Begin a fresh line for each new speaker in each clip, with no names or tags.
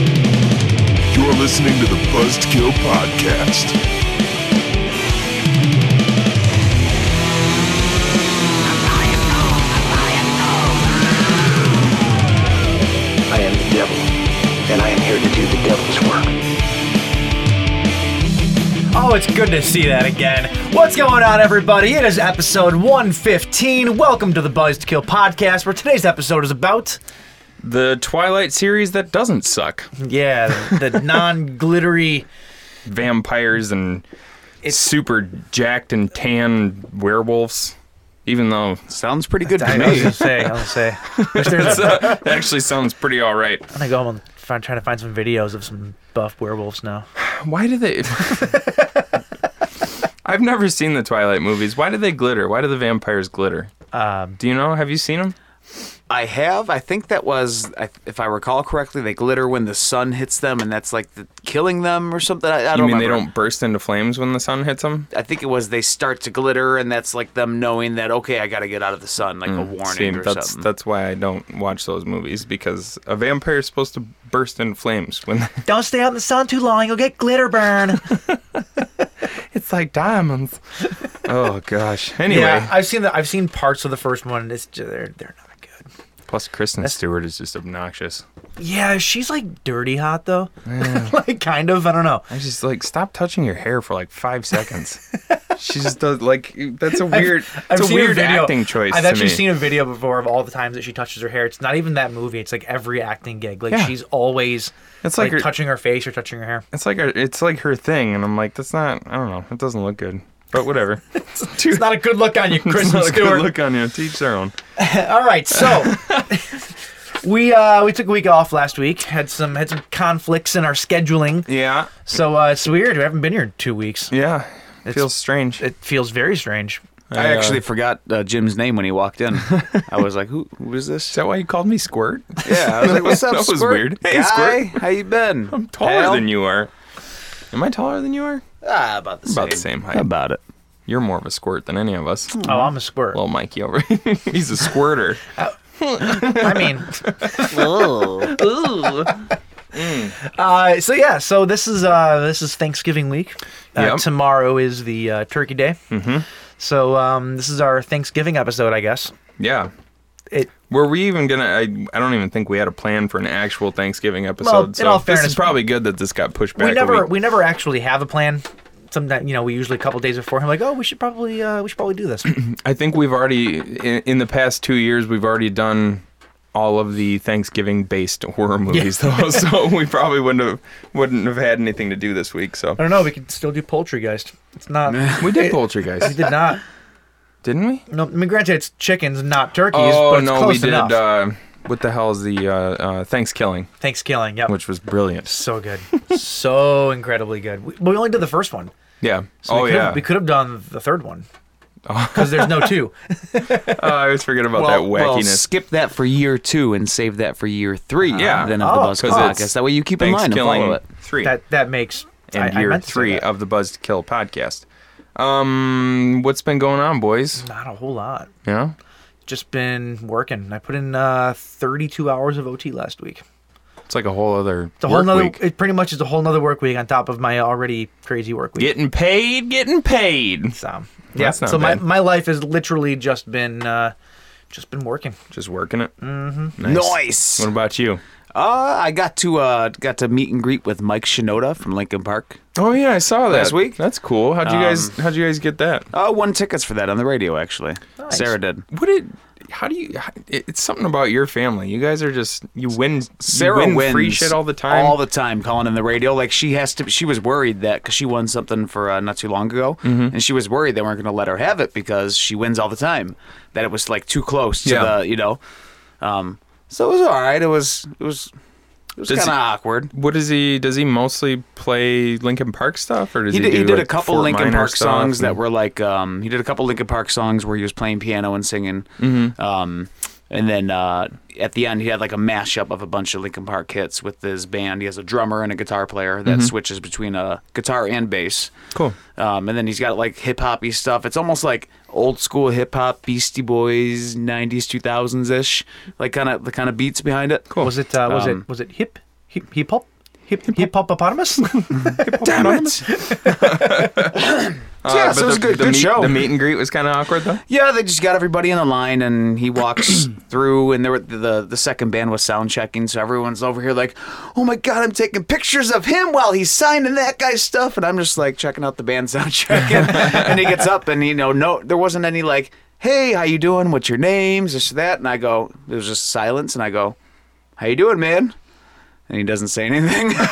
You're listening to the Buzzkill Podcast.
I am the devil, and I am here to do the devil's work.
Oh, it's good to see that again. What's going on, everybody? It is episode 115. Welcome to the Buzz to Kill podcast, where today's episode is about,
the Twilight series that doesn't suck.
yeah, the non glittery.
Vampires and super jacked and tan werewolves. Even though
Sounds pretty good
I
to
was
me.
gonna say, I was gonna say. Wish there was-
that uh, actually sounds pretty all right.
I'm gonna go home and find, trying to find some videos of some buff werewolves now.
Why do they? I've never seen the Twilight movies. Why do they glitter? Why do the vampires glitter?
Um,
Do you know? Have you seen them?
I have. I think that was, I- if I recall correctly, they glitter when the sun hits them, and that's like the, killing them or something. I, I
You
don't
mean they
remember.
don't burst into flames when the sun hits them?
I think it was they start to glitter, and that's like them knowing that okay, I got to get out of the sun, like a warning or
Mm, that's
something.
that's why I don't watch those movies because a vampire is supposed to burst into flames when
Don't stay out in the sun too long; you'll get glitter burn.
it's like diamonds. oh gosh. Anyway,
Yeah, I've seen the, I've seen parts of the first one. And it's ju- they're they're not good.
Plus, Kristen Stewart is just obnoxious.
Yeah, she's like dirty hot though, like kind of. I don't know.
I just like stop touching your hair for like five seconds. she just does like that's a weird,
I've
it's a
seen
weird
video.
acting choice.
I've
to
actually
me.
seen a video before of all the times that she touches her hair. It's not even that movie. It's like every acting gig. Like
Yeah.
she's always
It's
like,
like her-
touching her face or touching her hair.
It's like her, it's like her thing, and I'm like, that's not. I don't know. It doesn't look good, but whatever. it's
It's not a good look on you, Kristen
not a good
Stewart.
look on you. Teach their own.
All right, so we uh, we took a week off last week. Had some had some conflicts in our scheduling.
Yeah,
So uh, it's weird. We haven't been here in two weeks.
yeah. It feels strange.
It feels very strange.
I
I, uh,
actually forgot uh, Jim's name when he walked in. I was like, who, who is
is
this?
that why you called me Squirt?
Yeah, I was like, what's up,
That was
Squirt?
weird. Hey,
Guy,
Squirt.
how you been?
I'm taller than you are. Am I taller than you are?
Ah, about the same.
About the same height.
About it.
You're more of a squirt than any of us.
Oh, I'm a squirt.
Little Mikey over here. He's a squirter.
I mean, Uh, so yeah, so this is uh, this is Thanksgiving week. Uh,
Yep.
Tomorrow is the uh, Turkey Day. Mm-hmm. So um, this is our Thanksgiving episode, I guess.
Yeah.
It
Were we even gonna? I, I don't even think we had a plan for an actual Thanksgiving episode.
Well, in
so
all
this
fairness,
is probably good that this got pushed back.
we never
A week.
we never actually have a plan. Sometimes you know we usually a couple days before. I'm like, oh, we should probably uh, we should probably do this.
I think we've already in, in the past two years we've already done all of the Thanksgiving based horror movies though, so we probably wouldn't have wouldn't have had anything to do this week. So
I don't know. We could still do Poultrygeist. It's not.
we did Poltergeist,
Did not.
didn't we?
No, I mean, granted, it's chickens, not turkeys,
Oh
but it's
no,
close
we did.
enough.
Uh, what the hell is the uh, uh, Thanksgiving,
Thanksgiving, yeah,
which was brilliant.
so good, so incredibly good. We, but we only did the first one.
Yeah.
So
oh
we could've-
yeah.
we could have done the third one because there's no two.
Oh, I always forget about
well,
that
well,
wackiness.
skip that for year two and save that for year three.
Yeah.
then of the
Oh,
Buzzkill
cool.
podcast. That way you keep in mind and
Thanksgiving
follow it.
three.
That that makes
and
I, I
year
meant to say
three
that.
of the Buzz to Kill podcast. Um, what's been going on, boys?
Not a whole lot.
Yeah,
Just been working. I put in uh, 32 hours of OT last week.
it's like a whole other
It's a whole
work
nother.
week.
It pretty much is a whole nother work week on top of my already crazy work week.
Getting paid, getting paid.
So yeah.
That's not
so
bad.
my my life has literally just been uh, just been working.
Just working it. Mm-hmm.
Nice.
What about you?
Uh, I got to uh, got to meet and greet with Mike Shinoda from Lincoln Park.
Oh yeah, I saw that
Last week?
That's cool. How'd you guys? How'd you guys get that?
Uh, won tickets for that on the radio actually.
Nice.
Sarah did.
What did? How do you? how- it- It's something about your family. You guys are just you win.
Sarah
you win
wins
free shit all the time.
All the time, calling in the radio. Like she has to. She was worried that because she won something for uh, not too long ago,
Mm-hmm.
and she was worried they weren't going to let her have it because she wins all the time. That it was like too close to
Yeah.
the you know. Um, so it was all right. It was it was it was
Does
kind of
he-
awkward.
What does he? Does he mostly play Linkin Park stuff, or does
He
he?
did,
do,
he did a
like,
couple
Fort
Linkin
Minor
Park
stuff
songs that
and-
were like um, he did a couple Linkin Park songs where he was playing piano and singing.
Mm-hmm.
Um, and then uh, at the end, he had like a mashup of a bunch of Linkin Park hits with his band. He has a drummer and a guitar player
Mm-hmm.
that switches between a guitar and bass.
cool.
Um, and then he's got like hip hoppy stuff. It's almost like old school hip hop, Beastie Boys, '90s, 2000s ish, like kind of the kind of beats behind it. Cool.
Was it uh, was
Um,
it was it hip hip hip hop hip hip hop hippopotamus?
Damn it!
Uh,
yeah,
but
so it was
the,
a good,
the
good
meet,
show.
The meet and greet was kind of awkward though.
Yeah, they just got everybody in the line, and he walks through, and there were the the second band was sound checking, so everyone's over here like, oh my god, I'm taking pictures of him while he's signing that guy's stuff, and I'm just like checking out the band sound checking, and he gets up, and you know, no, there wasn't any like, hey, how you doing? What's your names? This that, and I go, it was just silence, and I go, how you doing, man? And he doesn't say anything.
so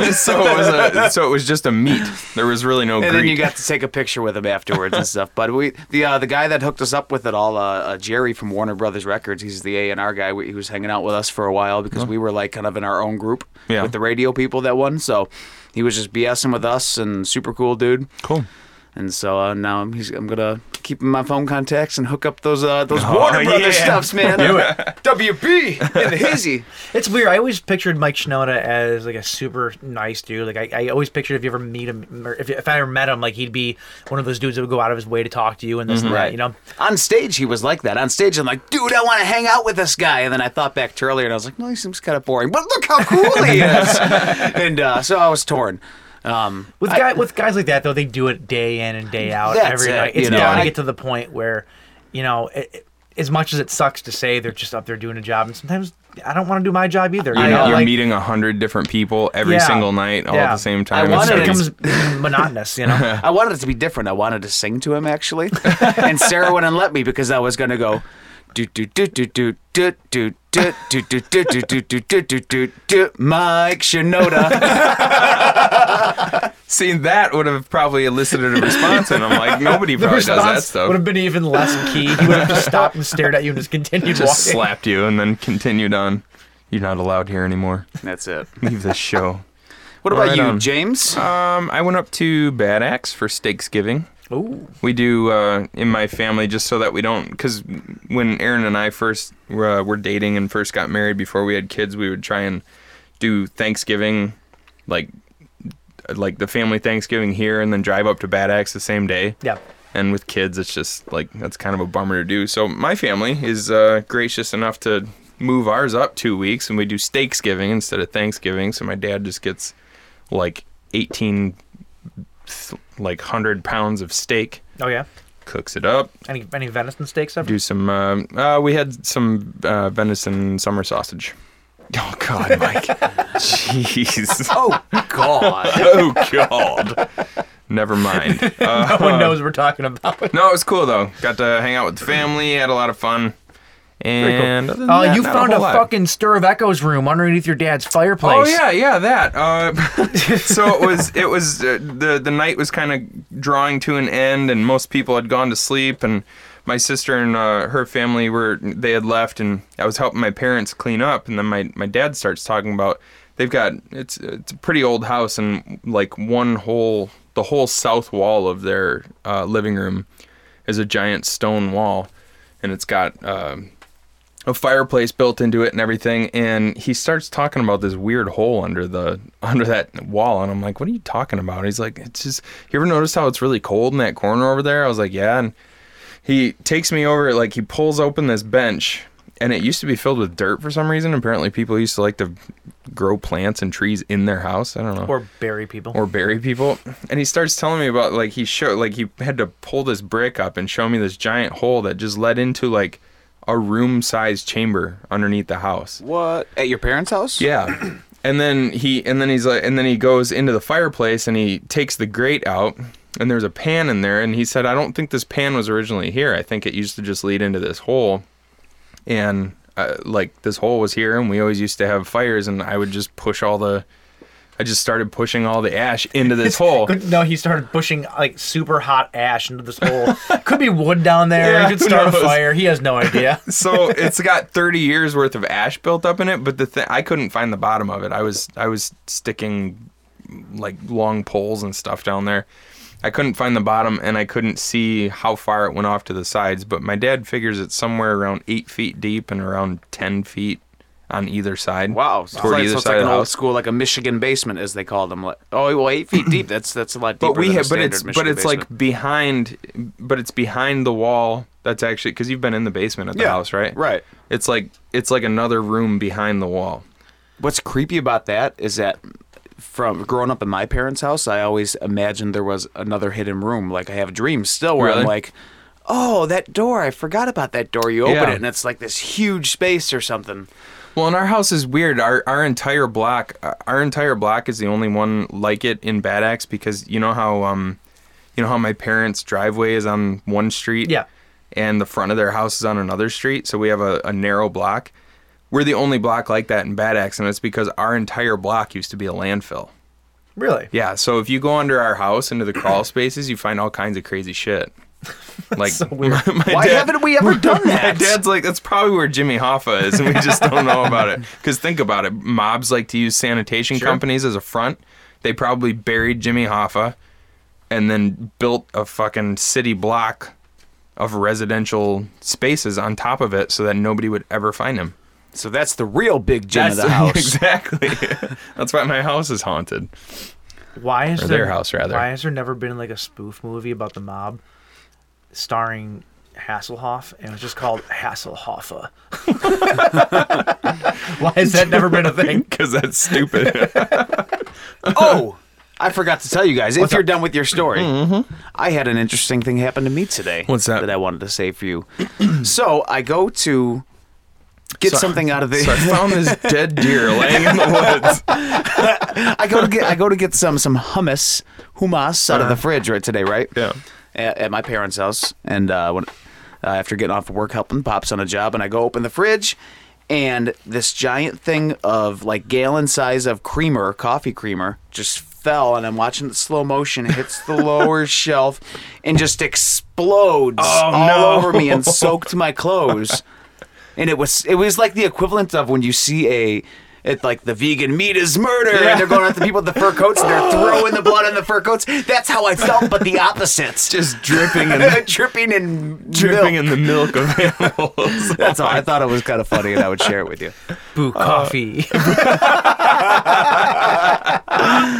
it was a, so it was just a meet. There was really no
and
greet.
then you got to take a picture with him afterwards and stuff. But we the uh, the guy that hooked us up with it all, uh, uh, Jerry from Warner Brothers Records, he's the A and R guy. We, he was hanging out with us for a while because we were like kind of in our own group
Oh. Yeah.
with the radio people that won. So he was just BSing with us and super cool dude.
cool.
And so uh, now I'm, he's, I'm gonna keep in my phone contacts and hook up those uh, those
Oh,
Warner Brothers
yeah.
stuffs, man. Do it. WB in the hazy.
It's weird. I always pictured Mike Shinoda as like a super nice dude. Like I, I always pictured if you ever meet him, or if, if I ever met him, like he'd be one of those dudes that would go out of his way to talk to you and this
Mm-hmm.
and that. You know,
On stage, he was like that. On stage, I'm like, dude, I want to hang out with this guy. And then I thought back to earlier, and I was like, no, he seems kind of boring. But look how cool he is. and uh, so I was torn. Um,
with guy with guys like that though, they do it day in and day out
That's
every
it,
night. It's
you know.
got to
I-
get to the point where, you know, it, it- as much as it sucks to say, they're just up there doing a job, and sometimes I don't want to do my job either.
You're,
you
uh,
know?
you're
Like,
meeting a hundred different people every
yeah,
single night, all at
yeah.
the same time. It's
wanted
It
like-
to-
becomes monotonous, you know.
I wanted it to be different. I wanted to sing to him actually, and Sarah wouldn't let me because I was gonna go. Do do do do do do do do do do do do do do do do do do Mike Shinoda.
seeing that would have probably elicited a response, and I'm like, nobody
The
probably does that
response would
stuff.
have been even less key. He would have just stopped and stared at you and just continued
Just
walking.
slapped you and then continued on. You're not allowed here anymore.
That's it.
Leave this show.
What about
Right
you,
on.
James?
Um, I went up to Bad Axe for Steaksgiving.
Ooh.
We do uh, in my family just so that we don't, because when Aaron and I first uh, were dating and first got married before we had kids, we would try and do Thanksgiving, like like the family Thanksgiving here, and then drive up to Bad Axe the same day.
Yeah.
And with kids, it's just like that's kind of a bummer to do. So my family is uh, gracious enough to move ours up two weeks, and we do Steaksgiving instead of Thanksgiving. So my dad just gets like 18 th- like 100 pounds of steak
Oh yeah.
cooks it up.
Any any venison steaks ever?
Do some. um uh, we had some uh, venison summer sausage. Oh God, Mike! Jeez!
Oh God.
Oh God! Never mind. Uh,
no one knows we're talking about.
no, it was cool though. Got to hang out with the family. Had a lot of fun. And other than
Oh,
that,
you
not
found a,
whole lot.
fucking stir of echoes room underneath your dad's fireplace.
Oh yeah, yeah, that. Uh, so it was. It was uh, the the night was kind of drawing to an end, and most people had gone to sleep, and my sister and uh, her family were they had left, and I was helping my parents clean up, and then my my dad starts talking about they've got it's it's a pretty old house, and like one whole the whole south wall of their uh, living room is a giant stone wall, and it's got. um a fireplace built into it and everything and he starts talking about this weird hole under the under that wall and I'm like what are you talking about he's like it's just you ever notice how it's really cold in that corner over there I was like yeah and he takes me over like he pulls open this bench and it used to be filled with dirt for some reason apparently people used to like to grow plants and trees in their house I don't know
Or bury people.
or bury people. And he starts telling me about like he showed like he had to pull this brick up and show me this giant hole that just led into like a room sized chamber underneath the house.
What? At your parents' house?
Yeah. And then he and then he's like and then he goes into the fireplace and he takes the grate out and there's a pan in there and he said I don't think this pan was originally here. I think it used to just lead into this hole. And uh, like this hole was here and we always used to have fires and I would just push all the I just started pushing all the ash into this hole.
Could- No, he started pushing like super hot ash into this hole. could be wood down there.
Yeah,
he could
who
start a
knows?
fire. He has no idea.
so it's got 30 years worth of ash built up in it but the thing i couldn't find the bottom of it i was i was sticking like long poles and stuff down there i couldn't find the bottom and i couldn't see how far it went off to the sides but my dad figures it's somewhere around eight feet deep and around 10 feet on either side
Wow, so it's
toward
like,
either
so it's
side
like
of
an
the
old
house
school, like a Michigan basement, as they call them. Like, oh, well, eight feet deep. That's that's a lot deeper.
but we
than a
have but
standard
it's but
Michigan
it's
basement.
like behind but it's behind the wall that's actually because you've been in the basement at the
Yeah,
house right
right.
it's like it's like another room behind the wall
What's creepy about that is that from growing up in my parents' house, I always imagined there was another hidden room. Like I have dreams still where
Really?
I'm like, oh, that door. I forgot about that door. You open
Yeah.
it and it's like this huge space or something.
Well, and our house is weird. Our our entire block, uh, our entire block is the only one like it in Bad Axe because you know how um, you know how my parents' driveway is on one street,
Yeah.
and the front of their house is on another street. So we have a, a narrow block. We're the only block like that in Bad Axe, and it's because our entire block used to be a landfill.
Really?
Yeah, so if you go under our house into the crawl spaces, you find all kinds of crazy shit. like my- my
Why
dad-
haven't we ever done
my
that?
dad's like, that's probably where Jimmy Hoffa is, and we just don't know about it. Because think about it, mobs like to use sanitation companies as a front. They probably buried Jimmy Hoffa, and then built a fucking city block of residential spaces on top of it, so that nobody would ever find him.
so that's the real big gem of the house.
exactly. that's why my house is haunted.
Why is
Or
there,
their house, rather.
Why has there never been like a spoof movie about the mob, starring Hasselhoff, and it was just called Hasselhoffa? why has that never been a thing?
Because that's stupid.
Oh, I forgot to tell you guys. if you're done with your story, I had an interesting thing happen to me today.
Mm-hmm. What's that?
That I wanted to say for you. so I go to get
So-
something out of the.
so I found this dead deer laying in the woods.
I go to get I go to get some some hummus hummus out of the fridge right today, right?
Uh-huh. Yeah.
At, at my parents' house, and uh, when uh, after getting off of work, helping pops on a job, and I go open the fridge, and this giant thing of like gallon size of creamer, coffee creamer, just fell, and I'm watching it slow motion, hits the lower shelf, and just explodes all
Oh, no.
over me and soaked my clothes and it was it was like the equivalent of when you see a it like the vegan meat is murder and they're going after people with the fur coats and they're throwing the blood on the fur coats that's how i felt but the opposite
Just dripping and
dripping and
dripping
milk.
in the milk of animals.
that's all i thought it was kind of funny and i would share it with you
Boo
Uh,
coffee.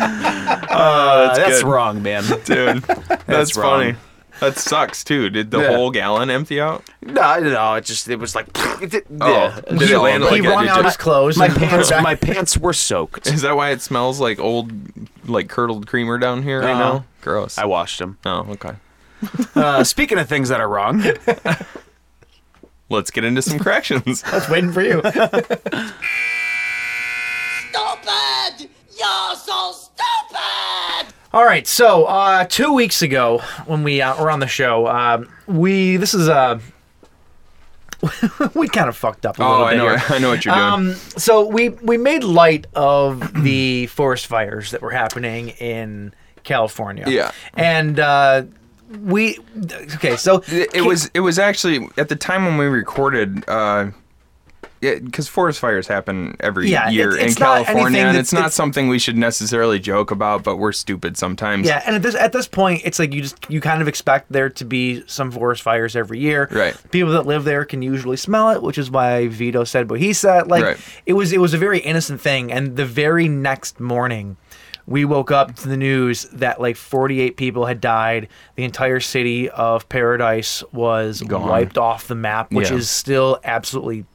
that's,
good.
wrong man
dude. That's, funny.
wrong.
That sucks too. Did the
Yeah.
whole gallon empty out?
no no it just it was like it Oh, did, yeah.
did it land
he
like
wrung
it
out his
just-
clothes.
my pants my pants were soaked
Is that why it smells like old, like curdled creamer down here right
Uh-huh.
now? Gross.
i washed them
oh, okay.
uh, speaking of things that are wrong
Let's get into some corrections.
was waiting for you.
stupid! You're so stupid!
All right, so uh, two weeks ago when we uh, were on the show, um, we this is uh, we kind of fucked up a little
oh, I
bit
know.
here.
I know what you're doing.
Um, so we we made light of the forest fires that were happening in California.
Yeah.
and uh, we okay. So
it, it was. It was actually at the time when we recorded. uh because forest fires happen every
Yeah,
year
it's-
in
it's not anything
California, and
that's-
it's not
it's-
something we should necessarily joke about, but we're stupid sometimes.
Yeah, and at this at this point, it's like you just you kind of expect there to be some forest fires every year.
Right.
People that live there can usually smell it, which is why Vito said what he said. Like
Right.
it was it was a very innocent thing, and the very next morning. We woke up to the news that like 48 people had died. The entire city of Paradise was
Gone.
wiped off the map, which
Yeah.
is still absolutely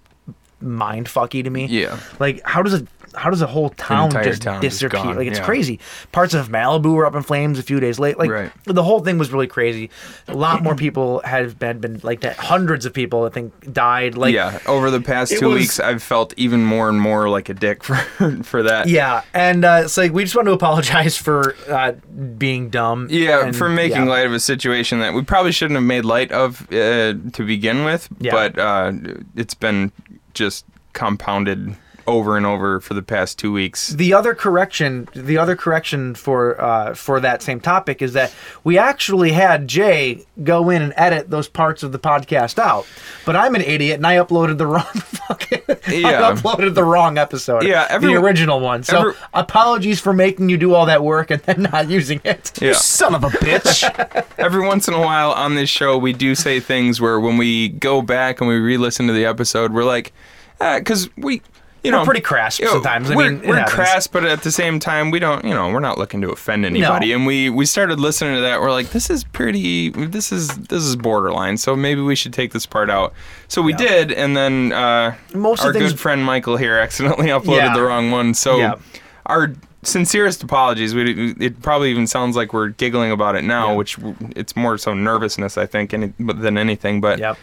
mind fucky to me.
Yeah.
Like how does a how does a whole town
entire
just
town just
disappear?
gone,
like it's
yeah.
crazy crazy. Parts of Malibu were up in flames a few days late. Like
Right.
the whole thing was really crazy. A lot more people have been, been like that. Hundreds of people, I think, died. Like
yeah, over the past
it
two
was-
weeks, I've felt even more and more like a dick for for that.
Yeah, and uh, it's like we just want to apologize for uh, being dumb.
Yeah,
and-
for making
yeah.
light of a situation that we probably shouldn't have made light of uh, to begin with,
Yeah.
but uh, it's been just compounded over and over for the past two weeks.
the other correction the other correction for uh, for that same topic is that we actually had Jay go in and edit those parts of the podcast out. But I'm an idiot and I uploaded the wrong fucking
Yeah.
I uploaded the wrong episode.
Yeah, every-
the original one. So
every-
apologies for making you do all that work and then not using it.
Yeah.
Son of a bitch.
Every once in a while on this show, we do say things where when we go back and we re-listen to the episode, we're like, because we, you
We're
know,
pretty crass
you know,
sometimes. I
we're
mean, it
we're
happens.
crass, but at the same time, we don't, you know, we're not looking to offend anybody. And we we started listening to that. We're like, this is pretty. This is this is borderline. So maybe we should take this part out. So we did, and then uh,
Most of
our
the things-
good friend Michael here accidentally uploaded
Yeah.
the wrong one. So
Yeah.
our sincerest apologies. We, it probably even sounds like we're giggling about it now, which w- it's more so nervousness, I think, any, but- than anything. But
Yep.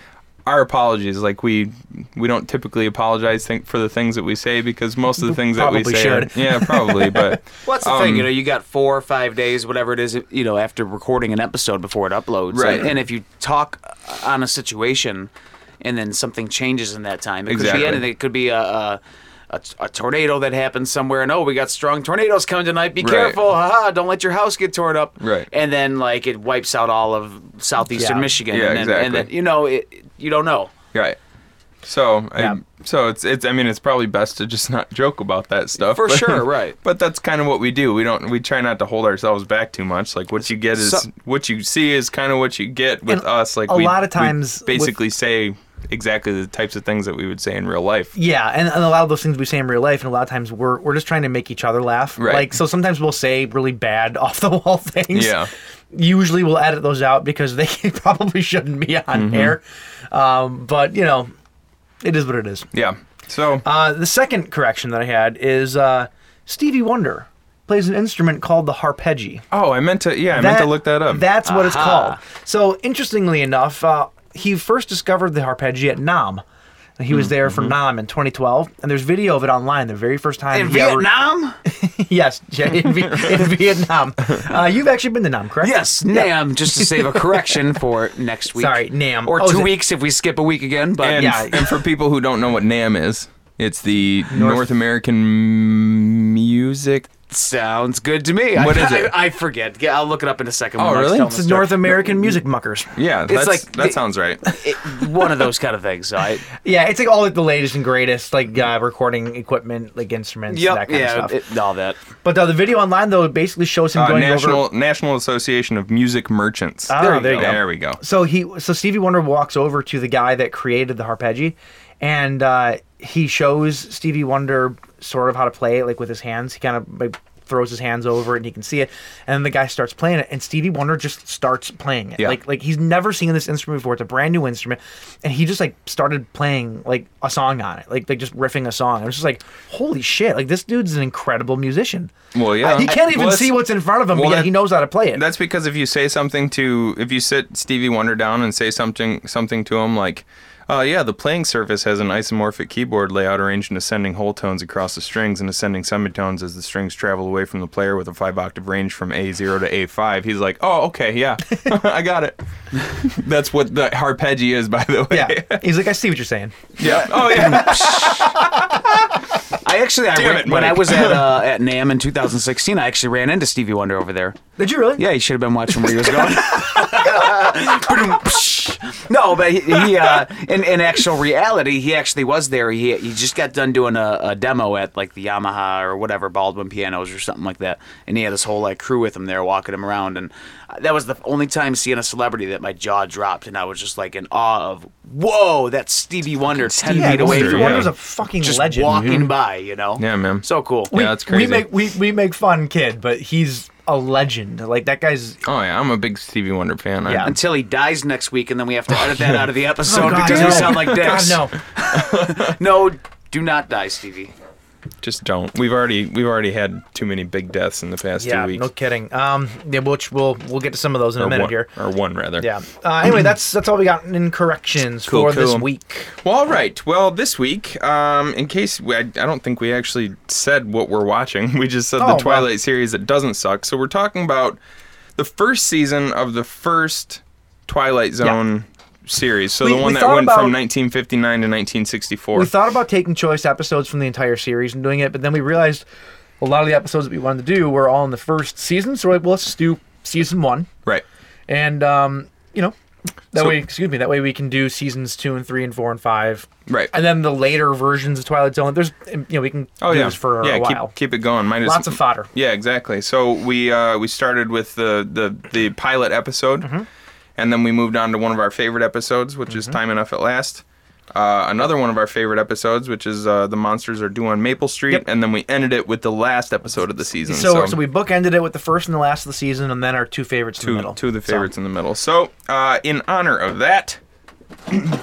our apologies. Like we we don't typically apologize think, for the things that we say because most of the things that we
Probably
say,
should.
Are, yeah, probably. But
What's the thing? You
Um,
know, you got four or five days, whatever it is, you know, after recording an episode before it uploads.
Right.
And, if you talk on a situation and then something changes in that time, it
Exactly.
could be anything. It could be a. a a, a tornado that happened somewhere, and oh, we got strong tornadoes coming tonight. Be
Right.
careful! Haha! Don't let your house get torn up.
Right.
And then, like, it wipes out all of southeastern
Yeah.
Michigan.
Yeah,
and then, And then,
exactly.
you know, it, you don't know.
right. So
Yeah.
I, so it's it's. I mean, it's probably best to just not joke about that stuff
For
but-
sure, right.
But that's kind of what we do. We don't. We try not to hold ourselves back too much. Like what you get is
So-
what you see is kind of what you get with
And
us. Like
a
we-
lot of
we
times with-
basically say exactly the types of things that we would say in real life.
Yeah, and, and a lot of those things we say in real life, and a lot of times we're we're just trying to make each other laugh.
Right.
Like so, sometimes we'll say really bad off the wall things.
Yeah.
Usually we'll edit those out because they probably shouldn't be on
Mm-hmm.
air. Um, but you know, it is what it is.
Yeah. So
Uh, the second correction that I had is uh, Stevie Wonder plays an instrument called the harpeggi.
oh, I meant to. Yeah, I meant to look that up.
That's what it's called. So interestingly enough, uh, he first discovered the harpeggi at Nam. He
Hmm,
was there
mm-hmm.
for Nam in 2012, and there's video of it online. The very first time
In
he ever-
Vietnam?
yes, Jay, in, Vi- in Vietnam. Uh, you've actually been to Nam, correct?
Yes, Nam, just to save a correction for next week.
Sorry, Nam.
Or
Oh,
two
is it-
weeks if we skip a week again, but
And,
Yeah.
and for people who don't know what NAM is, it's the North, American Music.
sounds good to me.
What
I,
is it?
I, I forget. Yeah, I'll look it up in a second. when
Oh,
Mark's
really?
telling
It's
the
the
story.
North American Music muckers.
Yeah, that's,
like
that
the-
sounds right.
It- one of those kind of things. So I,
Yeah, it's like all like the latest and greatest, like uh, recording equipment, like instruments, that
yep,
kind
yeah,
of stuff.
it- all that.
but uh, the video online though it basically shows him
Uh,
going
National
over.
National Association of Music Merchants.
Ah, there you go.
There we go.
So he, so Stevie Wonder walks over to the guy that created the harpeggi, and uh, he shows Stevie Wonder sort of how to play it, like with his hands. He kind of like throws his hands over it, and he can see it. And then the guy starts playing it, and Stevie Wonder just starts playing it.
Yeah.
Like like he's never seen this instrument before. It's a brand new instrument, and he just like started playing like a song on it, like like just riffing a song. I was just like, holy shit! Like this dude's an incredible musician.
Well, yeah.
he can't even
Well, that's-
see what's in front of him,
well,
but yet
that-
he knows how to play it.
That's because if you say something to, if you sit Stevie Wonder down and say something something to him like, "Oh yeah, the playing surface has an isomorphic keyboard layout arranged in ascending whole tones across the strings and ascending semitones as the strings travel away from the player with a five octave range from A zero to A five. He's like, "Oh okay, yeah, I got it." That's what the harpeggi is, by the way.
yeah, he's like, I see what you're saying.
yeah. Oh yeah.
I actually, I
Damn
ran-
it,
when I
Mike.
was at uh, at Nam in 2016, I actually ran into Stevie Wonder over there.
Did you really?
Yeah, he should have been watching where he was going. no, but he, he uh, in, in actual reality, he actually was there. He, he just got done doing a, a demo at like the Yamaha or whatever Baldwin Pianos or something like that, and he had his whole like crew with him there walking him around. And that was the only time seeing a celebrity that my jaw dropped, and I was just like in awe of whoa, that's Stevie Wonder, ten
Yeah,
feet away.
Stevie
from
yeah.
Wonder's
him,
a fucking
just
legend.
walking by, you know.
Yeah, man.
So cool.
We- Yeah, that's crazy.
We make we, we make fun kid, but he's a legend. Like that guy's
Oh yeah, I'm a big Stevie Wonder fan. I-
Yeah. Oh,
until he dies next week, and then we have to edit that out of the episode
God,
because
no.
we sound like dicks.
God, no.
no, no, do not die, Stevie.
Just don't. We've already we've already had too many big deaths in the past
Yeah,
two weeks.
no kidding. Um, yeah, which we'll we'll get to some of those in a
or,
minute
one,
here.
or one rather.
Yeah. Uh, anyway, that's that's all we got in corrections
Cool,
for this
cool.
week.
Well, all right. Well, this week, um, in case we, I, I don't think we actually said what we're watching, we just said
Oh, wow.
the Twilight series that doesn't suck. So we're talking about the first season of the first Twilight Zone series. So
We-
the one
we
that
thought
went
about-
from 1959 to 1964.
We thought about taking choice episodes from the entire series and doing it, but then we realized a lot of the episodes that we wanted to do were all in the first season. So we're like, well, let's just do season one,
right.
and um, you know, that
So-
way, excuse me, that way we can do seasons two and three and four and five,
Right.
And then the later versions of Twilight Zone. There's, um, you know, we can
Oh
do
yeah.
this for
yeah,
a while.
Keep, keep it going. Might as-
Lots of fodder.
Yeah, exactly. So we uh, we started with the the, the pilot episode,
Mm-hmm.
and then we moved on to one of our favorite episodes, which is Time Enough at Last. Uh, another one of our favorite episodes, which is uh, the monsters are due on Maple Street,
Yep.
and then we ended it with the last episode of the season.
So, so, we bookended it with the first and the last of the season, and then our two favorites in the
two,
middle.
two of the
So,
favorites in the middle. So, uh, in honor of that,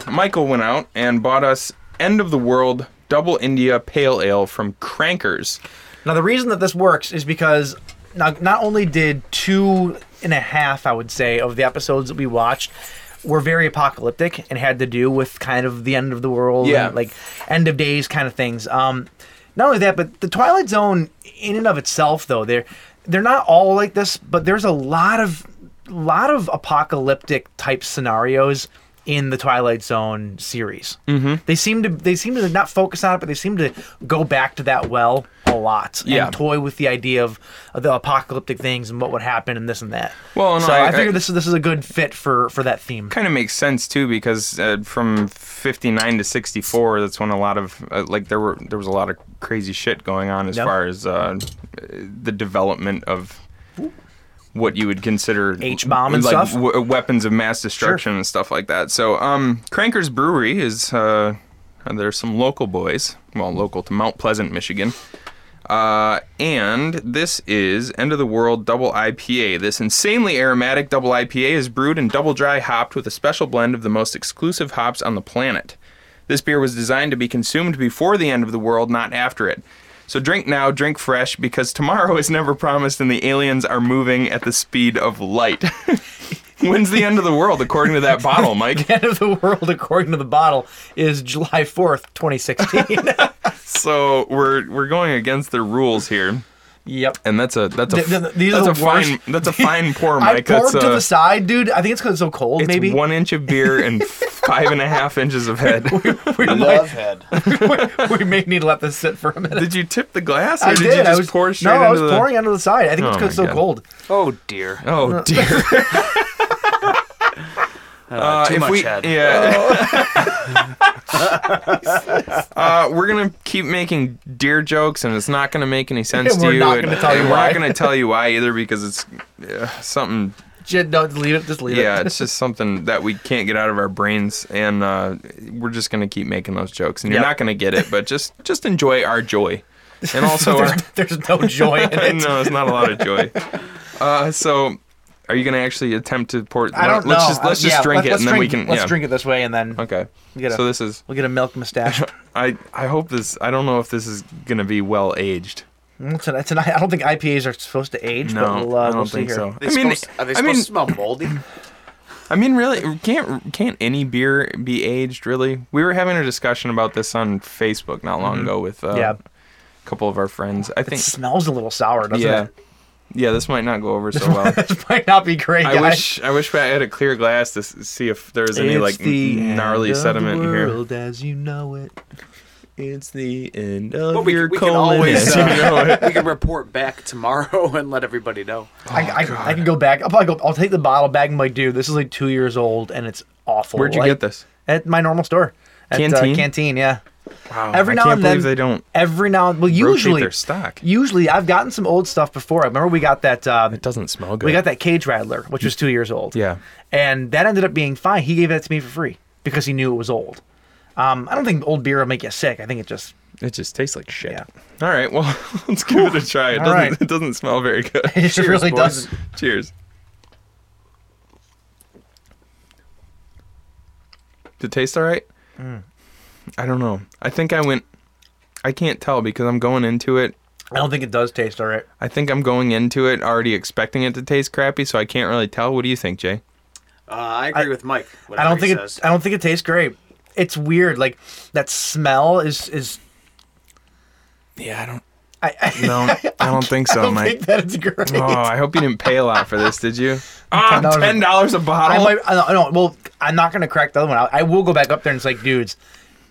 Michael went out and bought us End of the World Double India Pale Ale from Crankers.
Now the reason that this works is because not not only did two and a half, I would say, of the episodes that we watched were very apocalyptic and had to do with kind of the end of the world,
Yeah.
and like end of days kind of things. Um, not only that, but the Twilight Zone in and of itself, though they're they're not all like this, but there's a lot of lot of apocalyptic type scenarios in the Twilight Zone series. Mm-hmm. They seem to they seem to not focus on it, but they seem to go back to that well a lot
Yeah.
and toy with the idea of the apocalyptic things and what would happen and this and that.
Well, and
so
I-
I, figure
I-
this is this is a good fit for for that theme.
Kind of makes sense too, because uh, from '59 to '64, that's when a lot of uh, like there were there was a lot of crazy shit going on as
Yeah.
far as uh, the development of what you would consider
H-bomb and
like,
stuff?
w- uh, weapons of mass destruction and stuff like that. So, um, Cranker's Brewery is uh, there's some local boys, well, local to Mount Pleasant, Michigan. Uh, and this is End of the World Double IPA. This insanely aromatic double IPA is brewed and double dry hopped with a special blend of the most exclusive hops on the planet. This beer was designed to be consumed before the end of the world, not after it. So drink now, drink fresh, because tomorrow is never promised and the aliens are moving at the speed of light. When's the end of the world, according to that bottle, Mike?
End of the world, according to the bottle, is July fourth, twenty sixteen.
So we're we're going against the rules here.
yep.
And that's a that's a
Th- th- these are
that's a
the worst-
fine that's a fine pour,
I
Mike.
poured
that's
to
a,
the side, dude. I think it's because it's so cold.
it's
maybe
one inch of beer and five and a half inches of head.
we, might,
Love head.
we may need to let this sit for a minute.
did you tip the glass or
I
did,
did.
you just
I was
pour straight
no,
into
I was
the...
pouring under the side. I think it's
Oh
'cause it's
my
so
God.
cold.
Oh dear.
Oh dear.
Uh, too
if
much
we-
head.
Yeah. uh, we're gonna keep making deer jokes, and it's not gonna make any sense
And
to
we're
you.
not
and-
gonna tell
and
you
we're
why.
not gonna tell you why either because it's uh, something.
Shit, no, just leave it. Just leave
Yeah,
it.
it's just something that we can't get out of our brains, and uh, we're just gonna keep making those jokes, and you're
Yep.
not gonna get it, but just just enjoy our joy, and also our.
there's, there's no joy in it.
no, it's not a lot of joy. Uh, so. Are you gonna actually attempt to pour?
I don't
let's
know.
Just, let's
Uh,
just
yeah,
drink
let-
it,
let's
and then we
drink-
can.
Let's
yeah.
drink it this way, and then
Okay.
We gotta-
so this is
we'll get a milk mustache.
I I hope this I don't know if this is gonna be well aged.
Mm, Tonight, tonight, I don't think IPAs are supposed to age,
No,
but we'll, uh,
I don't
we'll
think
see here.
so.
They
I mean,
supposed- are they
I
supposed
mean,
to smell moldy?
I mean, really, can't can't any beer be aged? Really, we were having a discussion about this on Facebook not long ago with uh,
Mm-hmm. Yeah.
a couple of our friends. I
It
think,
smells a little sour, doesn't
yeah,
it?
yeah, this might not go over so well.
This might not be great.
I
guys.
wish I wish I had a clear glass to s- see if there's any
It's
like
the
n- gnarly
end of
sediment
the
in here.
world as you know it.
It's the end of
But we,
your
we can
colon
always
as you know
uh,
it.
we can report back tomorrow and let everybody know.
Oh,
I, I, I can go back. I'll probably go. I'll take the bottle back and be like, dude, this is like two years old and it's awful.
Where'd you
Like,
get this?
At my normal store. At, uh,
Canteen?
canteen, yeah.
Wow,
Every
I
now
can't
and then
believe they don't.
Every now and well,
rotate
usually
their stock.
Usually, I've gotten some old stuff before. I remember we got that. Um,
It doesn't smell good.
we got that cage rattler, which was two years old.
Yeah.
and that ended up being fine. He gave that to me for free because he knew it was old. Um, I don't think old beer will make you sick. I think it just
It just tastes like shit.
Yeah.
All right, well, let's give it a try. It
All
doesn't
right.
it doesn't smell very good.
it really
boys.
doesn't.
Cheers. Did it taste all right?
Mm.
I don't know. I think I went I can't tell because I'm going into it.
I don't think it does taste all right.
I think I'm going into it already expecting it to taste crappy, so I can't really tell. What do you think, Jay?
Uh, I agree with Mike.
I don't think
says.
it. I don't think it tastes great. It's weird. Like that smell is is.
Yeah, I don't
I, I,
No, I don't think
I
so,
don't
Mike.
think that it's great.
Oh, I hope you didn't pay a lot for this, did you? Ah,
$10.
ten dollars a
I
bottle.
might. I don't, I don't. Well, I'm not gonna crack the other one out. I will go back up there and it's like, dudes,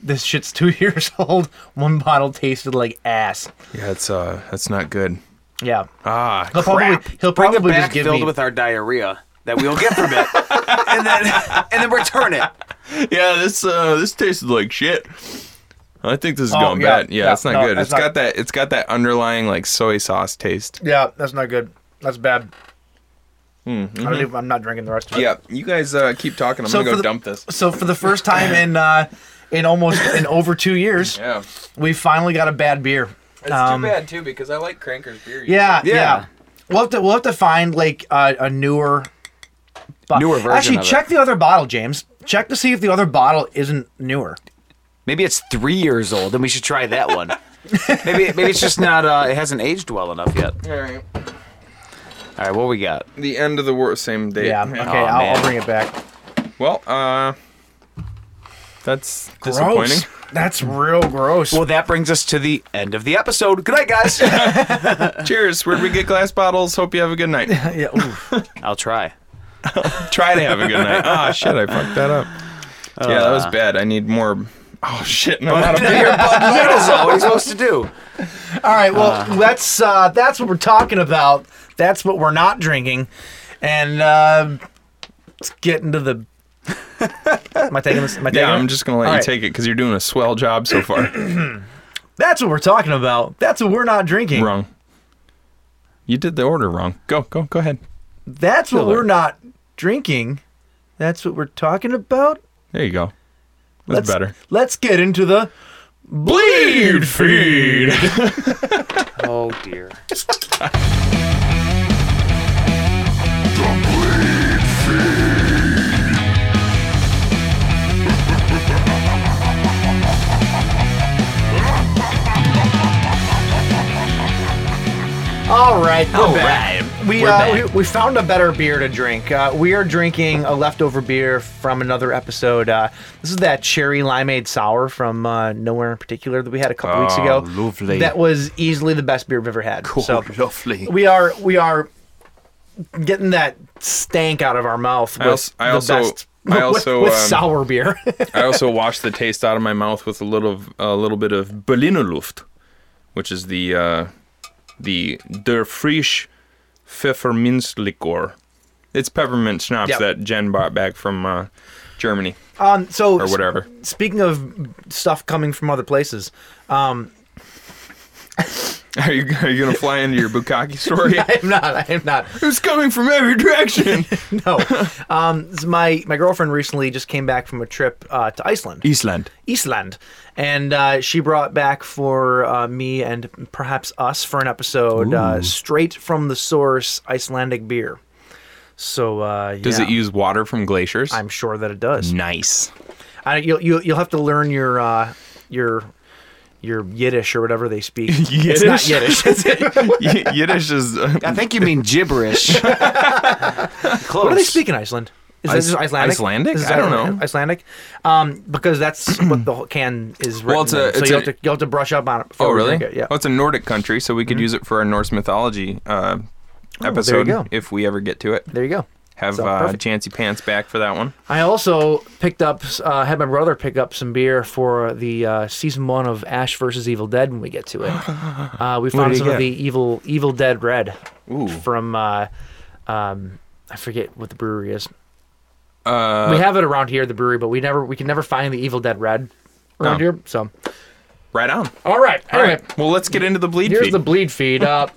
this shit's two years old. One bottle tasted like ass.
Yeah, it's uh, that's not good.
Yeah.
Ah,
He'll
crap.
probably he'll
Oh, Bring it
probably
back
just give
filled
me
with our diarrhea that we will get from it, and then and then return it.
Yeah, this uh, this tasted like shit. I think this is
Oh,
going
yeah,
bad. Yeah,
yeah,
it's not
no,
good.
that's
It's
not-
got that. It's got that underlying like soy sauce taste.
Yeah, that's not good. That's bad.
Hmm,
I
mm-hmm.
don't even, I'm not drinking the rest of it.
Yeah, you guys uh, keep talking. I'm
So
gonna go
for the-
dump this.
So for the first time in uh, in almost in over two years,
Yeah,
we finally got a bad beer.
it's
Um,
too bad too because I like Cranker's beer.
Yeah,
Yeah.
yeah. We'll have to we'll have to find like uh, a newer bo-
Newer version
Actually,
of it.
check the other bottle, James. Check to see if the other bottle isn't newer.
Maybe it's three years old, and we should try that one. maybe maybe it's just not. Uh, it hasn't aged well enough yet.
All right.
All right, what we got?
The end of the war, same date.
Yeah. Okay,
Aw,
I'll, I'll
man.
bring it back.
Well, uh, that's disappointing.
Gross. That's real gross.
Well, that brings us to the end of the episode. Good night, guys.
Cheers. Where'd we get glass bottles? Hope you have a good night.
yeah, oof.
I'll try.
Try to have a good night. Ah, shit, I fucked that up. yeah, that was bad. I need more. Oh shit, no, I'm out of beer.
That is all. What are you supposed to do?
All right. Well, that's uh, that's what we're talking about. That's what we're not drinking. And uh, let's get into the. am I taking this? Am I taking
Yeah, I'm
it?
just gonna let
All
you
right.
take it because you're doing a swell job so far.
That's what we're talking about. That's what we're not drinking.
wrong. You did the order wrong. Go, go, go ahead.
That's what
Killer.
we're not drinking. That's what we're talking about.
There you go. That's better.
Let's get into the.
Bleed feed.
Oh dear.
All right, we're
All
back.
right,
We,
we're
uh,
back.
We, we found a better beer to drink. Uh, we are drinking a leftover beer from another episode. Uh, this is that cherry limeade sour from uh, nowhere in particular that we had a couple
Oh,
weeks ago.
lovely.
That was easily the best beer we've ever had. so
lovely.
we are we are getting that stank out of our mouth with
I als- I
the
also-
best.
I
with-
also,
with,
um,
sour beer.
I also washed the taste out of my mouth with a little, a little bit of Berliner Luft, which is the, uh, the der Frisch Pfefferminzlikor. It's peppermint schnapps
Yep.
that Jen bought back from uh, Germany
um, so
or whatever.
Speaking of stuff coming from other places, um,
Are you, are you gonna fly into your bukkake story?
I am not. I am not.
It's coming from every direction.
No. Um, this is my my girlfriend recently just came back from a trip uh, to Iceland.
Iceland.
Iceland, and uh, she brought back for uh, me and perhaps us for an episode uh, straight from the source Icelandic beer. So uh,
Does
yeah,
it use Mm. water from glaciers?
I'm sure that it does.
nice.
I, you'll, you'll you'll have to learn your uh, your your Yiddish or whatever they speak. It's not Yiddish.
Y- Yiddish is uh,
I think you mean gibberish. Close.
What do they speak in Iceland? Is
Ice-
this Icelandic?
Icelandic?
This is
I don't know.
Icelandic, um, because that's what the whole can is. Written
Well, it's a-
in. so
it's
you
a-
have to you have to brush up on it. Before
Oh,
we
really?
drink it, Yeah. Mm-hmm.
Well, it's a Nordic country, so we could use it for our Norse mythology uh, episode
Oh, go.
if we ever get to it.
there you go.
Have
So,
uh,
perfect.
Jancy Pants back for that one.
I also picked up, uh, had my brother pick up some beer for the uh, season one of Ash versus Evil Dead when we get to it. Uh, we found
you
some of
get?
the Evil Evil Dead Red
Ooh.
from, uh, um, I forget what the brewery is.
Uh,
we have it around here, the brewery, but we never we can never find the Evil Dead Red around
No.
here. So,
right on.
all right,
All right. Well, let's get into the bleed
Here's
feed.
the bleed feed. Uh,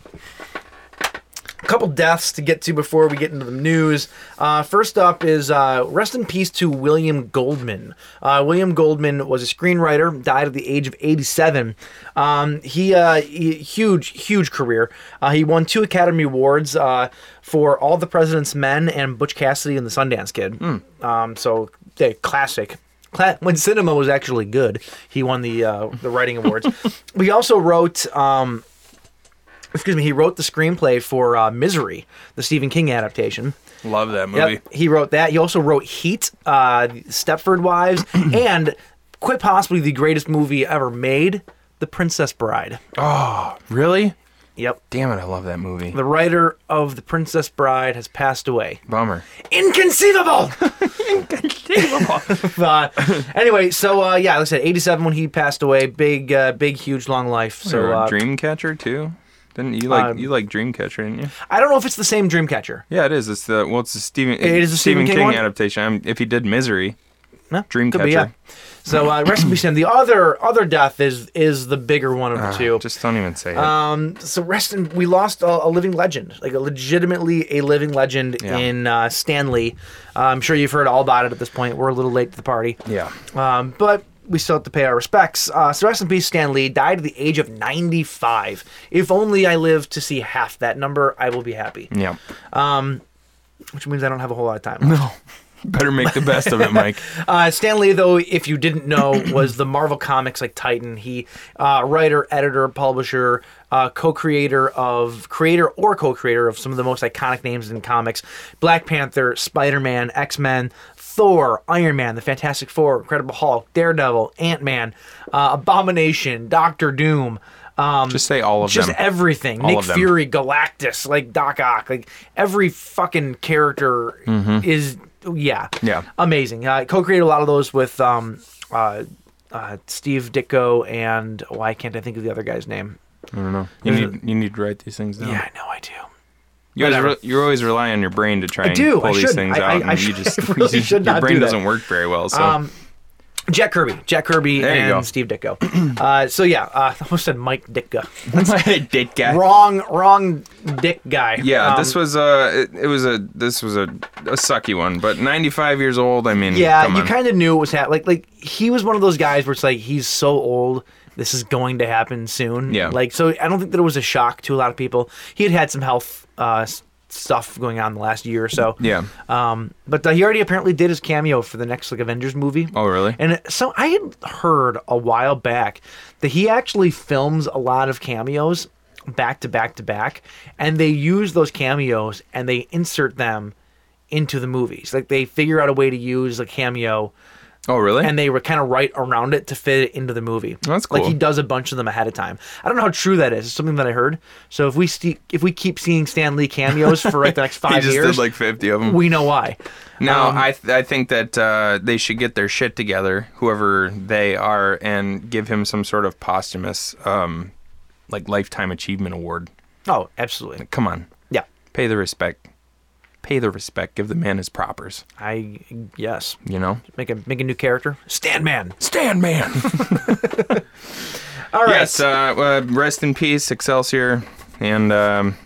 a couple deaths to get to before we get into the news. Uh, first up is uh, rest in peace to William Goldman. Uh, William Goldman was a screenwriter, died at the age of 87. Um, he, uh, he- huge, huge career. Uh, he won two Academy Awards uh, for All the President's Men and Butch Cassidy and the Sundance Kid. Um, so, yeah, classic Cla- when cinema was actually good, he won the uh, the writing awards. we also wrote, um, excuse me, he wrote the screenplay for uh, Misery, the Stephen King adaptation.
Love that movie.
Yep, he wrote that. He also wrote Heat, uh, Stepford Wives, and quite possibly the greatest movie ever made, The Princess Bride.
Really?
Yep.
Damn it, I love that movie.
The writer of The Princess Bride has passed away.
Bummer.
Inconceivable! Inconceivable. uh, anyway, so uh, yeah, like I said, 87 when he passed away. Big, uh, big, huge, long life. So
Or
uh,
Dreamcatcher too. Didn't you like
um,
you like Dreamcatcher, didn't you?
I don't know if it's the same Dreamcatcher.
Yeah, it is. It's the well, it's the Stephen.
It is a Stephen King one?
adaptation. I'm, if he did Misery,
No,
Dreamcatcher.
could be, yeah. So uh, rest in peace. to him. The other other death is is the bigger one of the
Ah,
two.
Just don't even say it.
Um, so rest in, we lost a, a living legend, like a legitimately a living legend
Yeah.
in uh, Stanley. Uh, I'm sure you've heard all about it at this point. We're a little late to the party.
yeah.
Um, but we still have to pay our respects. Uh, so rest in peace, Stan Lee died at the age of 95. If only I live to see half that number, I will be happy.
Yeah.
Which means I don't have a whole lot of time. No.
Better make the best of it, Mike.
Uh, Stan Lee, though, if you didn't know, was the Marvel Comics like Titan. He uh, writer, editor, publisher, uh, co-creator of creator or co-creator of some of the most iconic names in comics: Black Panther, Spider-Man, X-Men, Thor, Iron Man, the Fantastic Four, Incredible Hulk, Daredevil, Ant-Man, uh, Abomination, Doctor Doom. Um,
Just say all of
just
them.
everything.
All
Nick
of them.
Fury, Galactus, like Doc Ock, like every fucking character is yeah,
Mm-hmm. Yeah.
amazing. Uh, co-created a lot of those with um, uh, uh, Steve Ditko and why can't I think of the other guy's name?
I don't know. You
There's a-
need you need to write these things down.
Yeah, I know I do.
You always
Whatever.
re- you always rely on your brain to try
I
and
do,
pull
I
these
should.
things
I-
out,
I-
and
I
you
should- I
just
really
you-
should
your
not
brain
do that.
doesn't work very well. So
Um, Jack Kirby, Jack Kirby,
There you
and
go.
Steve Ditko. uh, so yeah, uh, I almost said Mike Ditka.
Dick guy.
wrong, wrong Dick guy.
Yeah,
Um,
this was a it, it was a this was a, a sucky one, but 95 years old. I mean,
Yeah,
come
you
on.
kind of knew it was happening. Like, like he was one of those guys where it's like he's so old, this is going to happen soon.
Yeah.
Like, so I don't think that it was a shock to a lot of people. He had had some health uh, s- stuff going on the last year or so.
Yeah.
Um, but uh, he already apparently did his cameo for the next like Avengers movie.
Oh, really?
And so I had heard a while back that he actually films a lot of cameos back to back to back, and they use those cameos and they insert them into the movies. Like they figure out a way to use a cameo
oh, really?
and they were kind of right around it to fit it into the movie.
That's
Like
cool.
he does a bunch of them ahead of time. I don't know how true that is. It's something that I heard. So if we see if we keep seeing Stan Lee cameos for like the next
he
five
just
years,
did like 50 of them.
we know why. Um,
No, I th- I think that uh, they should get their shit together, whoever they are, and give him some sort of posthumous, um, like lifetime achievement award.
Oh, absolutely.
Come on,
Yeah.
pay the respect, pay the respect, give the man his propers.
I yes.
You know,
Make a make a new character. Stan Man.
stand man.
All right.
yes. Uh, uh, rest in peace, Excelsior, and um,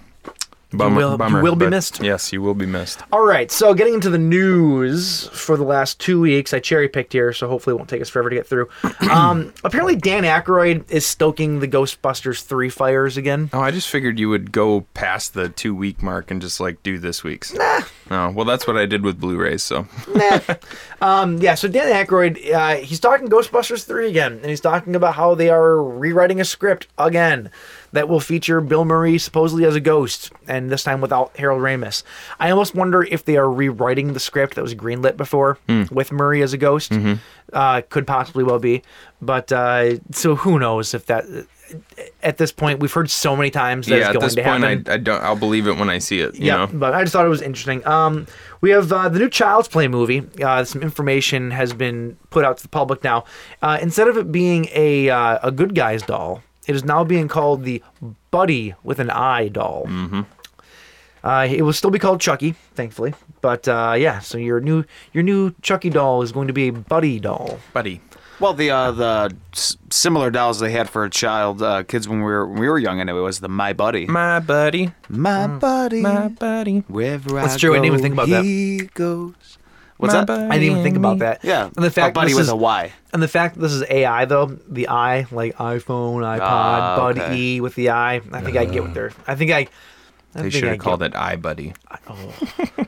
bummer.
will- you
bummer,
will be
but
missed.
Yes, you will be missed.
All right, so getting into the news for the last two weeks, I cherry picked here, so hopefully it won't take us forever to get through. Um, apparently, Dan Aykroyd is stoking the Ghostbusters 3 fires again.
Oh, I just figured you would go past the two week mark and just like do this week's. Nah. Oh, well, that's what I did with Blu-rays. So
Um, yeah, so Dan Aykroyd, uh, he's talking Ghostbusters 3 again, and he's talking about how they are rewriting a script again that will feature Bill Murray supposedly as a ghost, and this time without Harold Ramis. I almost wonder if they are rewriting the script that was greenlit before
Hmm.
with Murray as a ghost.
Mm-hmm.
Uh, could possibly well be. But uh, so who knows if that. At this point, we've heard so many times that
yeah,
it's
at
going
this
to
point,
happen.
I, I don't. I'll believe it when I see it. You
Yeah,
know.
but I just thought it was interesting. Um, we have uh, the new Child's Play movie. Uh, some information has been put out to the public now. Uh, instead of it being a uh, a good guy's doll, it is now being called the Buddy with an Eye doll. Mm-hmm. Uh, it will still be called Chucky, thankfully. But uh, yeah, so your new your new Chucky doll is going to be a Buddy doll.
Buddy.
Well, the uh, the s- similar dolls they had for a child uh, kids when we were when we were young, and it was the My Buddy.
My buddy.
My buddy,
My buddy.
wherever
That's
I
true,
Go,
I didn't even think about that.
He goes. What's
My
that?
buddy.
I didn't even think about that.
Yeah,
and the fact
my buddy
this
with
is-
a Y.
And the fact that this is AI though, the I like iPhone, iPod,
Ah,
Buddy
okay.
E with the I. I think I get what they're. I think I. I
Ah. They
think
should
I
have
get- Oh,
called it I Buddy.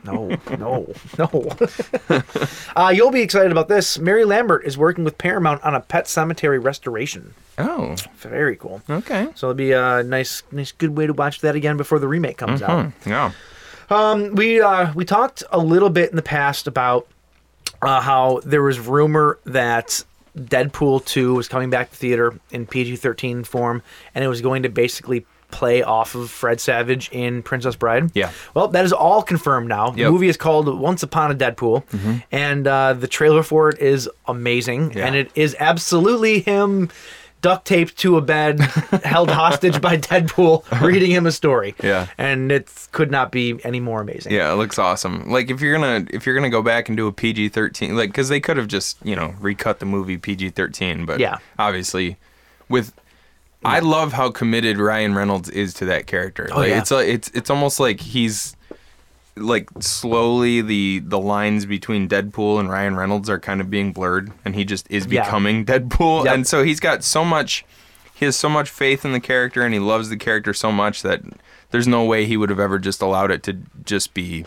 No, no, no. uh, you'll be excited about this. Mary Lambert is working with Paramount on a Pet Cemetery restoration.
Oh,
Very cool.
okay.
So it'll be a nice, nice, good way to watch that again before the remake comes
Mm-hmm.
out.
Hmm, Yeah.
we uh, we talked a little bit in the past about uh, how there was rumor that Deadpool 2 was coming back to theater in PG-13 form and it was going to basically play off of Fred Savage in Princess Bride.
Yeah.
Well, that is all confirmed now. The
Yep. Mm-hmm.
movie is called Once Upon a Deadpool, and uh, the trailer for it is amazing,
Yeah.
and it is absolutely him. Duct taped to a bed, held hostage by Deadpool, reading him a story.
Yeah.
and it could not be any more amazing.
Yeah, it looks awesome. Like if you're gonna if you're gonna go back and do a PG thirteen, like because they could have just you know recut the movie PG thirteen, but
Yeah.
obviously with I love how committed Ryan Reynolds is to that character. like
Oh, yeah.
it's a, it's it's almost like he's like slowly the the lines between Deadpool and Ryan Reynolds are kind of being blurred, and he just is
Yeah.
becoming Deadpool,
Yep.
and so he's got so much. He has so much faith in the character, and he loves the character so much that there's no way he would have ever just allowed it to just be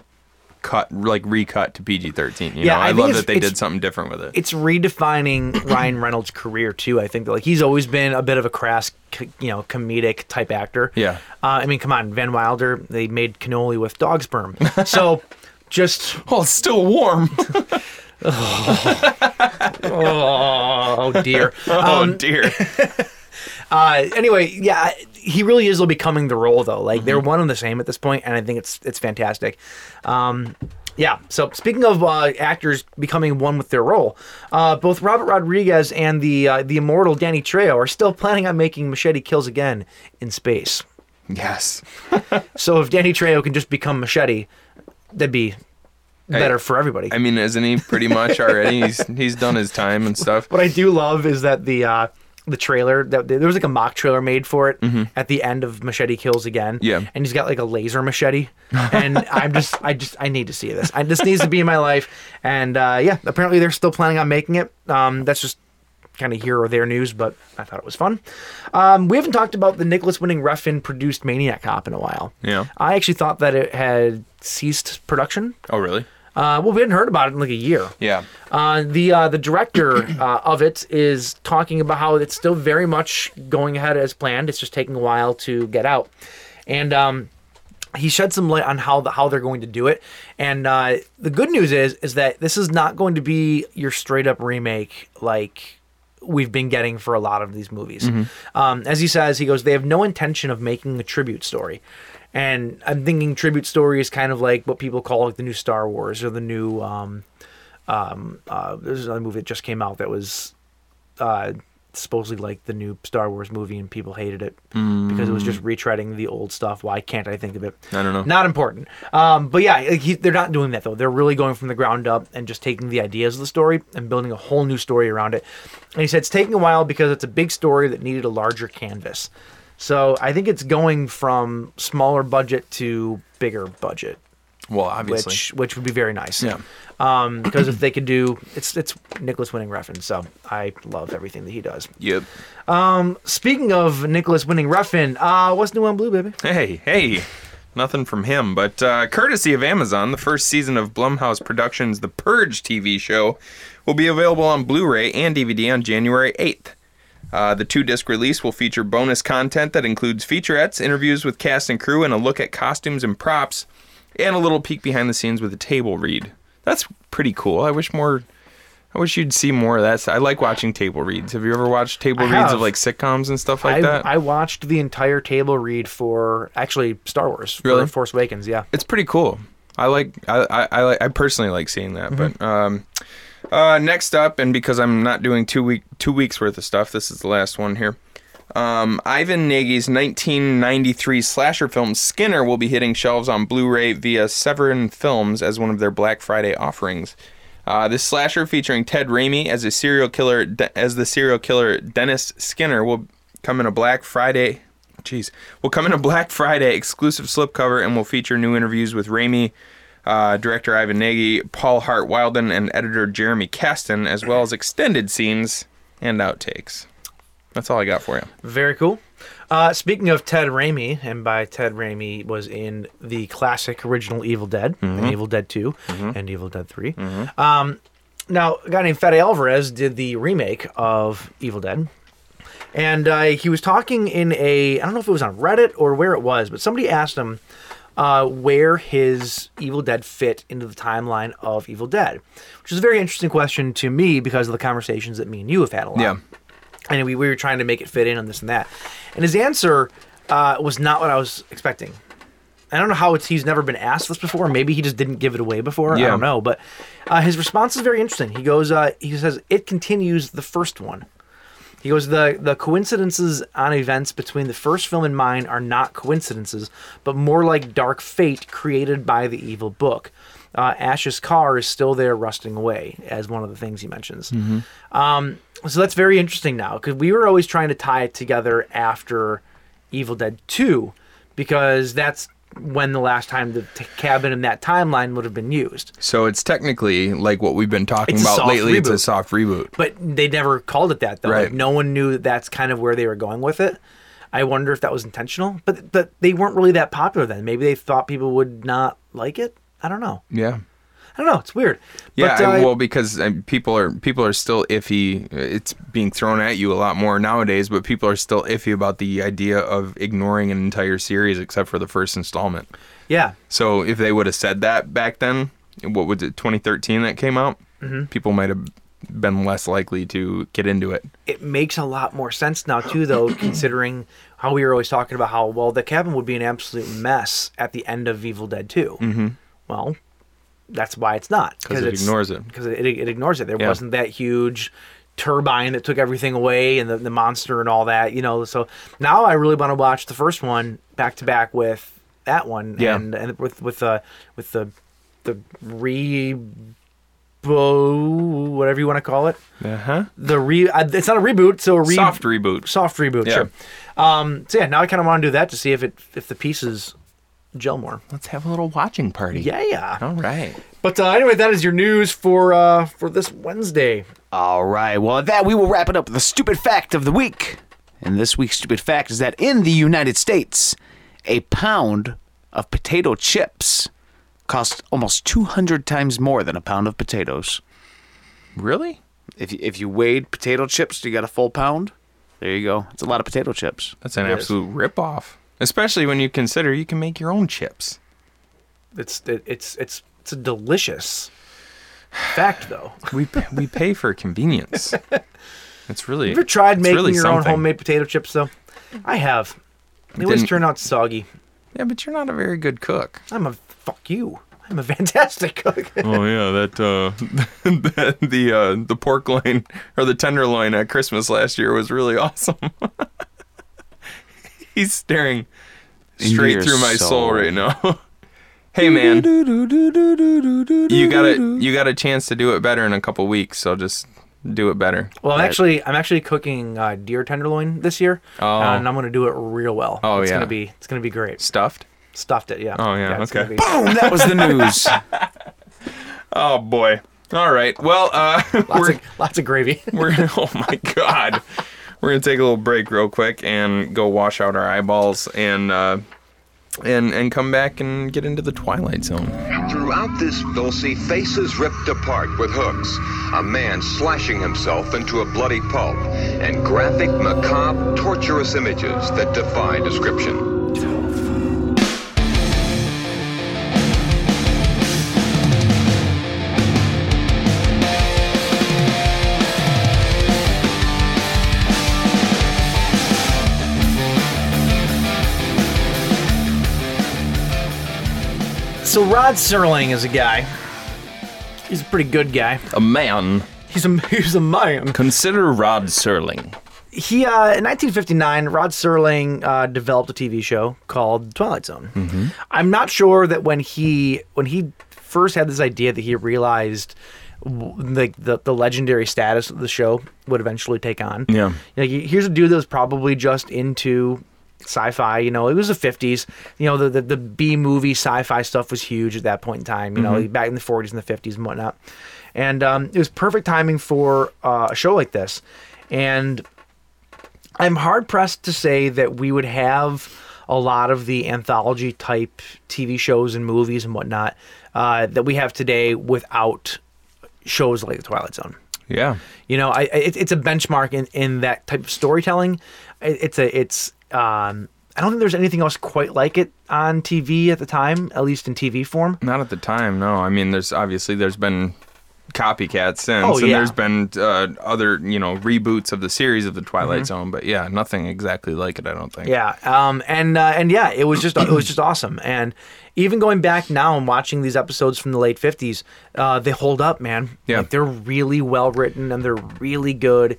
cut, like recut to PG-13. You
Yeah,
know,
I
I,
think
love
it's-
that they
it's-
did something different with it.
it's redefining Ryan Reynolds' career too. I think like he's always been a bit of a crass, c- you know, comedic type actor.
Yeah.
Uh, I mean, come on, Van Wilder. They made cannoli with dog sperm. So, just
oh, it's still warm.
oh dear.
oh dear.
Uh, anyway, yeah, he really is becoming the role though. Like they're one and the same at this point, and I think it's it's fantastic. Um, yeah. So speaking of uh, actors becoming one with their role, uh, both Robert Rodriguez and the uh, the immortal Danny Trejo are still planning on making Machete Kills Again in space.
yes.
So if Danny Trejo can just become Machete, that'd be better for everybody.
I mean, isn't he pretty much already? He's he's done his time and stuff.
What I do love is that the uh, the trailer that there was like a mock trailer made for it at the end of Machete Kills Again.
Mm-hmm. Yeah.
and he's got like a laser machete, and I'm just I just I need to see this. I, this needs to be in my life, and uh, yeah, apparently they're still planning on making it. Um, that's just kind of here or there news, but I thought it was fun. Um, we haven't talked about the Nicholas Winning Refn produced Maniac Cop in a while.
Yeah.
I actually thought that it had ceased production.
Oh, really?
Uh, well, we hadn't heard about it in like a year.
Yeah.
Uh, the uh, the director uh, of it is talking about how it's still very much going ahead as planned. It's just taking a while to get out, and um, he shed some light on how the, how they're going to do it. And uh, the good news is is that this is not going to be your straight up remake like we've been getting for a lot of these movies. Um, as he says, he goes, they have no intention of making a tribute story. And I'm thinking tribute story is kind of like what people call like the new Star Wars or the new um, um, uh, there's another movie that just came out that was uh, supposedly like the new Star Wars movie, and people hated it because it was just retreading the old stuff. Why can't I think of it?
Mm. I don't know.
Not important. Um, but yeah, like he, they're not doing that though. They're really going from the ground up and just taking the ideas of the story and building a whole new story around it. And he said it's taking a while because it's a big story that needed a larger canvas. So I think it's going from smaller budget to bigger budget
Well, obviously.
which which would be very nice.
Yeah.
Um, because if they could do, it's it's Nicholas Winning Refn, so I love everything that he does.
Yep.
Speaking of Nicholas Winning Refn, uh, what's new on Blue, baby?
Hey, hey. Nothing from him, but uh, courtesy of Amazon, the first season of Blumhouse Productions' The Purge TV show will be available on Blu ray and DVD on January 8th. Uh, the two disc release will feature bonus content that includes featurettes, interviews with cast and crew, and a look at costumes and props, and a little peek behind the scenes with a table read. That's pretty cool. I wish more. I wish you'd see more of that. I like watching table reads. Have you ever watched table
I
reads
have.
of like sitcoms and stuff like
I,
that?
I watched the entire table read for actually Star Wars, for
Really?
Force Awakens. Yeah,
it's pretty cool. I like I I, I, like, I personally like seeing that. But um, uh, next up, and because I'm not doing two week two weeks worth of stuff, this is the last one here. Um, Ivan Nagy's 1993 slasher film Skinner will be hitting shelves on Blu-ray via Severin Films as one of their Black Friday offerings. Uh, this slasher featuring Ted Raimi as a serial killer as the serial killer Dennis Skinner will come in a Black Friday. Jeez, will come in a Black Friday exclusive slipcover and will feature new interviews with Raimi, uh, director Ivan Nagy, Paul Hart Wilden, and editor Jeremy Caston, as well as extended scenes and outtakes. That's all I got for you.
very cool. Uh, speaking of Ted Raimi, and by Ted Raimi was in the classic original Evil Dead, and Evil Dead 2 and Evil Dead 3 Um, now, a guy named Fede Alvarez did the remake of Evil Dead. and uh, he was talking in a I don't know if it was on Reddit or where it was, but somebody asked him uh, where his Evil Dead fit into the timeline of Evil Dead, which is a very interesting question to me because of the conversations that me and you have had a lot.
Yeah.
and we, we were trying to make it fit in on this and that, and his answer. uh, was not what I was expecting. I don't know how it's he's never been asked this before. Maybe he just didn't give it away before. I
Yeah.
don't know, but uh, his response is very interesting. He goes, uh, he says, it continues the first one. He goes, the the coincidences on events between the first film and mine are not coincidences, but more like dark fate created by the evil book. Uh, Ash's car is still there, rusting away, as one of the things he mentions. Um, so that's very interesting now because we were always trying to tie it together after Evil Dead Two, because that's when the last time the t- cabin in that timeline would have been used.
So it's technically like what we've been talking
It's a
about
soft
lately. It's
reboot.
a soft reboot.
But they never called it that though. Like,
Right.
no one knew that that's kind of where they were going with it. I wonder if that was intentional. But but they weren't really that popular then. Maybe they thought people would not like it. I don't know.
Yeah.
I don't know. It's weird.
Yeah,
But,
I-
uh,
well, because uh, people are people are still iffy. It's being thrown at you a lot more nowadays, but people are still iffy about the idea of ignoring an entire series except for the first installment.
yeah.
So if they would have said that back then, what was it, 2013 that came out? People might have been less likely to get into it.
it makes a lot more sense now too though considering how we were always talking about how well the cabin would be an absolute mess at the end of evil dead 2 mm-hmm. well that's why it's not
'Cause it ignores it.
because it, it ignores it there
Yeah.
wasn't that huge turbine that took everything away and the, the monster and all that you know so now i really want to watch the first one back to back with that one
Yeah.
and, and with with the with the the rebo whatever you want to call it
Uh huh.
the re uh, it's not a reboot so a re-
Soft reboot.
soft reboot
Yeah.
sure um so yeah now i kind of want to do that to see if it if the pieces gel more
Let's have a little watching party.
yeah yeah
All right.
but uh, anyway that is your news for uh for this wednesday
All right. Well, at that, we will wrap it up with the stupid fact of the week. And this week's stupid fact is that in the United States, a pound of potato chips costs almost 200 times more than a pound of potatoes.
Really?
If you, if you weighed potato chips, you got a full pound. There you go. It's a lot of potato chips.
That's an absolute ripoff. Especially when you consider you can make your own chips.
it's it, it's it's it's a delicious fact though have
We p- we pay for convenience. It's really.
you ever tried
it's
making
really
your own
something.
homemade potato chips though i have they always
Didn't-
turn out soggy
Yeah, but you're not a very good cook.
i'm a fuck you i'm a fantastic cook
Oh yeah, that uh, the the, uh, the pork loin or the tenderloin at Christmas last year was really awesome. He's staring
Into
straight
your
through my soul,
soul.
right now. hey man, you got a you got a chance to do it better in a couple weeks, so just do it better.
Well, I'm actually I'm actually cooking uh, deer tenderloin this year, uh,
Oh.
and I'm gonna do it real well.
Oh,
it's
yeah.
gonna be it's gonna be great.
Stuffed.
Stuffed it, yeah.
Oh, yeah,
it's gonna
okay.
be-
Boom! That was the news.
Oh boy. All right. Well, uh,
lots,
we're
of, lots of gravy.
We're oh my god. We're gonna take a little break real quick and go wash out our eyeballs and uh, and and come back and get into the twilight zone.
Throughout this, they'll see faces ripped apart with hooks, a man slashing himself into a bloody pulp, and graphic, macabre, torturous images that defy description.
so Rod Serling is a guy. He's a pretty good guy.
A man.
He's a he's a man.
Consider Rod Serling.
He uh, in 1959, Rod Serling uh, developed a TV show called Twilight Zone. I'm not sure that when he when he first had this idea that he realized w- like the, the legendary status of the show would eventually take on.
Yeah.
Like, y- here's a dude that was probably just into sci-fi. You know, it was the '50s. You know, the the, the B movie sci-fi stuff was huge at that point in time. You know, back in the '40s and the '50s and whatnot. And um, it was perfect timing for uh, a show like this. And I'm hard pressed to say that we would have a lot of the anthology type TV shows and movies and whatnot uh, that we have today without shows like The Twilight Zone.
Yeah.
You know, I, I it, it's a benchmark in, in that type of storytelling. It, it's a it's um, I don't think there's anything else quite like it on TV at the time, at least in TV form.
Not at the time, no. I mean, there's obviously there's been copycats since,
Oh,
and
yeah.
there's been uh, other you know reboots of the series of the Twilight Zone, but yeah, nothing exactly like it. I don't think.
Yeah, um, and uh, and yeah, it was just it was just awesome. And even going back now and watching these episodes from the late fifties, uh, they hold up, man.
Yeah.
like, they're really well written and they're really good.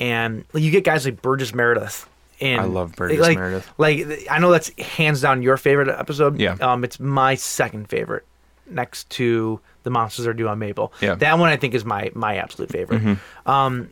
And like, you get guys like Burgess Meredith. And
I love Burgess
like,
Meredith.
Like th- I know that's hands down your favorite episode.
Yeah.
um, it's my second favorite, next to the monsters are due on Maple.
Yeah. Mm-hmm.
that one I think is my my absolute favorite Um,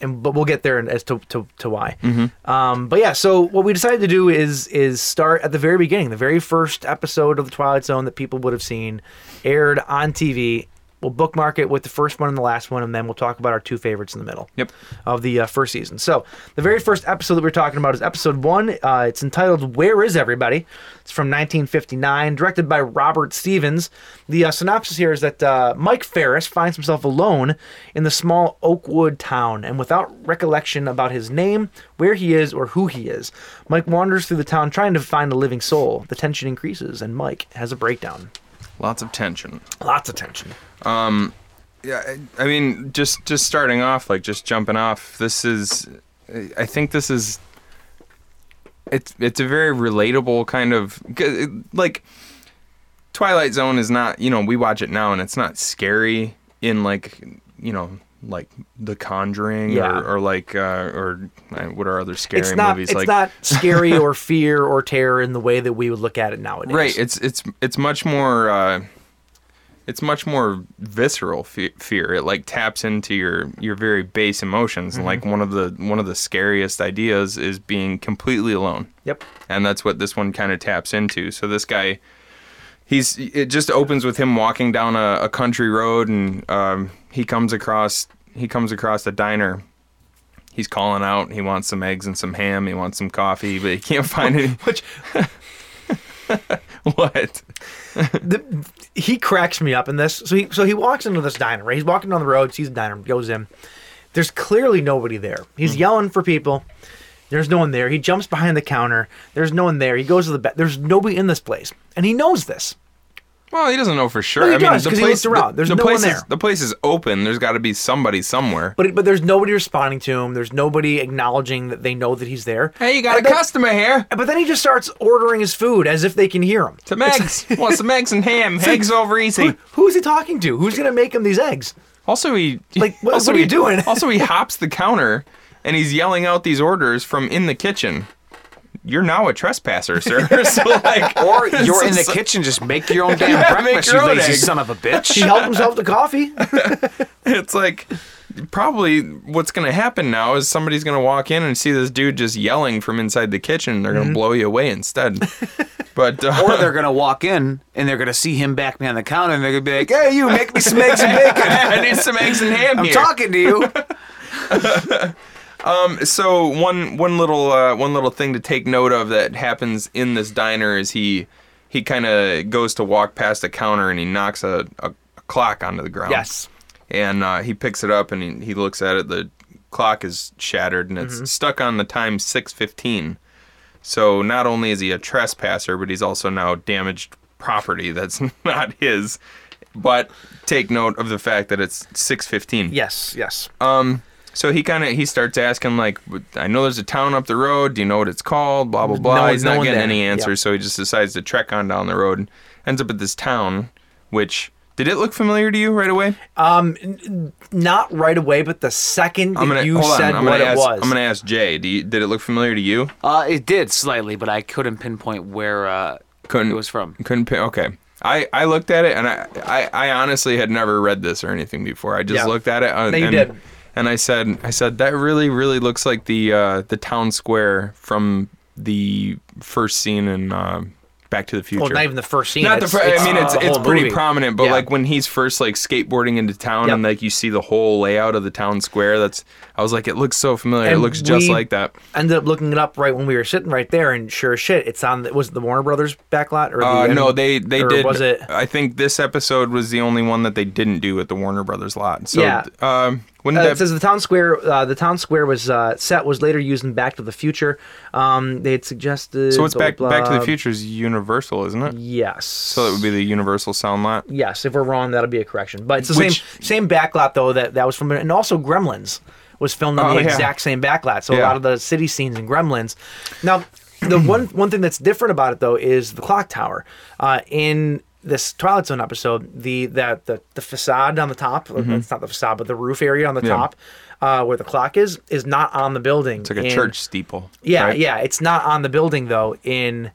and but we'll get there as to to, to why. Um, but yeah, so what we decided to do is is start at the very beginning, the very first episode of the Twilight Zone that people would have seen, aired on TV. We'll bookmark it with the first one and the last one, and then we'll talk about our two favorites in the middle
Yep.
of the uh, first season. So the very first episode that we're talking about is episode one. Uh, it's entitled "Where Is Everybody?" It's from 1959, directed by Robert Stevens. The uh, synopsis here is that uh, Mike Ferris finds himself alone in the small Oakwood town and without recollection about his name, where he is, or who he is. Mike wanders through the town trying to find a living soul. The tension increases, and Mike has a breakdown.
Lots of tension.
Lots of tension.
I mean, just just starting off, like just jumping off. This is, I think this is. It's it's a very relatable kind of 'cause it- like. Twilight Zone is not you know we watch it now and it's not scary in like you know like The Conjuring
Yeah.
or, or like uh, or uh, what are other scary
It's not.
movies
It's
like
not scary or fear or terror in the way that we would look at it nowadays.
right it's it's it's much more uh it's much more visceral fe- fear it like taps into your your very base emotions and like one of the one of the scariest ideas is being completely alone
Yep.
and that's what this one kind of taps into so this guy he's it just opens with him walking down a, a country road and um, he comes across he comes across a diner he's calling out he wants some eggs and some ham he wants some coffee but he can't find any which what
he cracks me up in this. So he so he walks into this diner. Right? He's walking down the road, sees a diner, goes in. There's clearly nobody there. He's
Hmm.
yelling for people. There's no one there. He jumps behind the counter. There's no one there. He goes to the bed. There's nobody in this place, and he knows this.
well he doesn't know for sure
No, he
i mean
does,
the
'cause he
place
looked around.
the-
There's
the
no one
place is
there.
the place is open there's got to be somebody somewhere
But but there's nobody responding to him. There's nobody acknowledging that they know that he's there.
hey you got a
And then-
customer here
But then he just starts ordering his food as if they can hear him.
some eggs want some eggs and ham
like-
eggs over easy
Who is he talking to? Who's gonna make him these eggs?
Also, he
Like, what-
also
what are you
he-
doing?
also, he hops the counter and he's yelling out these orders from in the kitchen. You're now a trespasser, sir. so like,
Or you're in the
so-
kitchen, just make your own damn
Yeah, make
breakfast,
your
you
own
lazy
egg.
son of a
He
bitch.
helped himself to coffee.
It's like probably what's gonna happen now is somebody's gonna walk in and see this dude just yelling from inside the kitchen. And they're
Mm-hmm.
gonna blow you away instead. but uh,
Or they're gonna walk in and they're gonna see him back behind the counter and they're gonna be like, "Hey, you, make me some eggs and bacon.
I need some eggs and ham
I'm
here.
talking to you."
so one one little uh, one little thing to take note of that happens in this diner is he he kind of goes to walk past the counter and he knocks a, a, a clock onto the ground.
Yes.
And uh, he picks it up and he, he looks at it. The clock is shattered and it's stuck on the time six fifteen. So not only is he a trespasser, but he's also now damaged property that's not his. But take note of the fact that it's six fifteen.
Yes, yes.
So he kind of he starts asking like, I know there's a town up the road. Do you know what it's called? Blah blah blah.
one-
He's
no
not
one
getting
there.
any answers,
Yeah.
so he just decides to trek on down the road. Ends up at this town, which did it look familiar to you right away?
Not right away, but the second that
I'm gonna
you
hold
said
on. I'm
what
gonna
it
ask,
was,
I'm gonna ask Jay. Do you, did it look familiar to you?
Uh, it did slightly, but I couldn't pinpoint where uh,
Couldn't
it was from.
Couldn't pin. Okay. I, I looked at it and I, I, I honestly had never read this or anything before. I just
Yeah.
looked at it. uh,
No, you
and,
did.
And I said I said that really really looks like the uh, the town square from the first scene in uh, Back to the Future.
well, not even the first scene.
Not the
it's-
fir- I mean, it's
the
it's
whole
pretty
movie.
prominent, but
Yeah.
like when he's first like skateboarding into town
Yep.
and like you see the whole layout of the town square. That's I was like, it looks so familiar. it
And
looks just
we-
like that.
ended up looking it up right when we were sitting right there, and sure as shit, it's on. The, was it the Warner Brothers backlot or the,
Uh, no,
um,
they they
or
did.
Was it?
I think this episode was the only one that they didn't do at the Warner Brothers lot. So,
Yeah.
um, when
Uh,
did
it says the town square. Uh, the town square was uh, set was later used in Back to the Future. Um, they had suggested.
so it's
blah,
back
blah,
Back to the
blah.
Future's Universal, isn't it?
Yes.
So that would be the Universal sound lot.
Yes, if we're wrong, that'll be a correction. But it's the
Which-
same same backlot though that that was from, and also Gremlins was filmed on
Oh,
the
yeah.
exact same backlot. So a
Yeah.
lot of the city scenes in Gremlins. Now, the one one thing that's different about it though is the clock tower. Uh, in this Twilight Zone episode, the that the, the facade on the top, it's not the facade, but the roof area on the
Mm-hmm. Yeah.
top, uh, where the clock is, is not on the building.
It's like a
in-
church steeple.
yeah,
right?
yeah. It's not on the building though in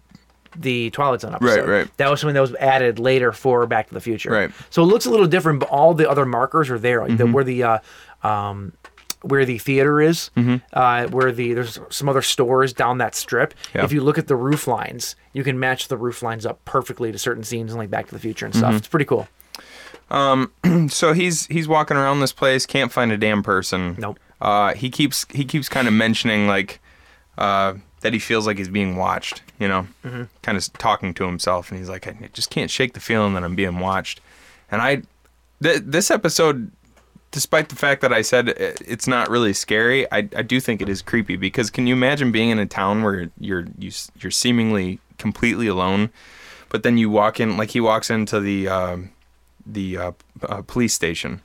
the Twilight Zone episode.
right.
That was something that was added later for Back to the Future.
Right. Mm-hmm.
So it looks a little different, but all the other markers are there, like the, where the uh, um, where the theater is,
Mm-hmm.
uh, where the there's some other stores down that strip.
Yeah.
If you look at the roof lines, you can match the roof lines up perfectly to certain scenes in like Back to the Future and stuff.
Mm-hmm.
It's pretty cool.
So he's he's walking around this place, can't find a damn person.
Nope.
Uh, he keeps he keeps kind of mentioning like uh, that he feels like he's being watched. You know,
Mm-hmm.
kind of talking to himself, and he's like, I just can't shake the feeling that I'm being watched. And I, th- this episode, despite the fact that I said i- it's not really scary, I, I do think it is creepy because can you imagine being in a town where you're you, s- you're seemingly completely alone, but then you walk in like he walks into the um the uh, p- uh, police station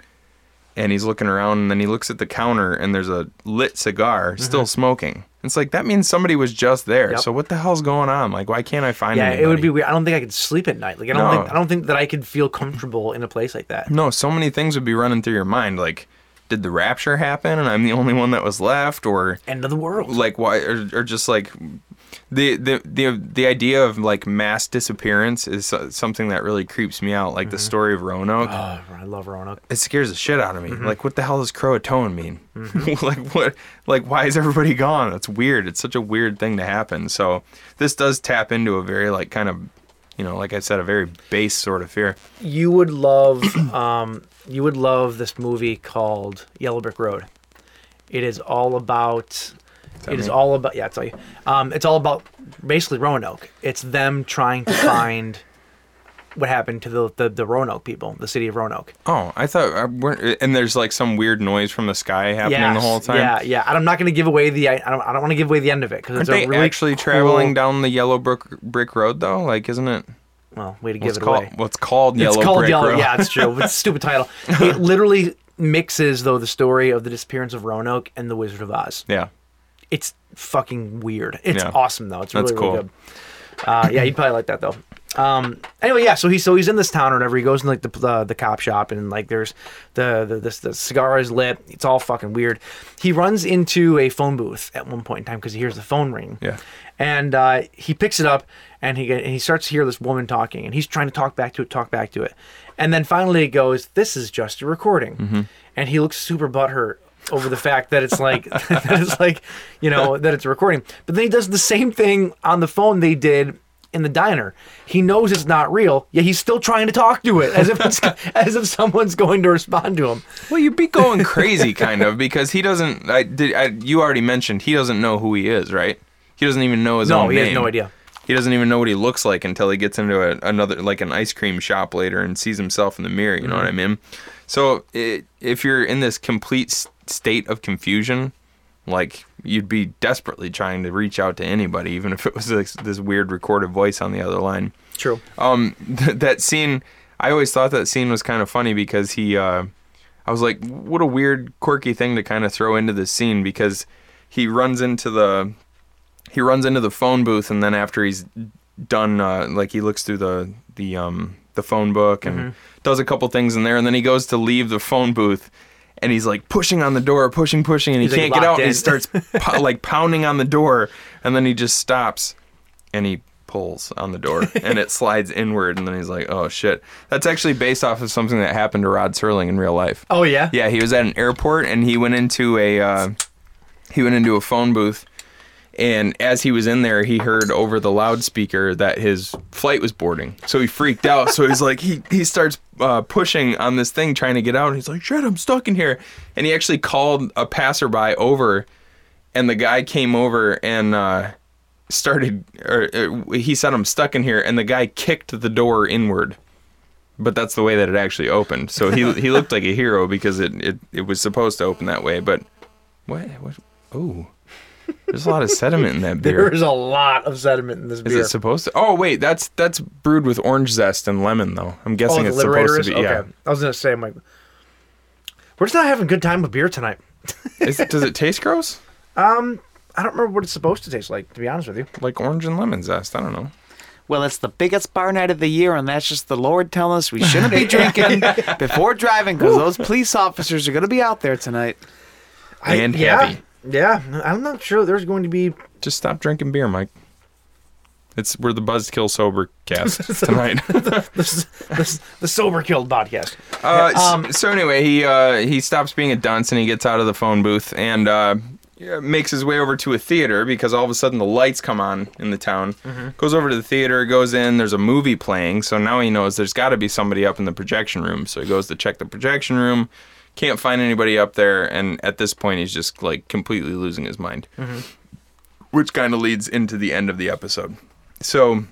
and he's looking around and then he looks at the counter and there's a lit cigar still smoking. It's like that means somebody was just there.
Mm-hmm. Yep.
So what the hell's going on? Like why can't I find
Yeah, it would
anybody?
be weird. I don't think I could sleep at night. Like I don't
Mm, No.
think I don't think that I could feel comfortable in a place like that.
No, so many things would be running through your mind. Like, did the rapture happen and I'm the only one that was left? Or
End of the world.
like why or, or just like the, the the the idea of like mass disappearance is so- something that really creeps me out. Like
Mm-hmm.
the story of Roanoke,
Oh, I love Roanoke.
it scares the shit out of
Mm-hmm.
me. Like, what the hell does Croatoan mean? like, what? Like, why is everybody gone? That's weird. It's such a weird thing to happen. So this does tap into a very like kind of, you know, like I said, a very base sort of fear.
you would love um, you would love this movie called Yellow Brick Road. It is all about it is
me?
all about yeah, it's all you. Um, it's all about basically Roanoke. It's them trying to find what happened to the, the the Roanoke people, the city of Roanoke.
Oh, I thought I weren't, and there's like some weird noise from the sky happening the
Yes,
whole time.
Yeah, yeah. And I'm not going to give away the I, I don't I don't want to give away the end of it because
Aren't
it's
they
a really
actually
cool-
traveling down the yellow brick brick road though? Like, isn't it?
Well, way to give
What's
it
called
away.
what's called yellow
it's called
brick
Yellow.
road?
Yeah, it's true. It's a stupid title. It literally mixes though the story of the disappearance of Roanoke and the Wizard of Oz.
yeah.
It's fucking weird. It's
Yeah.
awesome though. It's really,
That's
really
cool.
good. Uh, yeah, you'd probably like that though. Um, anyway, yeah. So he's so he's in this town or whatever. He goes in like the the, the cop shop and like there's the the, this the cigar is lit. It's all fucking weird. He runs into a phone booth at one point in time because he hears the phone ring.
Yeah.
And uh, he picks it up and he and he starts to hear this woman talking and he's trying to talk back to it, talk back to it, and then finally it goes, "This is just a recording," and he looks super butthurt over the fact that it's like that it's like you know that it's a recording. But then he does the same thing on the phone they did in the diner. He knows it's not real, yet he's still trying to talk to it as if it's, as if someone's going to respond to him.
Well, you'd be going crazy, kind of, because he doesn't. I did. I, you already mentioned he doesn't know who he is, right? He doesn't even know his
No,
own
he
name.
has no idea.
He doesn't even know what he looks like until he gets into a, another, like an ice cream shop later, and sees himself in the mirror. You know what
Mm-hmm.
I mean? So, i if you're in this complete s- state of confusion, like you'd be desperately trying to reach out to anybody, even if it was this, this weird recorded voice on the other line
True.
um th- that scene i always thought that scene was kind of funny because he uh i was like what a weird quirky thing to kind of throw into this scene because he runs into the he runs into the phone booth and then after he's done uh like he looks through the the um the phone book and
Mm-hmm.
does a couple things in there and then he goes to leave the phone booth and he's like pushing on the door pushing pushing and
He's,
he
like,
can't get out
locked
and
in.
he starts po- like pounding on the door and then he just stops and he pulls on the door and it slides inward and then he's like oh shit that's actually based off of something that happened to rod serling in real life
Oh yeah.
yeah he was at an airport and he went into a uh, he went into a phone booth and as he was in there he heard over the loudspeaker that his flight was boarding so he freaked out so he's like he, he starts uh, pushing on this thing trying to get out and he's like shit i'm stuck in here and he actually called a passerby over and the guy came over and uh, started or uh, he said i'm stuck in here and the guy kicked the door inward but that's the way that it actually opened so he he looked like a hero because it, it, it was supposed to open that way but what what oh There's a lot of sediment in that beer.
There is a lot of sediment in this
Is
beer.
it supposed to? Oh wait, that's that's brewed with orange zest and lemon though. I'm guessing
Oh, the
it's supposed
is?
to be. Yeah.
Okay. I was gonna say, I'm like, we're just not having a good time with beer tonight.
Is, does it taste gross?
I don't remember what it's supposed to taste like, to be honest with you.
Like orange and lemon zest? I don't know.
Well, it's the biggest bar night of the year, and that's just the Lord telling us we shouldn't be drinking before driving because those police officers are going to be out there tonight.
I,
And
yeah,
heavy.
Yeah, I'm not sure there's going to be
Just stop drinking beer, Mike. It's we're the Buzzkill Sober cast tonight.
this, this, the sober killed podcast.
Uh, s-
Um,
so anyway, he uh, he stops being a dunce and he gets out of the phone booth and uh, yeah, makes his way over to a theater because all of a sudden the lights come on in the town. Goes over to the theater, goes in. There's a movie playing, so now he knows there's got to be somebody up in the projection room. So he goes to check the projection room, can't find anybody up there, and at this point he's just like completely losing his mind, which kind of leads into the end of the episode. So.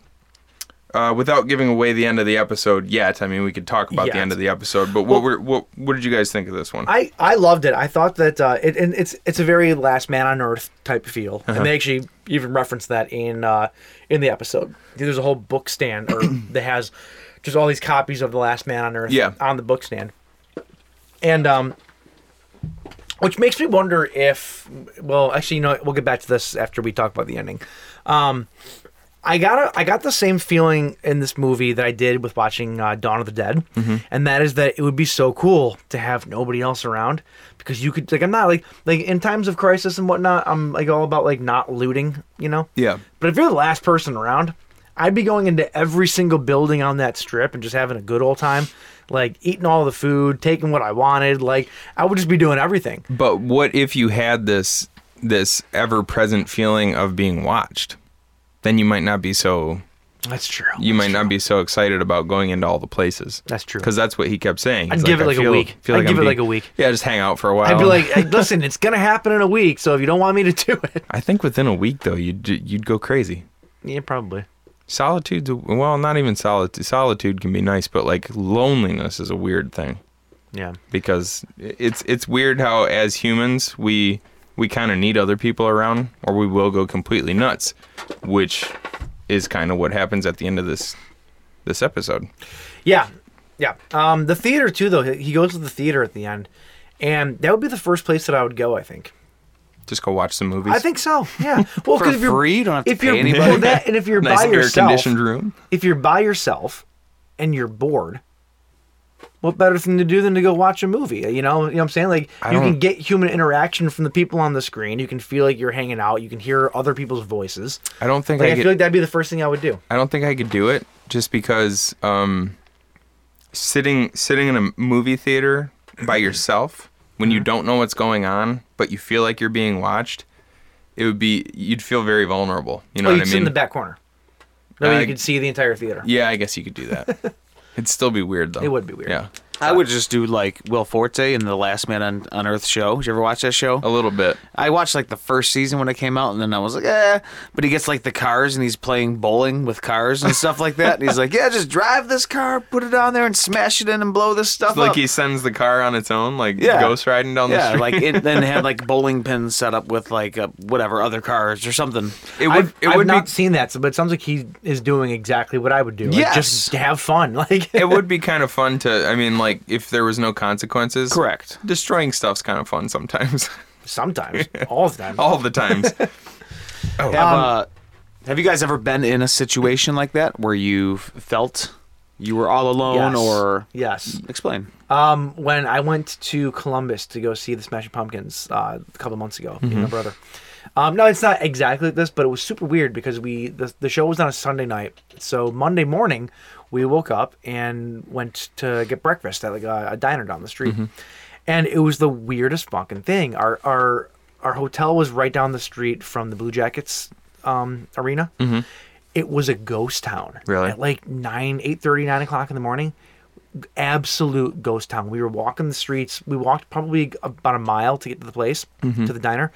Uh, without giving away the end of the episode yet, I mean we could talk about the
Yet.
end of the episode, but what were what what did you guys think of this one?
I, I loved it. I thought that uh, it and it's it's a very Last Man on Earth type feel, and they actually even reference that in uh, in the episode. There's a whole book stand or that has just all these copies of the Last Man on Earth
Yeah.
on the book stand, and um, which makes me wonder if well actually you know what, we'll get back to this after we talk about the ending. Um, I got a, I got the same feeling in this movie that I did with watching uh, Dawn of the Dead,
Mm-hmm.
and that is that it would be so cool to have nobody else around because you could like I'm not like like in times of crisis and whatnot I'm like all about like not looting you know
Yeah.
but if you're the last person around I'd be going into every single building on that strip and just having a good old time like eating all the food taking what I wanted like I would just be doing everything
But what if you had this this ever present feeling of being watched? Then you might not be so
that's true
you might not be so excited about going into all the places.
That's true.
Because that's what he kept saying.
I'd
He's
give it
"I
like a
feel-
week.
feel
I'd give
I'm
it like
being-"
a week.
Yeah, just hang out for a while.
I'd be like hey, listen it's gonna happen in a week so if you don't want me to do it
I think within a week though, you'd you'd go crazy.
yeah probably.
Solitude's a, well, not even solitude. Solitude can be nice, but like loneliness is a weird thing.
Yeah.
because it's it's weird how as humans we we kind of need other people around or we will go completely nuts, which is kind of what happens at the end of this this episode.
Yeah. Yeah. Um, the theater, too, though. He he goes to the theater at the end. And that would be the first place that I would go, I think.
Just go watch some movies.
I think so. Yeah. Well,
For
because if you're
free? You don't have to
if
pay
you're,
anybody.
well, that, and if you're
nice
by yourself,
air-conditioned room.
if you're by yourself, and you're bored, what better thing to do than to go watch a movie? You know, you know what I'm saying? Like
I
you
don't-
can get human interaction from the people on the screen. You can feel like you're hanging out. You can hear other people's voices.
I don't think
Like
I,
I
could,
feel like that'd be the first thing I would do.
I don't think I could do it just because um, sitting sitting in a movie theater by yourself when
Mm-hmm.
you don't know what's going on but you feel like you're being watched, it would be you'd feel very vulnerable. You know
oh,
what
you'd
I mean?
sit in the back corner. That way
I-
you could see the entire theater.
Yeah, I guess you could do that. It'd still be weird though.
It would be weird.
Yeah,
I would just do like Will Forte in the Last Man on, on Earth show. Did you ever watch that show?
a little bit.
I watched like the first season when it came out, and then I was like, eh. But he gets like the cars, and he's playing bowling with cars and stuff like that. And he's like, yeah, just drive this car, put it on there, and smash it in, and blow this stuff
It's like
up.
he sends the car on its own, like
Yeah.
ghost riding down the
yeah,
street.
like it, then had like bowling pins set up with like uh, whatever other cars or something.
it would.
I've,
it
I've
would
not
be.
seen that, so- but it sounds like he is doing exactly what I would do. Like,
Yes.
just to have fun. Like
It would be kind of fun to. I mean, like if there was no consequences.
Correct.
Destroying stuff's kind of fun sometimes,
sometimes, all the time.
all the times. Oh.
Um,
Have, uh, have you guys ever been in a situation like that where you f- felt you were all alone
Yes.
or
yes.
explain?
Um, when I went to Columbus to go see the Smashing Pumpkins uh, a couple months ago, me and my brother. Um, no, it's not exactly like this, but it was super weird because we the, the show was on a Sunday night, so Monday morning we woke up and went to get breakfast at like a, a diner down the street, and it was the weirdest fucking thing. Our our our hotel was right down the street from the Blue Jackets um, arena. It was a ghost town.
Really?
At like nine, eight thirty, nine o'clock in the morning absolute ghost town. We were walking the streets. We walked probably about a mile to get to the place,
Mm-hmm.
to the diner.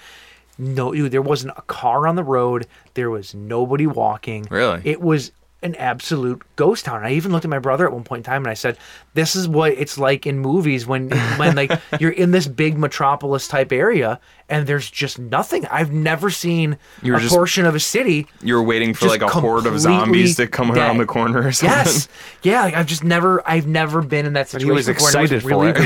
No, dude, there wasn't a car on the road. There was nobody walking.
Really?
It was an absolute ghost town. And I even looked at my brother at one point in time and I said, "This is what it's like in movies when when like you're in this big metropolis type area and there's just nothing. I've never seen
You were
a
just-
portion of a city
You were waiting for
just
like a horde of
completely
zombies to come around
dead.
the corner or something.
Yes, yeah. Like, I've just never, I've never been in that
he
situation.
was
before, and
excited for it.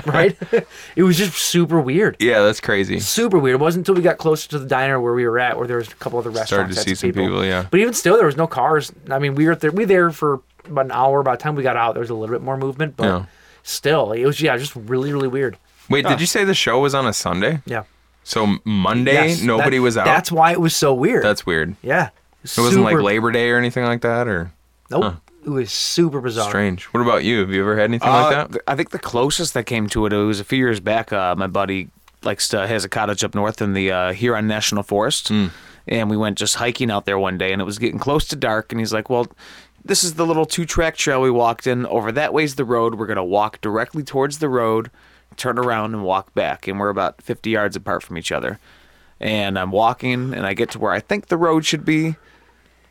weird, right? it was just super weird,
Yeah, that's crazy.
super weird. It wasn't until we got closer to the diner where we were at, where there was a couple other restaurants.
Started to
sets
see
of
some people, yeah.
But even still, there was no cars. I mean, we were there, we there for about an hour. By the time we got out, there was a little bit more movement, but
Yeah.
still, it was yeah, just really, really weird.
Wait, did you say the show was on a Sunday?
Yeah.
So Monday,
Yes,
nobody
that-
was out.
That's why it was so weird.
that's weird.
yeah.
It wasn't like Labor Day or anything like that, or
Nope. It was super bizarre.
strange. What about you? Have you ever had anything like
Uh,
that?
th- I think the closest that came to it, it was a few years back. Uh, my buddy likes to has a cottage up north in the uh, Huron National Forest,
Hmm.
and we went just hiking out there one day, and it was getting close to dark, and he's like, "Well." This is the little two track trail we walked in. Over that way's the road. We're going to walk directly towards the road, turn around, and walk back. And we're about 50 yards apart from each other. And I'm walking, and I get to where I think the road should be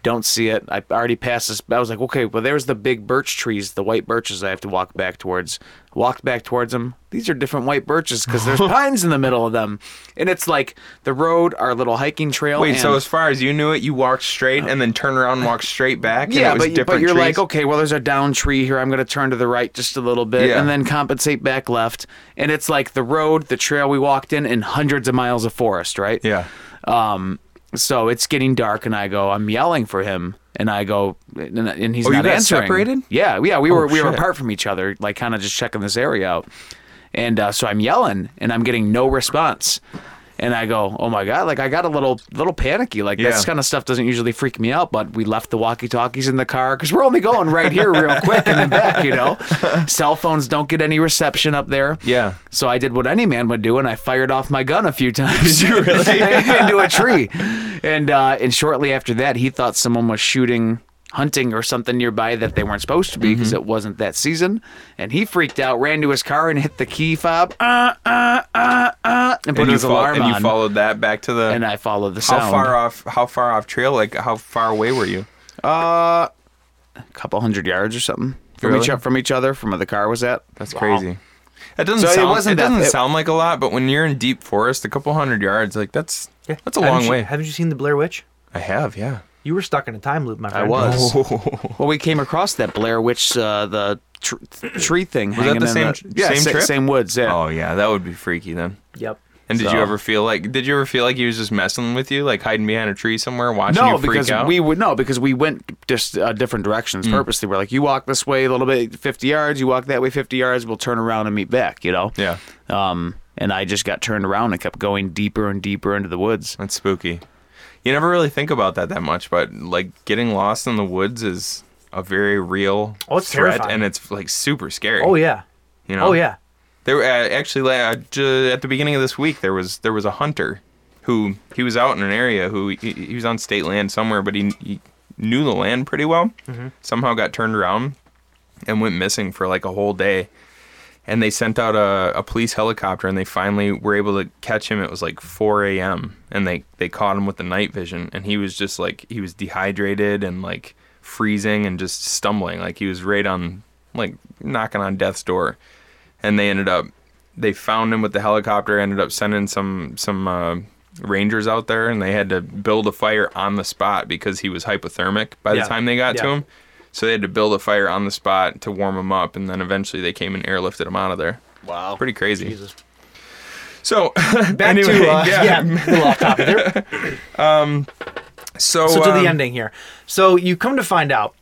don't see it. I already passed this. I was like, okay, well, there's the big birch trees, the white birches I have to walk back towards. Walked back towards them. These are different white birches because there's pines in the middle of them. And it's like the road, our little hiking trail.
Wait, so
oh, and-
as far as you knew it, you walked straight and then turned around and walked straight back? and
yeah,
it was
but, but
different
you're
trees?
like, okay, well, there's a down tree here. I'm going to turn to the right just a little bit
Yeah.
and then compensate back left. And it's like the road, the trail we walked in, and hundreds of miles of forest, right?
Yeah.
Um, so it's getting dark, and I go, I'm yelling for him, and I go, and, and he's
Oh, you
not
got
answering.
separated? Oh,
Yeah, yeah, we were we were
shit.
apart from each other, like kind of just checking this area out, and uh, so I'm yelling, and I'm getting no response, and I go, oh my god, like I got a little little panicky, like
Yeah.
this kind of stuff doesn't usually freak me out, but we left the walkie talkies in the car because we're only going right here real quick and then back, you know, cell phones don't get any reception up there,
Yeah.
so I did what any man would do, and I fired off my gun a few times into a tree. And uh, and shortly after that, he thought someone was shooting, hunting, or something nearby that they weren't supposed to be
Mm-hmm.
because it wasn't that season. And he freaked out, ran to his car, and hit the key fob, uh, uh, uh, uh, and put
And you,
his
fol-
alarm
and you
on.
followed that back to the.
and I followed the
how
sound.
far off? How far off trail? Like how far away were you?
A couple hundred yards or something from
Really?
each o- from each other, from where the car was at.
That's crazy. That doesn't
So it
sound. It,
wasn't that-
doesn't
it-
sound like a lot, but when you're in deep forest, a couple hundred yards, like that's that's a
Haven't
long
you-
way.
haven't you seen the Blair Witch?
I have, yeah. Oh,
You were stuck in a time loop, my friend.
was. Well, we came across that Blair Witch, uh, the tr- tree thing. Was
that
hanging
the
in
same
the,
tr-
yeah,
same
sa-
trip?
same woods? Yeah.
Oh yeah, that would be freaky then.
Yep.
And did you
So-
ever feel like did you ever feel like he was just messing with you, like hiding behind a tree somewhere, watching
No,
you freak
because
out?
we would no, because we went just uh, different directions purposely. We're like, you walk this way a little bit, fifty yards. You walk that way, fifty yards. We'll turn around and meet back. You know.
yeah,
Um, and I just got turned around and kept going deeper and deeper into the woods.
that's spooky. You never really think about that that much, but like getting lost in the woods is a very real
Oh, it's
threat,
terrifying.
and it's like super scary.
Oh yeah.
you know.
Oh yeah.
There uh, actually like, uh, ju- at the beginning of this week there was there was a hunter who he was out in an area who he, he was on state land somewhere, but he, he knew the land pretty well. Somehow got turned around and went missing for like a whole day. And they sent out a, a police helicopter, and they finally were able to catch him. It was like 4 a.m. and they they caught him with the night vision, and he was just like he was dehydrated and like freezing and just stumbling, like he was right on like knocking on death's door and they ended up they found him with the helicopter ended up sending some some uh, rangers out there and they had to build a fire on the spot because he was hypothermic by
Yeah.
the time they got to
Yeah.
him so they had to build a fire on the spot to warm him up and then eventually they came and airlifted him out of there wow pretty crazy
Jesus.
so back
to, uh, yeah, little off topic there.
so,
so to
um,
the ending here. So you come to find out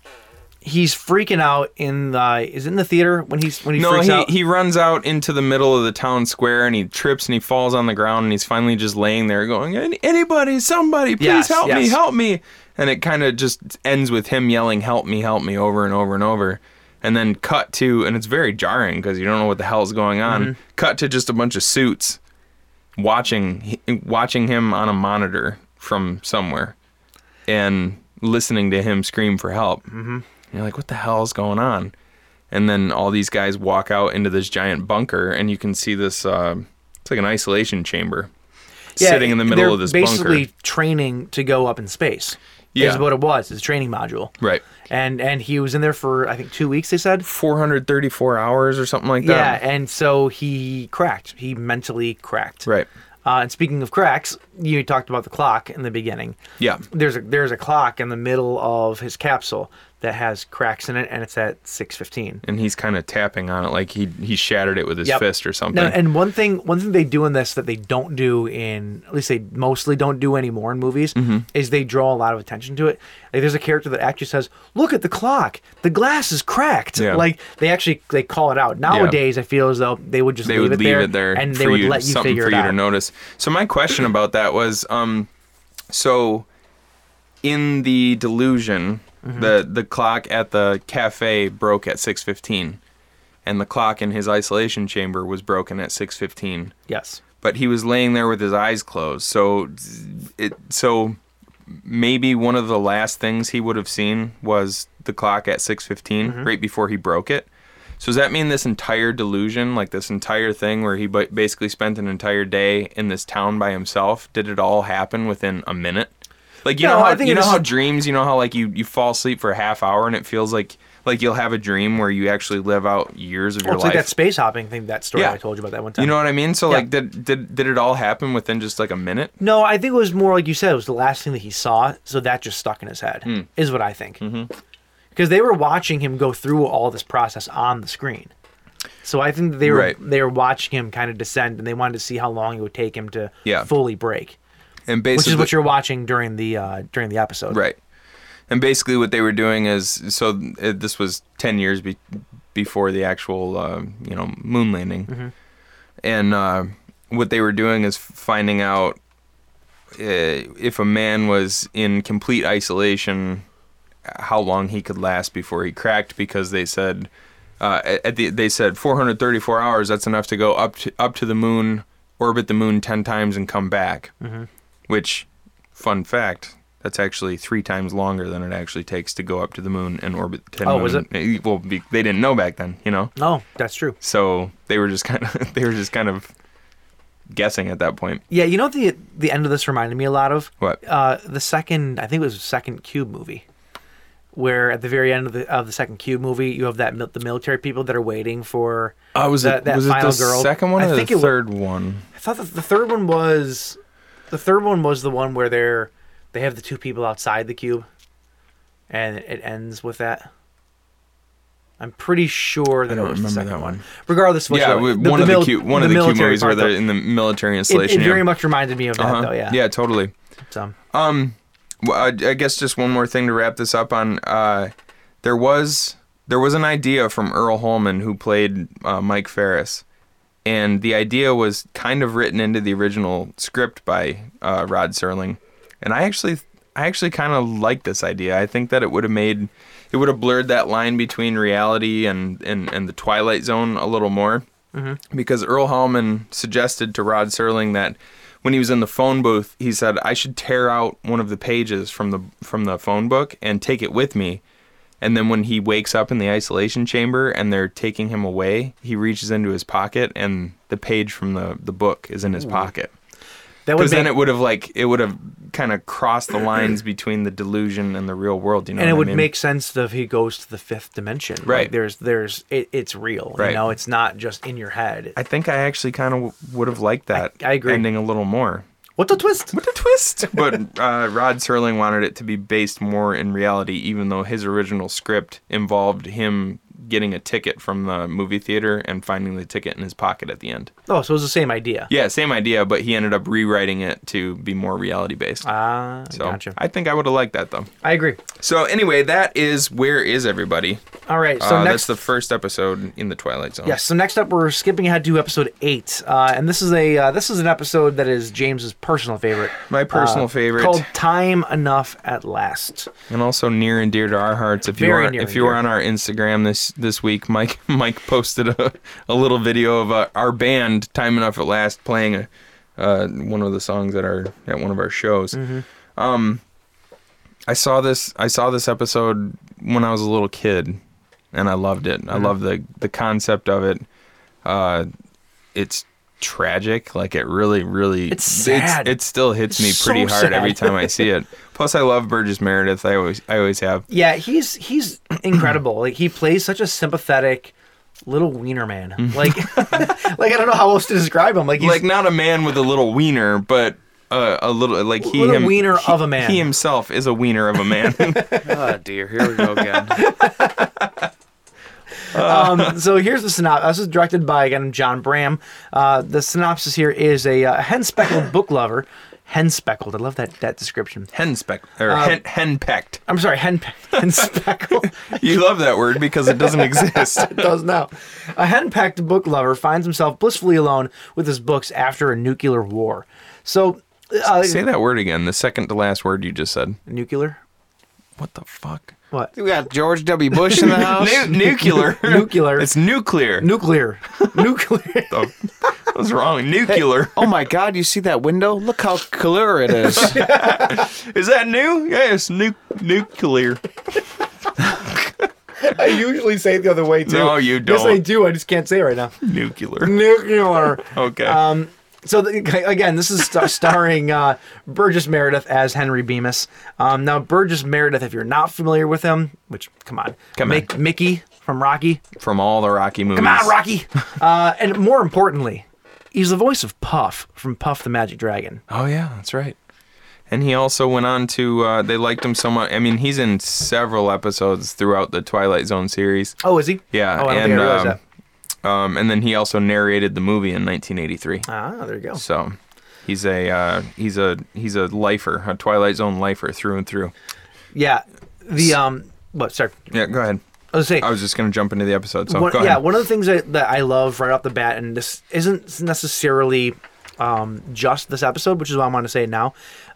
he's freaking out in the is it in the theater when he's when he
no,
freaks
he,
out.
he runs out into the middle of the town square and he trips and he falls on the ground and he's finally just laying there going, "Any- anybody, somebody, please
Yes,
help me,
yes.
help me. And it kind of just ends with him yelling, help me, help me over and over and over. And then cut to, and it's very jarring because you don't know what the hell's going on.
Mm-hmm.
Cut to just a bunch of suits watching watching him on a monitor from somewhere and listening to him scream for help. Mm-hmm. You're like, what the hell's going on? and then all these guys walk out into this giant bunker, and you can see this. Uh, it's like an isolation chamber,
Yeah,
sitting in the middle
they're
of this
basically
bunker.
training to go up in space.
Yeah.
Is what it was. His training module.
Right.
And and he was in there for I think two weeks. They said.
434 hours or something like
Yeah,
that.
and so he cracked. He mentally cracked.
Right.
Uh, and speaking of cracks, you talked about the clock in the beginning.
Yeah.
There's a there's a clock in the middle of his capsule that has cracks in it, and it's at six fifteen.
And he's kind of tapping on it like he he shattered it with his
Yep.
fist or something.
No, and one thing one thing they do in this that they don't do in at least they mostly don't do anymore in movies
Mm-hmm.
is they draw a lot of attention to it. Like there's a character that actually says, "Look at the clock. The glass is cracked."
Yeah.
Like they actually they call it out. Nowadays, I feel as though they would just
they
leave
would
it
leave
there
it there
and
for
they would
you,
let you
something
figure
for
it
you
out.
to notice. So my question about that was, um, so in the delusion,
Mm-hmm.
the the clock at the cafe broke at six fifteen, and the clock in his isolation chamber was broken at six fifteen.
Yes.
But he was laying there with his eyes closed, so it so maybe one of the last things he would have seen was the clock at 6:15
Mm-hmm.
right before he broke it. So does that mean this entire delusion, like this entire thing where he ba- basically spent an entire day in this town by himself, did it all happen within a minute? Like you
No,
know how
I think
you
it
know
was-
how dreams, you know how like you you fall asleep for a half hour and it feels like like you'll have a dream where you actually live out years of
Well,
your
it's
life.
like that space hopping thing, that story
Yeah.
I told you about that one time.
you know what I mean? So
Yeah.
like did did did it all happen within just like a minute?
No, I think it was more like you said. It was the last thing that he saw, so that just stuck in his head.
Hmm.
Is what I think. Because
Mm-hmm.
they were watching him go through all this process on the screen, so I think that they were
Right.
they were watching him kind of descend, and they wanted to see how long it would take him to
Yeah.
fully break,
And
which
basically
is what you're watching during the uh, during the episode.
Right. And basically, what they were doing is so uh, this was 10 years be- before the actual, uh, you know, moon landing.
Mm-hmm.
And uh, what they were doing is finding out uh, if a man was in complete isolation, how long he could last before he cracked, because they said. Uh, at the, they said 434 hours. That's enough to go up to, up to the moon, orbit the moon 10 times, and come back
Mm-hmm.
which fun fact that's actually three times longer than it actually takes to go up to the moon and orbit the 10
Oh, was
moon. it e, well be, they didn't know back then you know
No, Oh, that's true.
so they were just kind of they were just kind of guessing at that point
Yeah, you know what the the end of this reminded me a lot of
What?
Uh, the second, I think it was the second Cube movie, where at the very end of the of the second Cube movie, you have that mil- the military people that are waiting for.
uh, was
that,
it
that
was it the
final girl.
second one
I
or
think
the
it wa-
third one
I thought that the third one was, the third one was the one where they're they have the two people outside the cube, and it ends with that. I'm pretty sure that
don't
it was the
remember
second
that one.
Regardless, of
yeah
which
wi- one of the
mil-
cute one of the cute
military
movies where
part,
they're
though.
in the
It,
military
it
installation
very
yeah.
much reminded me of that,
Uh-huh.
though. Yeah.
yeah totally
So,
Um, Well, I, I guess just one more thing to wrap this up on. Uh, there was there was an idea from Earl Holman who played uh, Mike Ferris, and the idea was kind of written into the original script by uh, Rod Serling, and I actually I actually kind of like this idea. I think that it would have made it would have blurred that line between reality and and, and the Twilight Zone a little more because Earl Hallman suggested to Rod Serling that when he was in the phone booth, he said, "I should tear out one of the pages from the from the phone book and take it with me." And then when he wakes up in the isolation chamber and they're taking him away, he reaches into his pocket and the page from the the book is in his pocket.
Hmm. that would
Because
make,
then it would have like it would have kind of crossed the lines between the delusion and the real world. You know,
and
what
it
I
would
mean?
make sense that if he goes to the fifth dimension. Like,
Right.
there's there's it, it's real.
Right.
You know, it's not just in your head.
I think I actually kind of would have liked that
I agree.
ending a little more.
What's a twist?
What a twist! but uh, Rod Serling wanted it to be based more in reality, even though his original script involved him getting a ticket from the movie theater and finding the ticket in his pocket at the end.
Oh, so it was the same idea.
Yeah, same idea, but he ended up rewriting it to be more reality based.
Ah,
so
gotcha.
I think I would have liked that though.
I agree.
So anyway, that is where is everybody?
All right. So
uh,
next,
that's the first episode in the Twilight Zone.
yes. So next up, we're skipping ahead to episode eight, uh, and this is a uh, this is an episode that is James's personal favorite.
My personal
uh,
favorite.
called "Time Enough at Last."
and also near and dear to our hearts. If you
Very
were
near
if
and
you were
dear.
on our Instagram this this week, Mike Mike posted a, a little video of uh, our band Time Enough at Last playing a, uh, one of the songs at our at one of our shows.
Mm-hmm.
Um, I saw this I saw this episode when I was a little kid,
Mm-hmm.
and I loved it. I love the the concept of it. Uh, it's tragic. Like it really, really
It's
it's-
sad.
it still hits me
It's
pretty
so
hard every
sad.
time I see it. Plus, I love Burgess Meredith. I always I always have.
Yeah, he's he's incredible. Like he plays such a sympathetic little wiener man. Like like I don't know how else to describe him. Like he's
Mm-hmm. like not a man with a little wiener, but uh, a little like he
Little
him,
wiener
he-
of a man.
He himself is a wiener of a man.
Oh dear, here we go again.
um, so here's the synopsis. This is directed by again John Bram. Uh, the synopsis here is a uh, hen speckled book lover. Hen speckled. I love that that description.
hen speck or
Um,
hen, hen pecked.
I'm sorry, hen hen speckled.
You love that word because it doesn't exist.
does now. A henpecked book lover finds himself blissfully alone with his books after a nuclear war. So, uh,
Say that word again. The second to last word you just said.
nuclear?
What the fuck?
What?
We got George W. Bush in the house.
Nu- nuclear.
Oh. Nuclear.
It's nuclear.
Nuclear. nuclear.
Oh, that was wrong. Nuclear.
Oh my God! You see that window? Look how clear it is.
Is that new? Yeah, it's nu- nuclear.
I usually say it the other way, too.
No, you
Yes, I
don't.
do. I just can't say it right now.
Nuclear.
Nuclear.
Okay.
Um, so the, again, this is sta- starring uh, Burgess Meredith as Henry Bemis. Um, now Burgess Meredith, if you're not familiar with him, which come on,
Come
Mick-
on.
Mickey from Rocky,
From all the Rocky movies.
Come on, Rocky. Uh, and more importantly, he's the voice of Puff from Puff the Magic Dragon.
Oh yeah, that's right. And he also went on to. Uh, they liked him so much. I mean, he's in several episodes throughout the Twilight Zone series.
Oh, is he?
Yeah,
Oh, I don't
and
think I realized
um, um, and then he also narrated the movie in 1983.
that. Ah, there you go.
So he's a uh, he's a he's a lifer, a Twilight Zone lifer through and through.
Yeah. The um. What? Sorry.
Yeah, go ahead.
I was saying.
I was just gonna jump into the episode. So
one-
go
yeah,
ahead.
one of the things that, that I love right off the bat, and this isn't necessarily um, just this episode, which is why I'm going to say it now.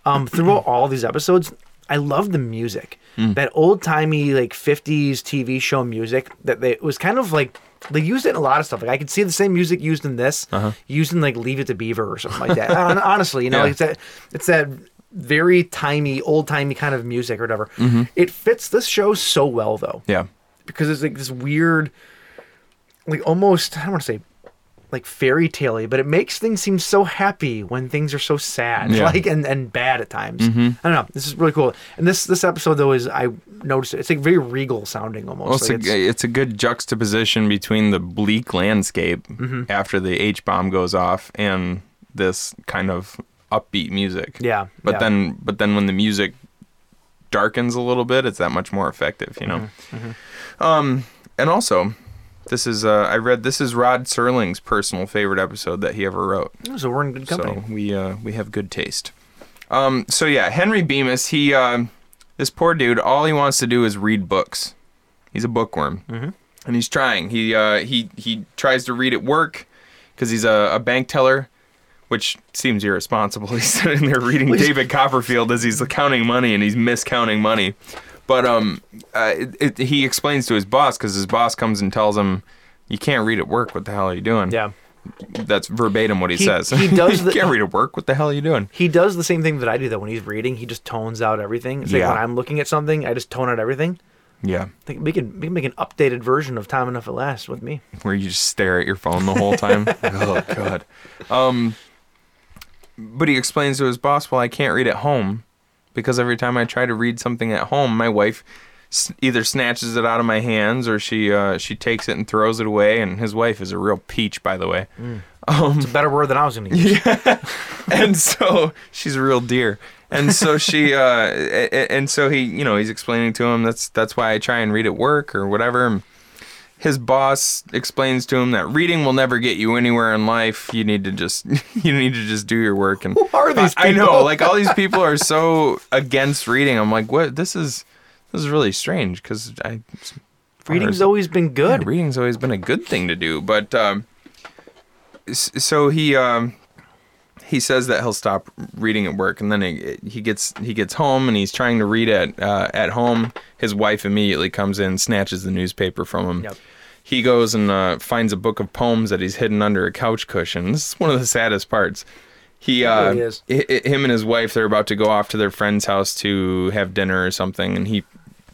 Um, throughout all these episodes, I love the music.
Mm.
That old timey like '50s TV show music that they it was kind of like they used it in a lot of stuff. Like I could see the same music used in this, used in like "Leave It to Beaver" or something like that. Hon- Honestly, you know,
Uh-huh. Yeah.
like, it's that it's that very timey, old timey kind of music or whatever.
Mm-hmm.
It fits this show so well though
yeah.
because it's like this weird, like almost I don't want to say like fairy tale but it makes things seem so happy when things are so sad,
Yeah. Mm-hmm.
like and, and bad at times. I don't know. This is really cool. And this this episode though is I noticed it, it's like very regal sounding almost.
Well, it's,
like,
a,
it's-
it's, a good juxtaposition between the bleak landscape
Mm-hmm.
after the H bomb goes off and this kind of upbeat music.
Yeah,
But
yeah.
then, but then when the music darkens a little bit, it's that much more effective, you know.
Mm-hmm.
Um, and also, this is uh, I read this is Rod Serling's personal favorite episode that he ever wrote.
so we're in good company.
So we uh, we have good taste. Um, so yeah, Henry Bemis, he uh, this poor dude, all he wants to do is read books. He's a bookworm, mm-hmm. and he's trying. He uh, he he tries to read at work because he's a, a bank teller, which seems irresponsible. He's sitting there reading David Copperfield as he's counting money, and he's miscounting money. But um, uh, it, it, he explains to his boss because his boss comes and tells him, "You can't read at work. What the hell are you doing?"
Yeah.
That's verbatim what he,
He-
says.
he does
you
the-
can't read at work. What the hell are you doing?
He does the same thing that I do though when he's reading. He just tones out everything. It's
Yeah.
like when I'm looking at something, I just tone out everything.
Yeah,
I think we can we can make an updated version of Time Enough at Last with me.
where you just stare at your phone the whole time. oh god. Um, but he explains to his boss, "Well, I can't read at home because every time I try to read something at home, my wife s- either snatches it out of my hands or she uh, she takes it and throws it away." And his wife is a real peach, by the way.
It's a better word than I was going to use.
and so she's a real deer. And so she, uh, a- a- and so he, you know, he's explaining to him that's that's why I try and read at work or whatever. And His boss explains to him that reading will never get you anywhere in life. You need to just you need to just do your work. And
Who are these
I, I know,
people?
like all these people are so against reading. I'm like, what? This is this is really strange because I
Reading's always been
yeah,
good.
reading's always been a good thing to do, but um, s- so he um, he says that he'll stop reading at work, and then he he gets he gets home and he's trying to read at uh, at home. His wife immediately comes in, snatches the newspaper from him.
Yep.
He goes and uh, finds a book of poems that he's hidden under a couch cushion. This is one of the saddest parts. He, uh,
really is.
hi- hi- him and his wife, they're about to go off to their friend's house to have dinner or something, and he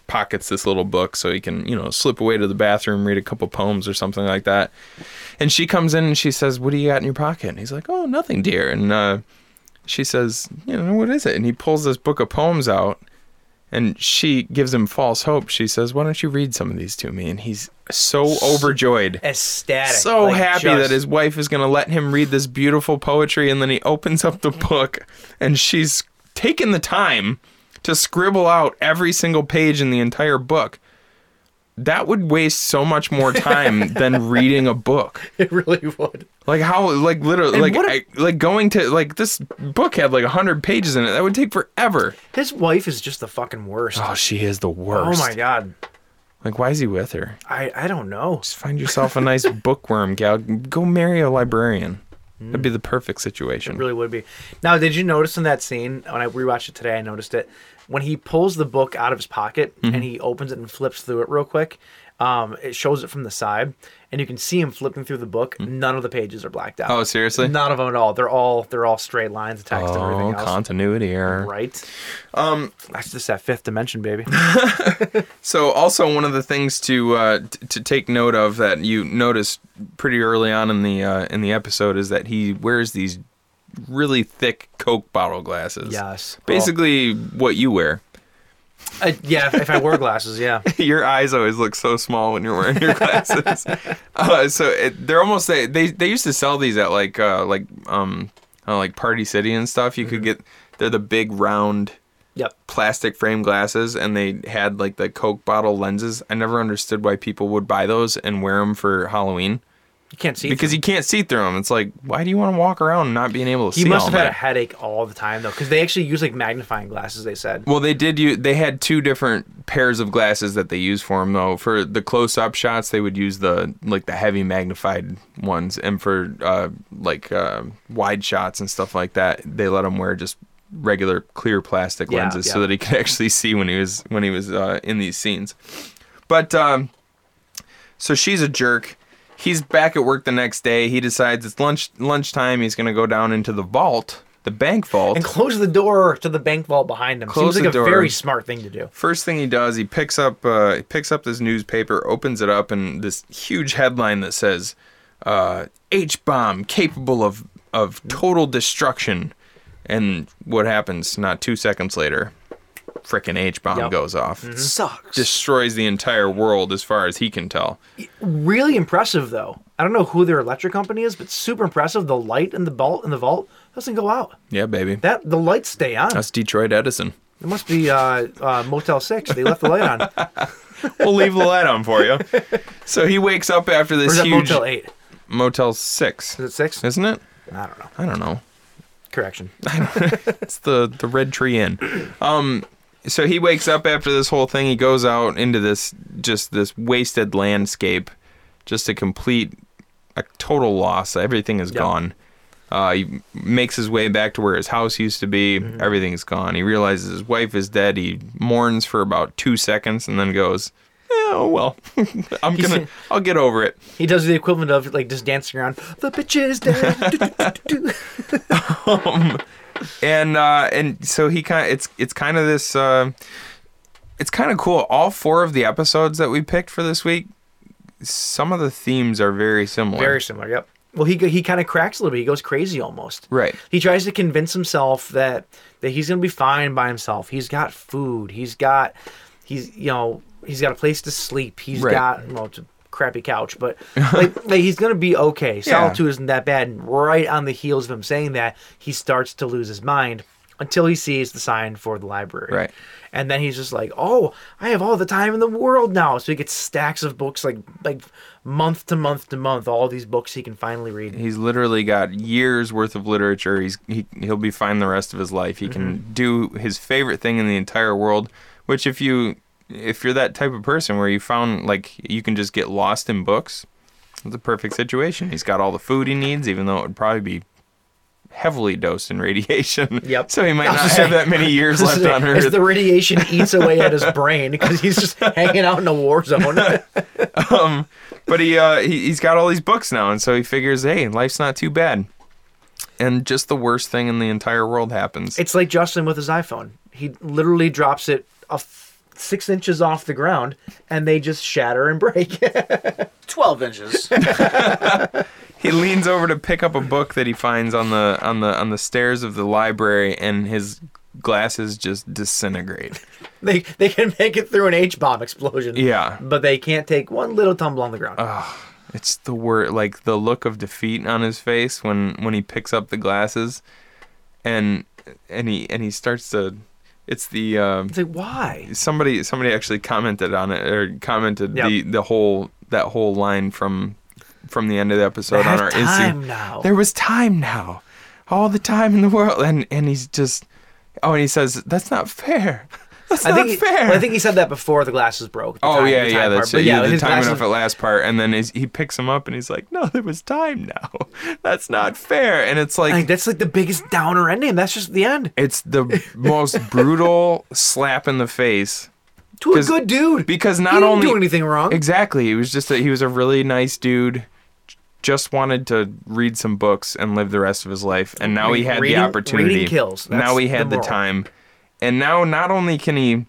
pockets this little book so he can, you know, slip away to the bathroom, read a couple poems or something like that. And she comes in and she says, "What do you got in your pocket?" And he's like, "Oh, nothing, dear." And uh, she says, "You know, what is it?" And he pulls this book of poems out, and she gives him false hope. She says, "Why don't you read some of these to me?" And he's so overjoyed
Ecstatic.
so
like,
happy
just-
that his wife is going to let him read this beautiful poetry and then he opens up the book and she's taken the time to scribble out every single page in the entire book that would waste so much more time than reading a book
it really would.
like how like literally
And
like
what a-
I- like going to like this book had like 100 pages in it that would take forever
His wife is just the fucking worst.
oh she is the
oh
worst
my god.
like why is he with her
I I don't know.
just find yourself a nice bookworm gal go marry a librarian that'd be the perfect situation
Hmm. It really would be. Now, did you notice in that scene when I rewatched it today? I noticed it when he pulls the book out of his pocket
Mm-hmm.
and he opens it and flips through it real quick. Um, it shows it from the side, and you can see him flipping through the book. None of the pages are blacked out.
Mm-hmm. Oh, seriously?
None of them at all. They're all they're all straight lines of text and
Oh,
everything else.
continuity error.
Right. Um, that's just that fifth dimension, baby.
So, also one of the things to uh, t- to take note of that you noticed pretty early on in the uh, in the episode is that he wears these really thick Coke bottle glasses.
Yes.
Basically, what you wear.
Uh, yeah, if, if I wore glasses, yeah.
your eyes always look so small when you're wearing your glasses. uh, so it, they're almost they, they they used to sell these at like uh, like um uh, like Party City and stuff. You could get they're the big round
Yep.
plastic frame glasses and they had like the coke bottle lenses i never understood why people would buy those and wear them for halloween
You can't see
because you can't see through them it's like why do you want to walk around not being able to
He
see
must
all
have had a
night?
headache all the time though, because they actually use like magnifying glasses. They said.
well they did you they had two different pairs of glasses that they used for him though for the close-up shots they would use the like the heavy magnified ones and for uh like uh wide shots and stuff like that they let him wear just regular clear plastic
Yeah,
lenses so
yeah.
that he could actually see when he was when he was uh, in these scenes But um, so she's a jerk. He's back at work the next day. He decides it's lunch lunchtime. He's gonna go down into the vault, the bank vault.
and close the door to the bank vault behind him.
Close
Seems like
the
a
door.
very smart thing to do.
First thing he does, he picks up uh, he picks up this newspaper, opens it up, and this huge headline that says uh, "H bomb capable of of total destruction." And what happens? Not two seconds later, frickin' H bomb
Yep.
goes off. S-
Sucks.
Destroys the entire world as far as he can tell.
Really impressive though. I don't know who their electric company is, but super impressive. The light in the vault in the vault doesn't go out.
Yeah, baby.
That the lights stay on.
That's Detroit Edison.
It must be uh, uh, Motel Six. They left the light on. Or
we'll leave the light on for you. So he wakes up after this
is that
huge
Motel Eight?
Motel Six,
Is it six?
isn't it?
I don't know.
I don't know.
Correction.
It's the the Red Tree Inn. Um, so he wakes up after this whole thing. He goes out into this just this wasted landscape, just a complete, a total loss. Everything is gone. Uh, he makes his way back to where his house used to be. Everything's gone. He realizes his wife is dead. He mourns for about two seconds and then goes, "Eh, "Oh well, I'm gonna, I'll get over it."
He does the equivalent of like just dancing around. The bitch is dead. Do, do, do, do, do.
and uh, and so he kind of it's it's kind of this uh, it's kind of cool. All four of the episodes that we picked for this week, some of the themes are very similar.
Very similar. Yep. Well, he he kind of cracks a little bit. He goes crazy almost.
Right.
He tries to convince himself that that he's gonna be fine by himself. He's got food. He's got he's you know he's got a place to sleep. He's
Right.
got well, it's a crappy couch, but like, like he's gonna be okay. Solitude isn't that bad. And right on the heels of him saying that, he starts to lose his mind until he sees the sign for the library.
Right.
And then he's just like, "Oh, I have all the time in the world now." So he gets stacks of books, like like month to month to month, all these books he can finally read.
He's literally got years worth of literature. He's he, he'll be fine the rest of his life. He
Mm-hmm.
can do his favorite thing in the entire world, which if you if you're that type of person where you found like you can just get lost in books, it's a perfect situation. He's got all the food he needs, even though it would probably be heavily dosed in radiation.
Yep.
So he might
I was
not have
just saying-
that many years
This
left
is
on
it. As
Earth.
the radiation eats away at his brain because he's just hanging out in a war zone.
but he, uh, he he's got all these books now, and so he figures, hey, life's not too bad. And just the worst thing in the entire world happens.
it's like Justin with his iPhone. He literally drops it a f- six inches off the ground, and they just shatter and break.
12 inches.
He leans over to pick up a book that he finds on the on the on the stairs of the library, and his glasses just disintegrate.
they they can make it through an H bomb explosion.
Yeah.
But they can't take one little tumble on the ground.
It's the word like the look of defeat on his face when when he picks up the glasses, and and he and he starts to. It's the um,
it's like why?
somebody somebody actually commented on it or commented
Yep.
the the whole that whole line from from the end of the episode
There
on
was
our
time
Insta-
now.
There was time now, all the time in the world, and and he's just oh, and he says that's not fair. That's
I
not
think he,
fair.
well, I think he said that before the glasses broke. the
Oh
time-
yeah,
the
yeah,
time
that's
part. But
it. Yeah, the
his
timing
glasses-
off at last part, and then he's, he picks him up and he's like, "No, there was time now. That's not fair." And it's like,
Like, that's like the biggest downer ending. That's just the end.
it's the most brutal slap in the face
To a
'Cause-
good dude.
because not
he didn't
only
do anything wrong.
Exactly. It was just that he was a really nice dude. j- Just wanted to read some books and live the rest of his life, and now he
Read-
had
reading-
the opportunity.
reading kills.
now
That's
he had
the
the,
moral.
time, and now not only can he,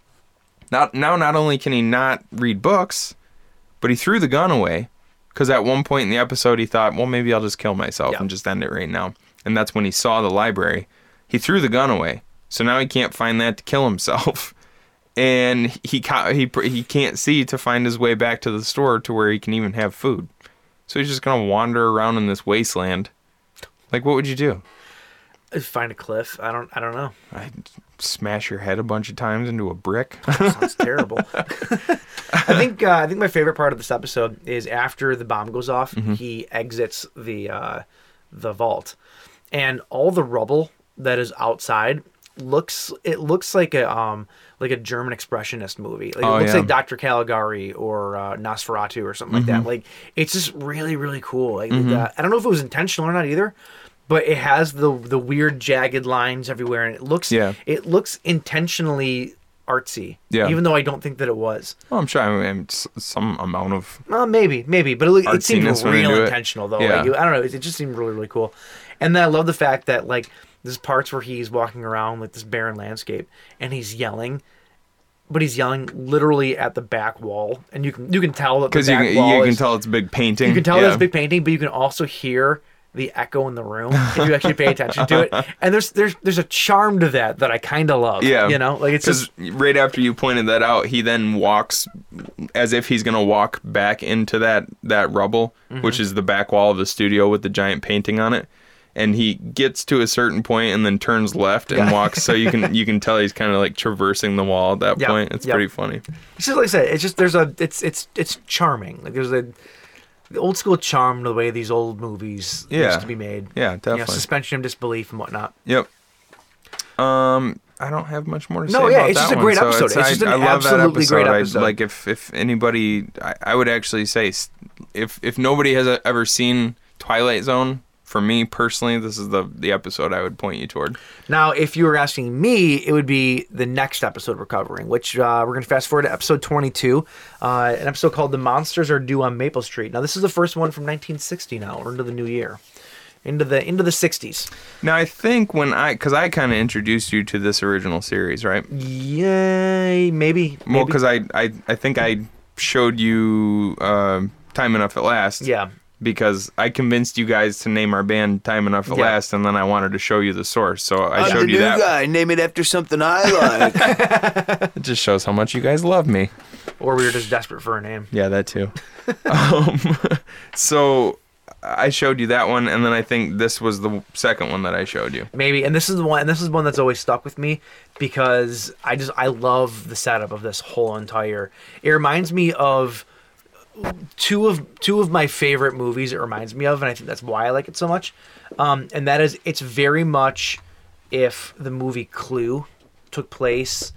not now not only can he not read books, but he threw the gun away, because at one point in the episode he thought, well maybe I'll just kill myself
Yeah.
and just end it right now, and that's when he saw the library. He threw the gun away, so now he can't find that to kill himself. and he ca- he pr- he can't see to find his way back to the store to where he can even have food. So he's just gonna wander around in this wasteland. Like, what would you do?
Find a cliff. I don't. I don't know.
I'd smash your head a bunch of times into a brick.
Sounds terrible. I think uh, I think my favorite part of this episode is after the bomb goes off,
Mm-hmm.
he exits the uh, the vault, and all the rubble that is outside looks it looks like a um like a German expressionist movie. Like,
Oh,
it looks
yeah. Mm-hmm.
like Dr. Caligari or uh, Nosferatu or something like that. Like it's just really really cool. Like the, I don't know if it was intentional or not either. But it has the the weird jagged lines everywhere, and it looks
Yeah.
it looks intentionally artsy.
Yeah.
Even though I don't think that it was.
well, I'm sure I mean, s- some amount of
Well, maybe, maybe, but it, look- it seemed
Artsiness when they do
real
it.
intentional though.
Yeah.
Like, you- I don't know. It, it just seemed really, really cool. And then I love the fact that like there's parts where he's walking around like this barren landscape and he's yelling. But he's yelling literally at the back wall, and you can you can tell that the
because you
back
can,
wall
you can
is-
tell it's a big painting.
you can tell
yeah.
there's a big painting, but you can also hear the echo in the room if you actually pay attention to it. And there's there's there's a charm to that that I kind of love.
Yeah,
you know, like it's just
because right after you pointed that out, he then walks as if he's gonna walk back into that that rubble,
Mm-hmm.
which is the back wall of the studio with the giant painting on it. And he gets to a certain point and then turns left and walks. So you can you can tell he's kind of like traversing the wall at that
Yeah,
point. It's
yeah.
pretty funny.
It's just like I said. It's just there's a it's it's it's charming. Like there's a the old school charm to the way these old movies
Yeah.
used to be made.
Yeah,
You know,
definitely.
suspension of disbelief and whatnot.
Yep. Um, I don't have much more to say.
No, yeah,
about
it's
that
just a
one,
great
so
episode. It's just an
I, I love that
absolutely great
I-
episode.
like if if anybody, I, I would actually say, s- if if nobody has e, ever seen Twilight Zone, for me personally, this is the the episode I would point you toward.
Now, if you were asking me, it would be the next episode we're covering, which uh, we're going to fast forward to episode 22, uh, an episode called The Monsters Are Due on Maple Street. Now, this is the first one from 1960 now. We're into the new year. Into the into the 60s.
Now, I think when I, because I kind of introduced you to this original series, right?
Yay, maybe.
Well,
maybe.
because I, I I think I showed you um time enough at last.
Yeah.
Because I convinced you guys to name our band Time Enough at
Yeah.
Last, and then I wanted to show you the source, so I showed you that.
Name it after something I like.
It just shows how much you guys love me.
or we were just desperate for a name.
Yeah, that too. um, so I showed you that one, and then I think this was the second one that I showed you.
maybe and this is the one and this is one that's always stuck with me because i just i love the setup of this whole entire it reminds me of two of two of my favorite movies it reminds me of and i think that's why i like it so much um, and that is it's very much if the movie clue took place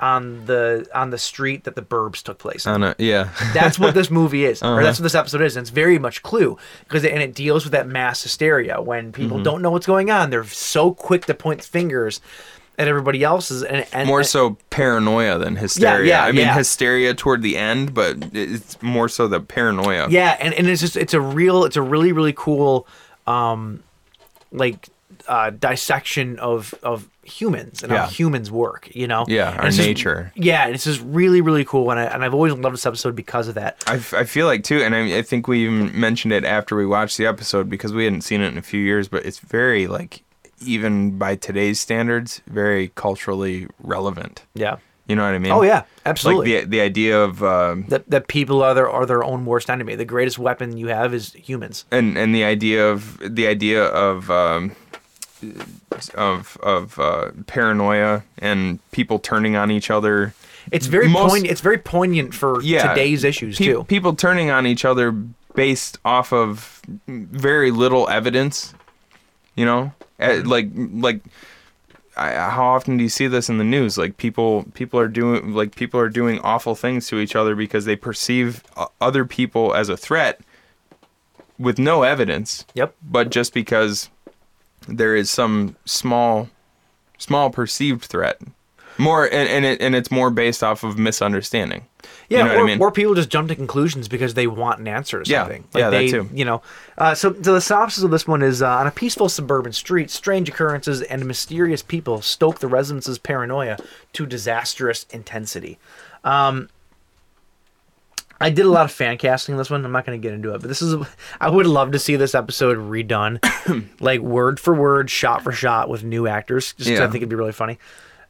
on the on the street that the burbs took place on.
On a, yeah.
That's what this movie is, or
Uh-huh.
that's what this episode is, and it's very much Clue because and it deals with that mass hysteria when people
Mm-hmm.
don't know what's going on. They're so quick to point fingers at everybody else's, and, and
more
and-
so paranoia than hysteria.
yeah,
I mean,
yeah.
hysteria toward the end, but it's more so the paranoia.
Yeah, and, and it's just it's a real it's a really really cool um like uh, dissection of of humans and
Yeah.
how humans work. You know,
Yeah,
And
our
it's just-
nature.
yeah, and it's just really really cool, and I, and I've always loved this episode because of that.
I, f- I feel like too, and I, I think we even mentioned it after we watched the episode because we hadn't seen it in a few years. But it's very like, even by today's standards, very culturally relevant.
Yeah,
You know what I mean?
Oh, yeah, absolutely.
Like the the idea of um,
that that people are their are their own worst enemy. The greatest weapon you have is humans.
and and the idea of the idea of um, of of uh, paranoia and people turning on each other.
It's very
Most-
poignant. It's very poignant for
yeah,
today's issues
pe-
too.
People turning on each other based off of very little evidence. You know, Eh,
Mm-hmm.
like like I, how often do you see this in the news? Like people people are doing like people are doing awful things to each other because they perceive o- other people as a threat with no evidence.
Yep.
But just because there is some small small perceived threat. More and, and it and it's more based off of misunderstanding.
Yeah,
you know
or,
what I mean?
or people just jump to conclusions because they want an answer to
Yeah,
something.
yeah, that
they,
too.
You know, uh, so, so the synopsis of this one is uh, on a peaceful suburban street, strange occurrences and mysterious people stoke the residents' paranoia to disastrous intensity. Um, I did a lot of fan casting in this one. I'm not going to get into it, but this is I would love to see this episode redone, like word for word, shot for shot, with new actors. Just 'cause
Yeah.
I think it'd be really funny.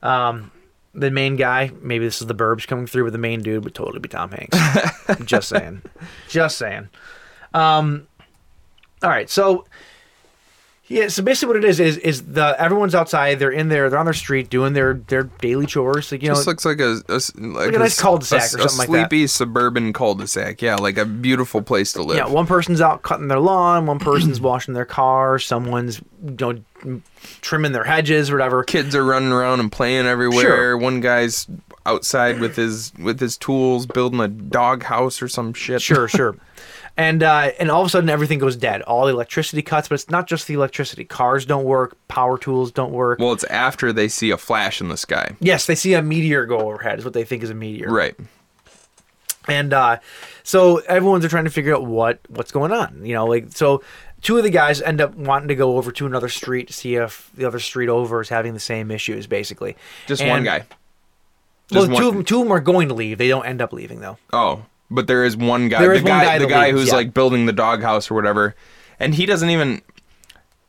Um, the main guy, maybe this is the Burbs coming through, but the main dude would totally be Tom Hanks. Just saying. Just saying. Um, all right, so yeah, so basically what it is is is the everyone's outside, they're in there, they're on their street doing their their daily chores, like you know,
This looks like a, a s- like
a nice
s-
cul-de-sac
a s-
or
a
something like that.
sleepy suburban cul-de-sac. Yeah, like a beautiful place to live.
yeah, one person's out cutting their lawn, one person's washing their car, someone's you know trimming their hedges, or whatever.
Kids are running around and playing everywhere.
Sure.
One guy's outside with his with his tools building a dog house or some shit.
Sure, sure. And uh, and all of a sudden everything goes dead. All the electricity cuts, but it's not just the electricity. Cars don't work, power tools don't work.
Well, it's after they see a flash in the sky.
yes, they see a meteor go overhead. Is what they think is a meteor.
Right.
And uh, so everyone's trying to figure out what what's going on. You know, like so two of the guys end up wanting to go over to another street to see if the other street over is having the same issues, basically.
Just
And-
one guy.
Well,
Just
two
one-
of them, two of them are going to leave. They don't end up leaving though.
Oh, but there is one guy.
There
the
is one
guy,
guy
the
that
guy
leaves,
who's
yeah.
like building the doghouse or whatever, and he doesn't even.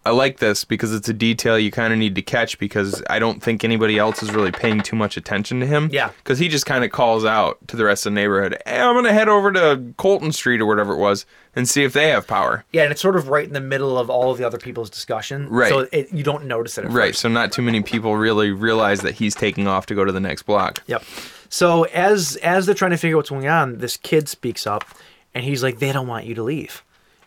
I like this because it's a detail you kind of need to catch because I don't think anybody else is really paying too much attention to him.
Yeah.
Because he just kind of calls out to the rest of the neighborhood, hey, I'm going to head over to Colton Street or whatever it was and see if they have power.
Yeah, and it's sort of right in the middle of all of the other people's discussion.
Right.
So it, you don't notice it. At
Right.
first.
So not too many people really realize that he's taking off to go to the next block.
Yep. So as as they're trying to figure out what's going on, this kid speaks up, and he's like, "They don't want you to leave,"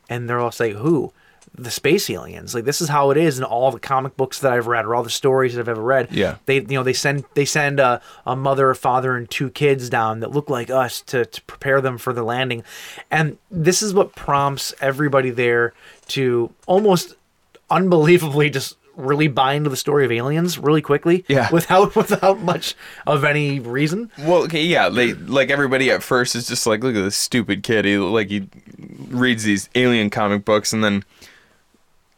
and they're all like, "Who?" The space aliens. Like this is how it is in all the comic books that I've read or all the stories that I've ever read.
Yeah.
They you know they send they send a, a mother, a father, and two kids down that look like us to to prepare them for the landing, and this is what prompts everybody there to almost unbelievably just really buy into the story of aliens really quickly
Yeah.
without without much of any reason
Well, okay, yeah, they like everybody at first is just like, look at this stupid kid. He like he reads these alien comic books, and then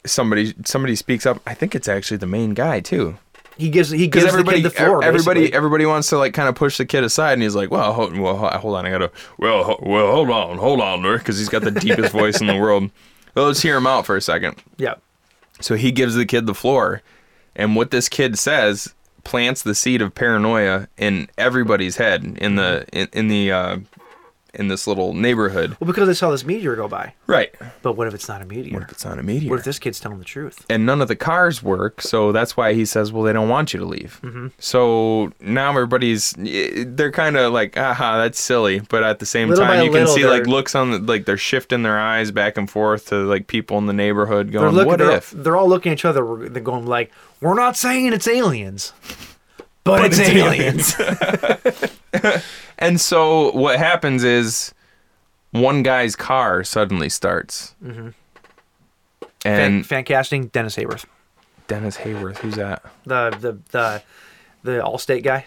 somebody somebody speaks up. I think it's actually the main guy too,
he gives he
because
gives
everybody
the kid the floor
e- everybody
basically.
everybody wants to like kind of push the kid aside, and he's like, well, hold, well, ho- hold on, I gotta, well, ho- well, hold on, hold on, because he's got the deepest voice in the world. Well, let's hear him out for a second.
yeah
So he gives the kid the floor, and what this kid says plants the seed of paranoia in everybody's head in the in, in the uh, in this little neighborhood.
well because they saw this meteor go by
Right.
but what if it's not a meteor
What if it's not a meteor?
What if this kid's telling the truth
and none of the cars work, so that's why he says, "Well, they don't want you to leave."
Mm-hmm.
So now everybody's eh, they're kind of like, "Aha, that's silly," but at the same
Little by
time, you can
little,
see like
they're-
looks on the, like they're shifting their eyes back and forth to like people in the neighborhood
they're
going,
looking
"What
they're,
if?"
they're all looking at each other they're going like we're not saying it's aliens but, it's,
it's
aliens,
And so what happens is one guy's car suddenly starts. Mm-hmm.
fan,
And
fan casting dennis hayworth
Dennis Hayworth, who's that?
the the the the Allstate guy,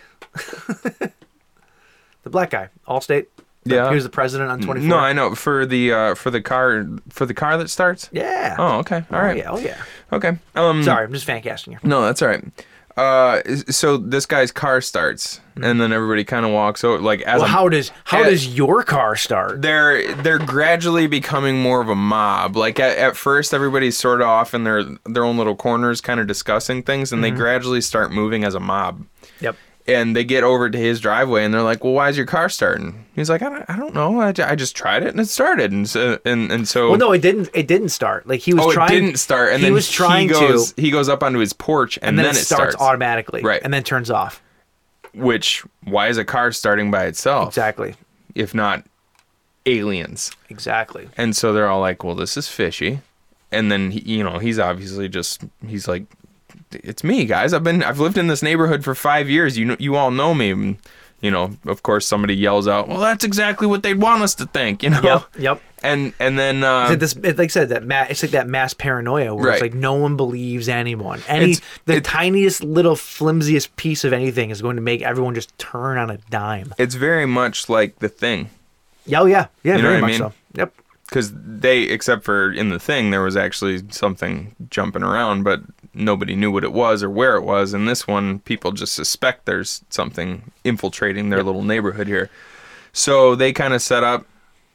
the black guy, Allstate. The-
Yeah.
He was the president on 24.
No, I know for the uh, for the car for the car that starts.
Yeah.
Oh, okay. All
Oh,
right.
yeah. Oh, yeah.
Okay. Um.
Sorry, I'm just fan casting you.
No, that's all right. Uh, is- so this guy's car starts, and then everybody kind of walks over, like
Mm-hmm.
as
Well,
a-
how does how
Yeah.
does your car start?
they're they're gradually becoming more of a mob. Like at, at first, everybody's sort of off in their their own little corners, kind of discussing things, and
Mm-hmm.
they gradually start moving as a mob.
Yep.
And they get over to his driveway, and they're like, "Well, why is your car starting?" He's like, "I don't, I don't know. I, ju- I just tried it, and it started." And so, and and so,
Well, no, it didn't. It didn't start. Like he was
oh,
trying.
it didn't start. And
he
then
was trying
he goes,
to,
He goes up onto his porch, and,
and then,
then
it starts, automatically.
Right.
And then turns off.
Which why is a car starting by itself?
Exactly.
If not aliens.
Exactly.
And so they're all like, "Well, this is fishy." And then he, you know, he's obviously just he's like, "It's me, guys. I've been I've lived in this neighborhood for 5 years. You know, you all know me." And, you know, of course somebody yells out, "Well, that's exactly what they'd want us to think," you know.
Yep, yep.
And and then uh
It's like this, it, like I said, that ma- it's like that mass paranoia where it's
Right.
like no one believes anyone. Any
It's-
the
it-
tiniest little flimsiest piece of anything is going to make everyone just turn on a dime.
it's very much like the thing.
Yeah, oh, yeah, yeah,
You know
very
what I
much
mean?
so. Yep.
because they except for in the thing there was actually something jumping around but nobody knew what it was or where it was and this one people just suspect there's something infiltrating their little neighborhood here so they kind of set up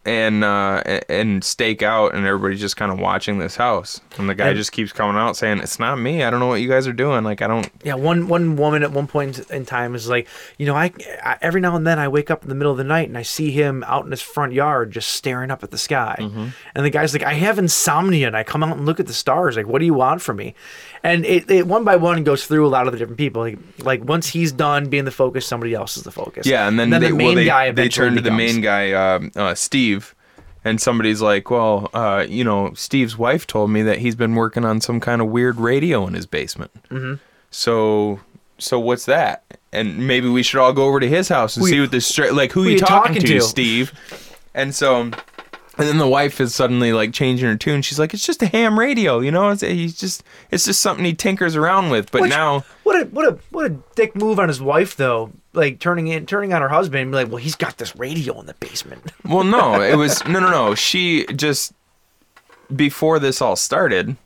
and uh, a- and stake out and everybody's just kind of watching this house and the guy
And-
just keeps coming out saying it's not me i don't know what you guys are doing like i don't
Yeah, one one woman at one point in time is like, you know, I, I every now and then I wake up in the middle of the night and I see him out in his front yard just staring up at the sky,
Mm-hmm.
and the guy's like, I have insomnia and I come out and look at the stars. Like, what do you want from me? And it, it one by one goes through a lot of the different people. Like, like once he's done being the focus, somebody else is the focus.
Yeah, and then, they,
the
well,
main
they,
guy
they
eventually
turn to the
becomes-
main guy, um uh, Steve, and somebody's like, "Well, uh, you know, Steve's wife told me that he's been working on some kind of weird radio in his basement. Mm-hmm. So, so what's that? And maybe we should all go over to his house and
Who you-
see what this stra- like who, you,
you
talking,
talking
to,
to?
Steve." And so. And then the wife is suddenly like changing her tune. She's like, "It's just a ham radio, you know. It's he's just it's just something he tinkers around with." But
Which-
now
what a what a what a dick move on his wife though. Like turning in turning on her husband and be like, well, he's got this radio in the basement.
Well, no, it was no, no, no. She just before this all started,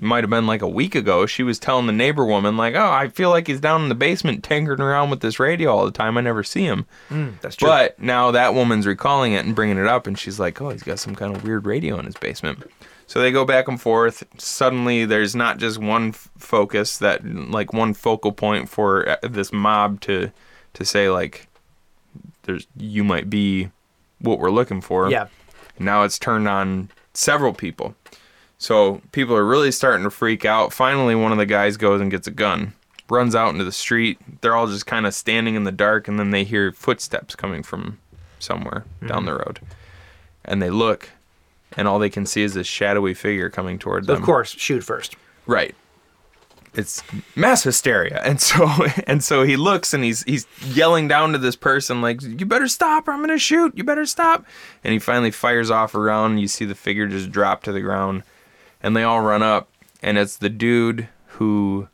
might have been like a week ago. She was telling the neighbor woman like, "Oh, I feel like he's down in the basement tinkering around with this radio all the time. I never see him."
That's Mm, true.
But now that woman's recalling it and bringing it up, and she's like, "Oh, he's got some kind of weird radio in his basement." So they go back and forth. Suddenly, there's not just one f- focus that, like, one focal point for uh, this mob to to say like, "There's you might be what we're looking for."
yeah.
Now it's turned on several people. So people are really starting to freak out. Finally, one of the guys goes and gets a gun, runs out into the street. They're all just kind of standing in the dark, and then they hear footsteps coming from somewhere
Mm-hmm.
down the road. And they look, and all they can see is this shadowy figure coming toward them.
Of course, shoot first.
Right. It's mass hysteria. And so and so he looks and he's he's yelling down to this person like, You better stop or I'm gonna shoot, you better stop. And he finally fires off around and you see the figure just drop to the ground and they all run up and it's the dude who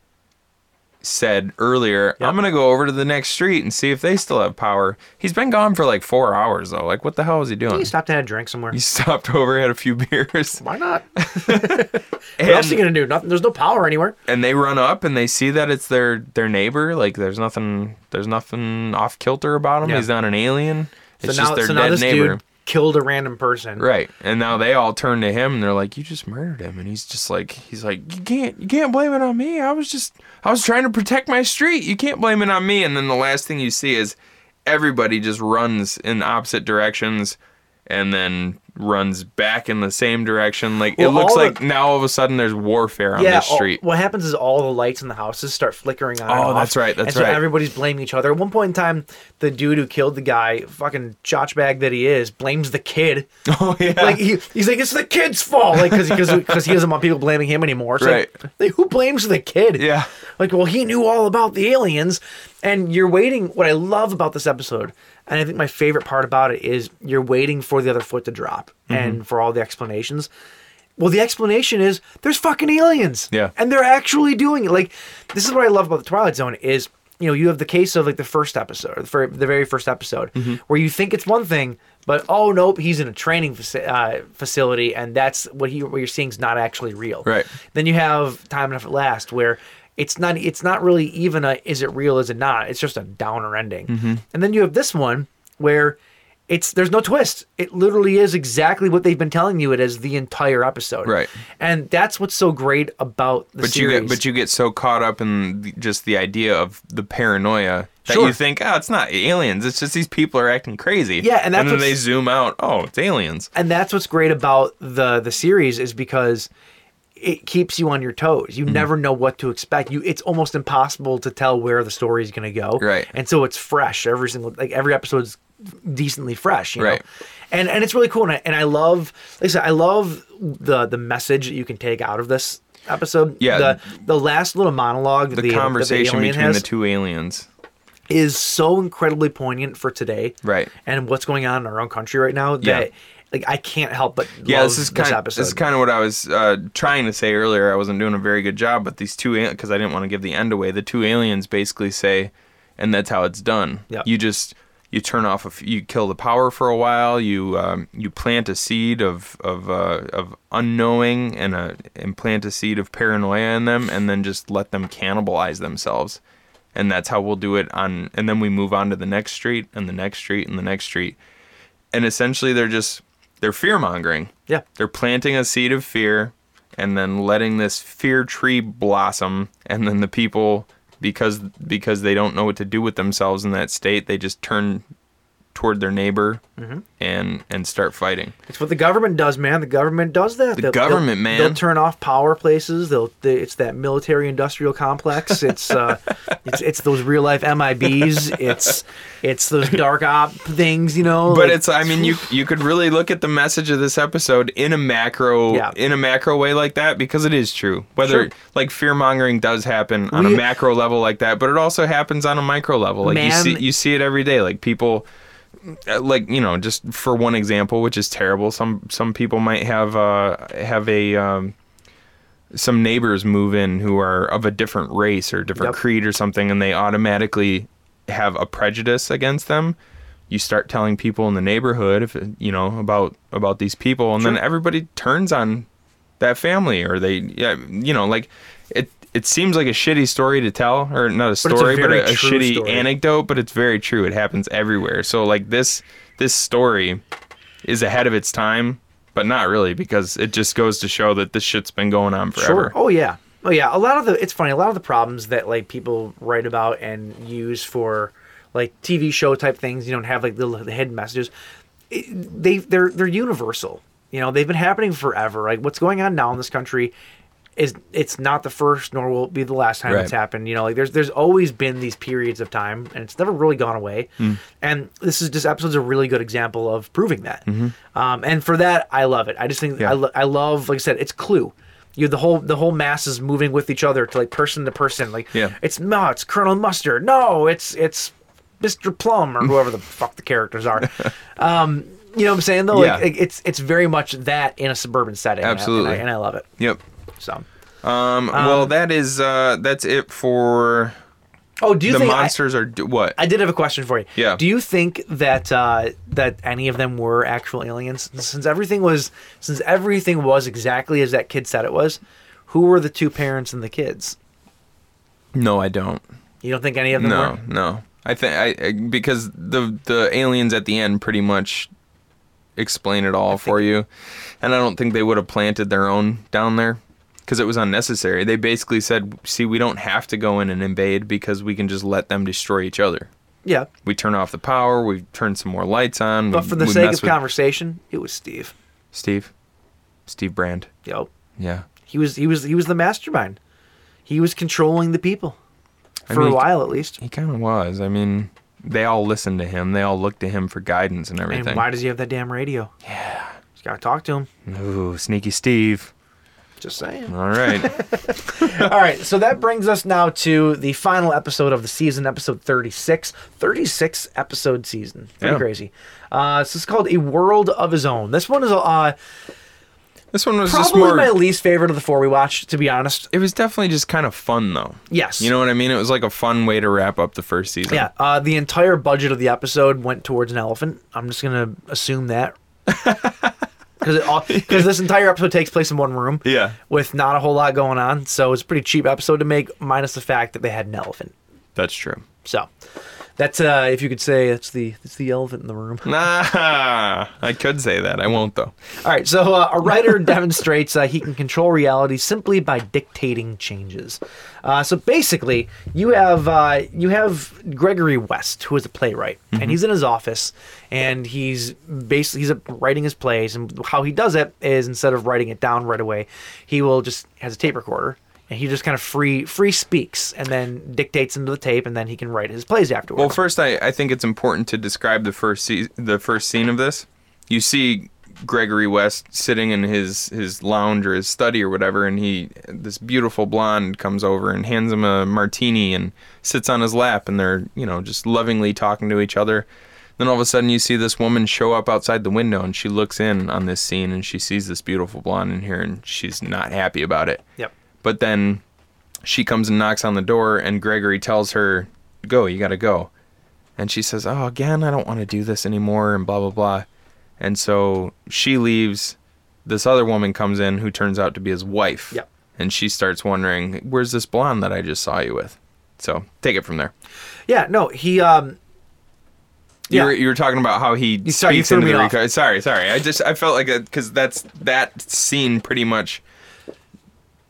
said earlier, I'm gonna go over to the next street and see if they still have power. He's been gone for like four hours though. Like what the hell is he doing?
He stopped and had a drink somewhere.
he stopped over, had a few beers.
Why not? what else are you gonna do? Nothing. There's no power anywhere.
and they run up and they see that it's their their neighbor. Like there's nothing there's nothing off kilter about him.
Yeah.
He's not an alien. It's just their dead
this
neighbor.
dude killed a random person.
Right. And now they all turn to him and they're like, "You just murdered him." And he's just like, he's like, "You can't you can't blame it on me. I was just I was trying to protect my street. You can't blame it on me." And then the last thing you see is everybody just runs in opposite directions and then runs back in the same direction. Like it
Well,
looks
all the-
like now all of a sudden there's warfare on
Yeah.
this street.
all- what happens is all the lights in the houses start flickering on. and
Oh,
off,
that's right, that's
and so
right.
Everybody's blaming each other. At one point in time, the dude who killed the guy, fucking bag that he is, blames the kid.
oh yeah.
Like he, he's like, it's the kid's fault, like because because he doesn't want people blaming him anymore. It's
Right.
Like, like, who blames the kid?
Yeah.
Like, well, he knew all about the aliens, and you're waiting. What I love about this episode, and I think my favorite part about it is you're waiting for the other foot to drop
Mm-hmm.
and for all the explanations. Well, the explanation is there's fucking aliens.
Yeah.
And they're actually doing it. Like, this is what I love about the Twilight Zone is, you know, you have the case of like the first episode, the fir- the very first episode, where you think it's one thing, But oh nope, he's in a training faci- uh, facility, and that's what he what you're seeing is not actually real.
Right.
Then you have Time Enough at Last, where it's not it's not really even a is it real is it not? It's just a downer ending.
Mm-hmm.
And then you have this one where it's there's no twist. It literally is exactly what they've been telling you it is the entire episode.
Right.
And that's what's so great about the
But
series.
you get but you get so caught up in the, just the idea of the paranoia that
Sure.
you think, oh, it's not aliens. It's just these people are acting crazy.
Yeah, and that's
then
what's-
they zoom out. Oh, it's aliens.
and that's what's great about the the series is because it keeps you on your toes.
Mm-hmm.
You never know what to expect. You it's almost impossible to tell where the story is going to go.
Right.
And so it's fresh every single like every episode's decently fresh. You
Right.
Know? And and it's really cool. And I, and I love like I said, I love the the message that you can take out of this episode.
Yeah.
The the last little monologue
The conversation
alien
between
has
the two aliens.
is so incredibly poignant for today.
Right.
And what's going on in our own country right now
Yeah.
that like I can't help but
Yeah,
love
this is kind. Of,
episode.
this is kind of what I was uh, trying to say earlier. I wasn't doing a very good job, but these two because I didn't want to give the end away. The two aliens basically say, and that's how it's done.
Yep.
You just you turn off. A f- you kill the power for a while. You um, you plant a seed of of uh, of unknowing and a and plant a seed of paranoia in them, and then just let them cannibalize themselves. And that's how we'll do it on. And then we move on to the next street and the next street and the next street and essentially they're just they're fear mongering.
Yeah.
They're planting a seed of fear and then letting this fear tree blossom and then the people because because they don't know what to do with themselves in that state, they just turn toward their neighbor and and start fighting.
It's what the government does, man. The government does that. The
government, man.
They'll turn off power places. They'll. They, it's that military-industrial complex. It's uh, it's it's those real-life MIBs. It's it's those dark op things, you know.
But
like-
it's I mean you you could really look at the message of this episode in a macro
Yeah.
in a macro way like that because it is true. Whether
Sure.
like fear mongering does happen on
We-
a macro level like that, but it also happens on a micro level. Like
Man-
you see you see it every day. Like people uh, like you know just for one example, which is terrible. Some some people might have uh have a um some neighbors move in who are of a different race or different
Yep.
creed or something and they automatically have a prejudice against them you start telling people in the neighborhood if you know about about these people and then everybody turns on that family or they yeah you know like it it seems like a shitty story to tell or not a
a
story but a,
very
a
true
shitty
story.
anecdote but it's very true it happens everywhere so like this this story is ahead of its time but not really because it just goes to show that this shit's been going on forever
Oh yeah. Oh yeah. A lot of the it's funny. A lot of the problems that like people write about and use for like TV show type things, you know, and have like little hidden messages. It, they they're they're universal. You know, they've been happening forever. Like what's going on now in this country is it's not the first nor will it be the last time
Right.
it's happened. You know, like there's there's always been these periods of time and it's never really gone away.
Hmm.
And this is just episode's a really good example of proving that.
Mm-hmm.
Um, and for that, I love it. I just think I, lo- I love, like I said, it's Clue. You the whole the whole mass is moving with each other to like person to person. Like
Yeah.
it's no, it's Colonel Mustard. No, it's it's Mr. Plum or whoever the fuck the characters are. Um, you know what I'm saying though?
Yeah.
Like, like it's it's very much that in a suburban setting. and I- and I-
Absolutely.
and I love it.
yep
So.
um, well that is uh that's it for
Oh, do you
the
think I-
monsters are d- what
I did have a question for you.
Yeah.
Do you think that uh, that any of them were actual aliens? Since everything was since everything was exactly as that kid said it was, who were the two parents and the kids?
no i don't
You don't think any of them
No,
were?
no. I think I I- because the the aliens at the end pretty much explain it all for you, and I don't think they would have planted their own down there because it was unnecessary. They basically said, "See, we don't have to go in and invade because we can just let them destroy each other.
Yeah.
We turn off the power. We turn some more lights on.
But
we-
for the
we
sake
mess
of
with-
conversation, it was Steve.
Steve, Steve Brand.
Yo.
Yeah,
He was he was he was the mastermind. He was controlling the people. For
mean,
a while at least.
he kind of was. I mean, they all listened to him. They all looked to him for guidance and everything.
And why does he have that damn radio? Yeah. Just gotta talk to him.
Ooh, sneaky Steve.
Just saying.
All right.
All right, so that brings us now to the final episode of the season, episode 36. 36 episode season. Pretty
Yeah.
crazy. Uh, so it's called A World of His Own. This one is, uh,
This one was just
Probably
more.
my least favorite of the four we watched, to be honest.
it was definitely just kind of fun though.
Yes.
You know what I mean? It was like a fun way to wrap up the first season.
Yeah, uh, the entire budget of the episode went towards an elephant. I'm just gonna assume that because because this entire episode takes place in one room.
Yeah.
with not a whole lot going on, so it's a pretty cheap episode to make, minus the fact that they had an elephant.
That's true.
So that's uh, if you could say it's the it's the elephant in the room.
Nah, I could say that. I won't though.
All right, so uh, a writer demonstrates uh, he can control reality simply by dictating changes. Uh, so basically, you have uh, you have Gregory West, who is a playwright, and he's in his office, and he's basically he's uh, writing his plays, and how he does it is instead of writing it down right away, he will just has a tape recorder. And he just kind of free free speaks and then dictates into the tape, and then he can write his plays afterwards.
Well, first, I, I think it's important to describe the first se- the first scene of this. You see Gregory West sitting in his his lounge or his study or whatever, and he this beautiful blonde comes over and hands him a martini and sits on his lap, and they're you know just lovingly talking to each other. Then all of a sudden, you see this woman show up outside the window, and she looks in on this scene, and she sees this beautiful blonde in here, and she's not happy about it.
Yep.
But then she comes and knocks on the door, and Gregory tells her, Go, you gotta go. And she says, Oh, again, I don't wanna do this anymore, and blah, blah, blah. And so she leaves. This other woman comes in who turns out to be his wife.
Yep.
And she starts wondering, Where's this blonde that I just saw you with? So take it from there.
yeah, no, he um,
You,
Yeah.
were, you were talking about how he
sorry, you
speaks
threw
into
me
the
off.
record. Sorry, sorry. I just I felt like because that's that scene pretty much.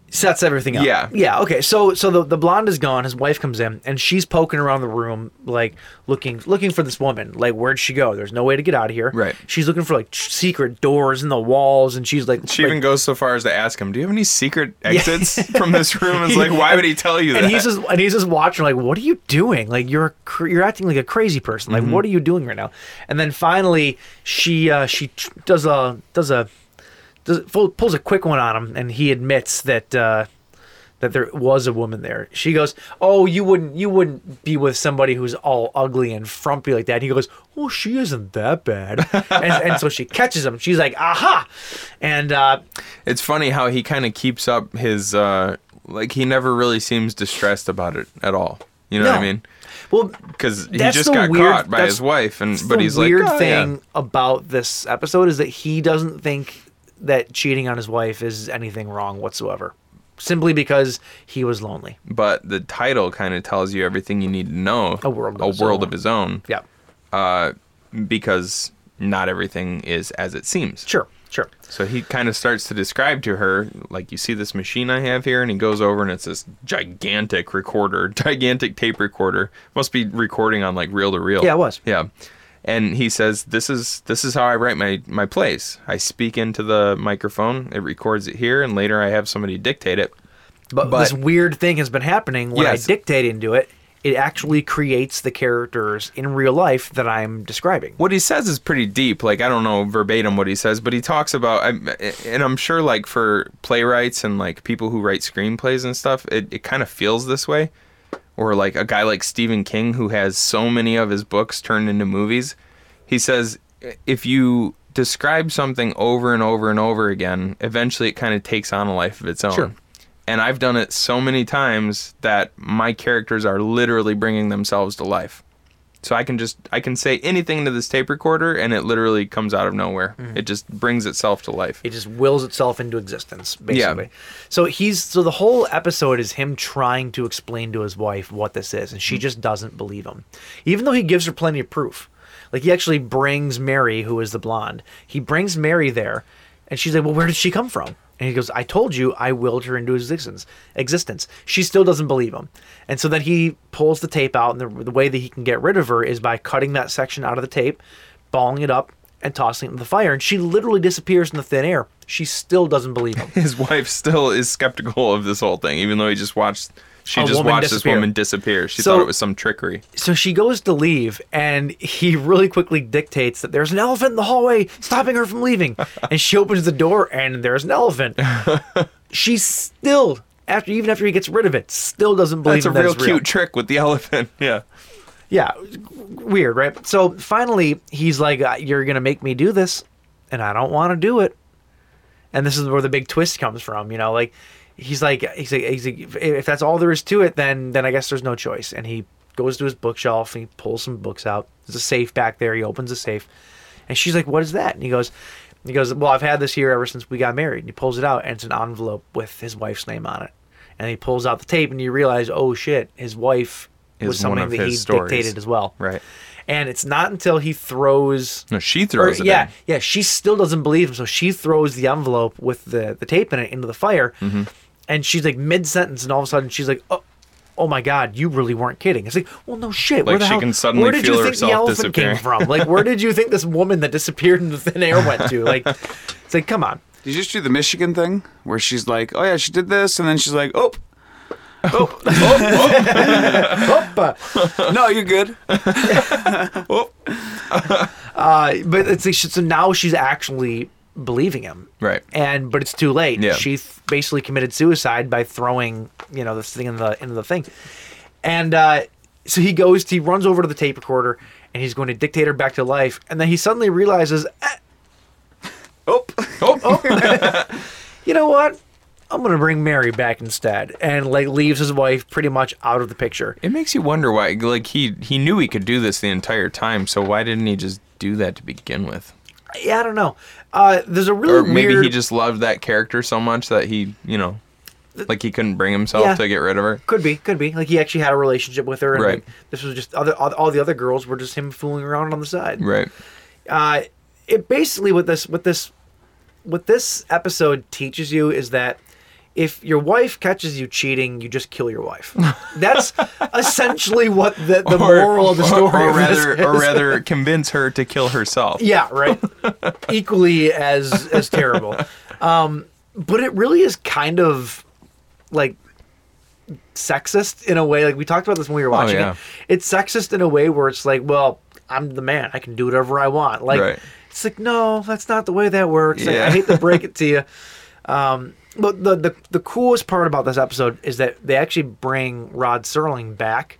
sets everything up.
Yeah.
Yeah. Okay. So so the, the blonde is gone. His wife comes in and she's poking around the room, like looking looking for this woman. Like where'd she go? There's no way to get out of here.
Right.
She's looking for like secret doors in the walls, and she's like
She
like-
even goes so far as to ask him, "Do you have any secret exits from this room?" It's like, why would he tell you that?
And he's just and he's just watching, like, what are you doing? Like, you're a cr- you're acting like a crazy person.
Mm-hmm.
Like, what are you doing right now? And then finally, she uh, she tr- does a does a does full, pulls a quick one on him, and he admits that uh, that there was a woman there. She goes, "Oh, you wouldn't you wouldn't be with somebody who's all ugly and frumpy like that." And he goes, "Well, she isn't that bad." and, and so she catches him. She's like, "Aha!" And uh,
it's funny how he kind of keeps up his uh, like he never really seems distressed about it at all. You know what I
No.
mean?
well,
Because he
That's
just
the
got
weird-
caught by
that's-
his wife, and
That's
but
the
he's
weird
like, "Oh, yeah."
thing about this episode is that he doesn't think that cheating on his wife is anything wrong whatsoever, simply because he was lonely.
But the title kind of tells you everything you need to know.
A world of
a
his
world
own.
of his own.
Yeah,
Uh, because not everything is as it seems.
sure, sure.
So he kind of starts to describe to her, like, you see this machine I have here? And he goes over and it's this gigantic recorder, gigantic tape recorder. Must be recording on like reel to reel.
Yeah, it was.
Yeah. And he says, This is this is how I write my, my plays. I speak into the microphone, it records it here, and later I have somebody dictate it.
But,
But-
this weird thing has been happening when
Yes.
I dictate into it. It actually creates the characters in real life that I'm describing.
what he says is pretty deep. Like I don't know verbatim what he says, but he talks about, I'm- and I'm sure like for playwrights and like people who write screenplays and stuff, it, it kind of feels this way. Or like a guy like Stephen King who has so many of his books turned into movies. He says if you describe something over and over and over again, eventually it kind of takes on a life of its own.
Sure.
And I've done it so many times that my characters are literally bringing themselves to life. So I can just I can say anything to this tape recorder and it literally comes out of nowhere. It just brings itself to life.
Mm-hmm. It just wills itself into existence, basically. So he's so the whole episode is him trying to explain to his wife what this is, and she just doesn't believe him, even though he gives her plenty of proof. Like he actually brings Mary, who is the blonde, he brings Mary there, and she's like, "Well, where did she come from?" And he goes, "I told you, I willed her into existence." Existence. She still doesn't believe him, and so then he pulls the tape out, and the, the way that he can get rid of her is by cutting that section out of the tape, balling it up, and tossing it in the fire. And she literally disappears into thin air. She still doesn't believe him.
His wife still is skeptical of this whole thing, even though he just watched she
A
just
woman
watched
disappear.
this woman disappear. She
So-
thought it was some trickery.
so she goes to leave, and he really quickly dictates that there's an elephant in the hallway stopping her from leaving. and she opens the door, and there's an elephant. she still, after even after he gets rid of it, still doesn't believe
That's a
him that
real
it's
cute trick with the elephant. Yeah.
Yeah, weird, right? So finally, he's like, "Uh, "You're gonna make me do this," and I don't want to do it. and this is where the big twist comes from. You know, like he's like he's like, he's like if- if that's all there is to it, then then I guess there's no choice. And he goes to his bookshelf and he pulls some books out. There's a safe back there. He opens the safe, and she's like, "What is that?" And he goes. He goes, Well, I've had this here ever since we got married. And he pulls it out, and it's an envelope with his wife's name on it. And he pulls out the tape, and you realize, Oh shit, his wife
Is
was
one
something
of
that he
his stories.
dictated as well.
Right.
And it's not until he throws
No, she throws
or-
it.
yeah,
in.
yeah. She still doesn't believe him, so she throws the envelope with the the tape in it into the fire,
Mm-hmm.
and she's like mid sentence, and all of a sudden she's like, "Oh, oh my God, you really weren't kidding." It's like, well, no shit. where
Like,
the
she
hell,
can suddenly
where did
feel
you think
herself
the elephant came
disappearing.
from? Like, where did you think this woman that disappeared into thin air went to? Like, it's like, come on.
Did you just do the Michigan thing where she's like, "Oh yeah, she did this," and then she's like, "Oh,
Hoppa.
no, you're good."
Oh.
Uh, but it's like, so now she's actually believing him.
Right.
And but it's too late.
Yeah.
She th- basically committed suicide by throwing, you know, this thing in the into the thing. And uh, so he goes, he runs over to the tape recorder and he's going to dictate her back to life. And then he suddenly realizes, "Ah,
Oh,
Oh,
Oh. you know what? I'm going to bring Mary back instead. And like leaves his wife pretty much out of the picture.
It makes you wonder why. Like he he knew he could do this the entire time, so why didn't he just do that to begin with?
Yeah, I don't know. Uh, there's a really
Or maybe
weird...
he just loved that character so much that he, you know, like he couldn't bring himself
Yeah.
to get rid of her.
Could be, could be. Like he actually had a relationship with her, and
Right.
like, this was just other all, all the other girls were just him fooling around on the side.
Right.
Uh, it basically what this what this what this episode teaches you is that if your wife catches you cheating, you just kill your wife. That's essentially what the, the moral of the story
or,
of this
rather, or
is.
rather, convince her to kill herself.
Yeah, right. Equally as as terrible. Um, but it really is kind of like sexist in a way. Like we talked about this when we were watching
Oh, yeah.
it. It's sexist in a way where it's like, well, I'm the man. I can do whatever I want. Like
Right.
it's like, no, that's not the way that works. Like,
Yeah.
I hate to break it to you. Um, but the, the the coolest part about this episode is that they actually bring Rod Serling back,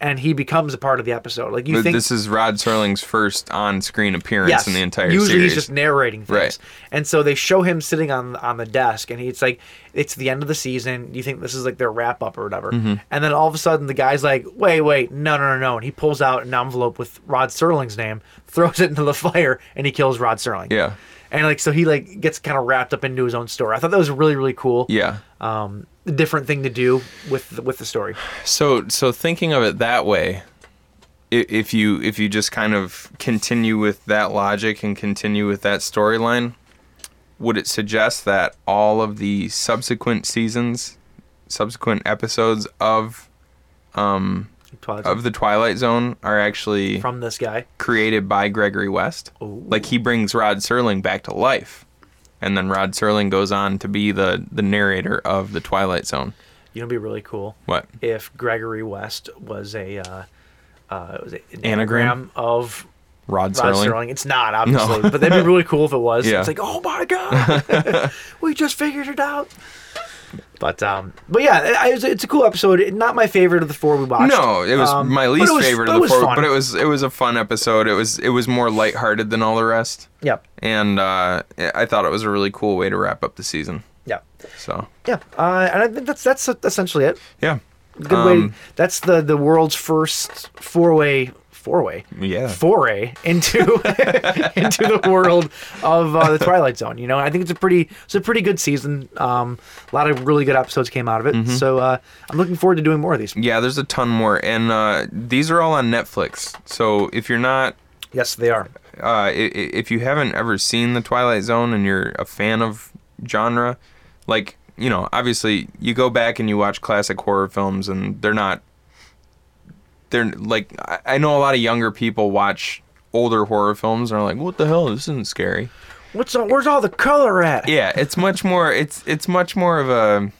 and he becomes a part of the episode. Like you
But
think
this is Rod Serling's first on-screen appearance in the entire
Usually
series.
he's just narrating things.
Right.
And so they show him sitting on on the desk and he's like it's the end of the season. You think this is like their wrap up or whatever.
Mm-hmm.
And then all of a sudden the guy's like, "Wait, wait. No, no, no, no." And he pulls out an envelope with Rod Serling's name, throws it into the fire and he kills Rod Serling.
Yeah.
And like so he like gets kind of wrapped up into his own story. I thought that was really really cool.
yeah.
Um different thing to do with the, with the story.
So so thinking of it that way, i- if you if you just kind of continue with that logic and continue with that storyline, would it suggest that all of the subsequent seasons, subsequent episodes of
Twilight Zone.
of the Twilight Zone are actually
from this guy.
created by Gregory West? Like he brings Rod Serling back to life. And then Rod Serling goes on to be the, the narrator of the Twilight Zone.
You know, it'd be really cool.
What?
if Gregory West was a uh, uh, was it an
Anagram?
anagram, of
Rod,
Rod
Serling.
Sterling? It's not obviously, but that'd be really cool if it was.
Yeah.
It's like, oh my god, we just figured it out. But um, but yeah, it- it was- it's a cool episode. It- Not my favorite of the four we watched.
No, it was
Um,
my
but
least
it was-
favorite
but
of
it
the
was
four,
fun.
but it was it was a fun episode. It was it was more lighthearted than all the rest.
Yep.
And uh, I thought it was a really cool way to wrap up the season.
Yeah.
So
Yeah. Uh, and I think that's that's essentially it.
yeah,
Good way.
Um,
That's the the world's first four way four way
Yeah.
foray into into the world of uh, the Twilight Zone. You know, I think it's a pretty it's a pretty good season. Um, a lot of really good episodes came out of it,
Mm-hmm.
so uh, I'm looking forward to doing more of these.
yeah. There's a ton more, and uh, these are all on Netflix. So if you're not
Yes, they are.
uh, i- i- if you haven't ever seen the Twilight Zone and you're a fan of genre, like you know, obviously you go back and you watch classic horror films, and they're not. They're like I- I know a lot of younger people watch older horror films and are like, "What the hell? This isn't scary."
What's all, where's all the color at?
Yeah, it's much more. It's it's much more of a.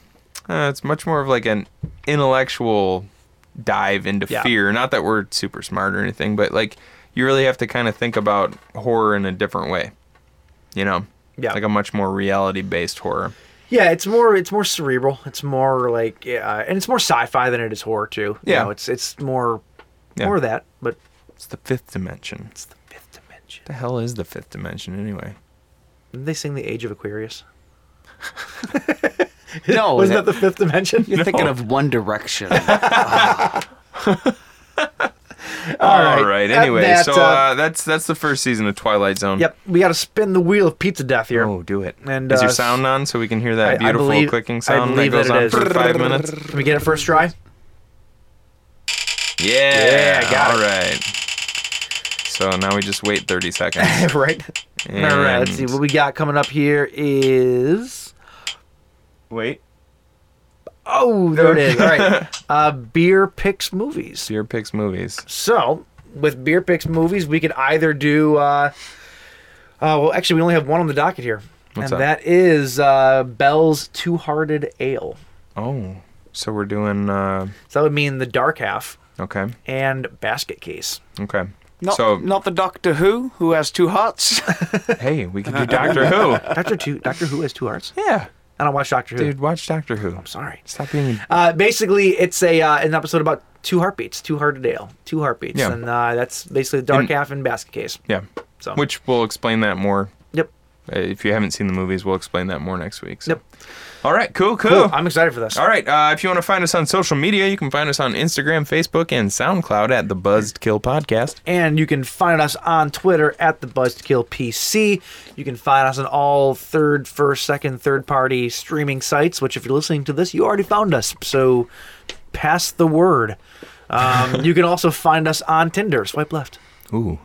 Uh, it's much more of like an intellectual dive into
Yeah.
fear. Not that we're super smart or anything, but like you really have to kind of think about horror in a different way. You know.
Yeah.
Like a much more reality based horror.
Yeah, it's more it's more cerebral. It's more like uh, and it's more sci-fi than it is horror too. You
Yeah.
know, it's it's more
Yeah.
more of that, but
It's the fifth dimension. What
fifth dimension.
the hell is the fifth dimension anyway?
Didn't they sing the Age of Aquarius?
No,
Wasn't
that-
that the fifth dimension?
you're thinking of One Direction.
All
right.
right.
At
Anyway,
that,
so
uh,
uh, that's that's the first season of Twilight Zone.
Yep, we got to spin the wheel of pizza death here.
Oh, do it.
And,
is
uh,
your sound on so we can hear
I- I
that beautiful
believe- I
clicking sound that
believe
goes
that
on
it
for
is.
five minutes?
Can we get it first try?
Yeah.
Yeah, got
All
it.
right. So now we just wait 30
right.
seconds.
All right. Let's see
And-
what we got coming up here. Is
Wait.
oh, there it is. All right. Uh, beer picks movies.
Beer picks movies.
So with beer picks movies, we could either do. Uh, uh, well, actually, we only have one on the docket here,
What's
and
that?
that is uh, Bell's Two Hearted Ale.
Oh. So we're doing uh
So that would mean the dark half
okay.
and basket case.
Okay.
Not,
so
not the Doctor Who who has two hearts.
hey, we could do Doctor Who.
Doctor Two. Doctor Who has two hearts.
Yeah.
I don't watch Doctor Who.
Dude, watch Doctor Who.
Sorry.
Stop being
Uh, basically, it's a uh, an episode about two heartbeats, two hearted ale, two heartbeats,
Yeah.
and uh, that's basically the dark
And-
half and basket case.
Yeah.
So-
Which we'll explain that more.
Yep.
Uh, If you haven't seen the movies, we'll explain that more next week. So.
Yep.
All right, cool, cool.
Cool. I'm excited for this.
All right. Uh, if you want to find us on social media, you can find us on Instagram, Facebook, and SoundCloud at the Buzzed Kill Podcast.
And you can find us on Twitter at the Buzzkill PC. You can find us on all third, first, second, third party streaming sites. Which, if you're listening to this, you already found us. So, pass the word. Um, you can also find us on Tinder. Swipe left,
Ooh.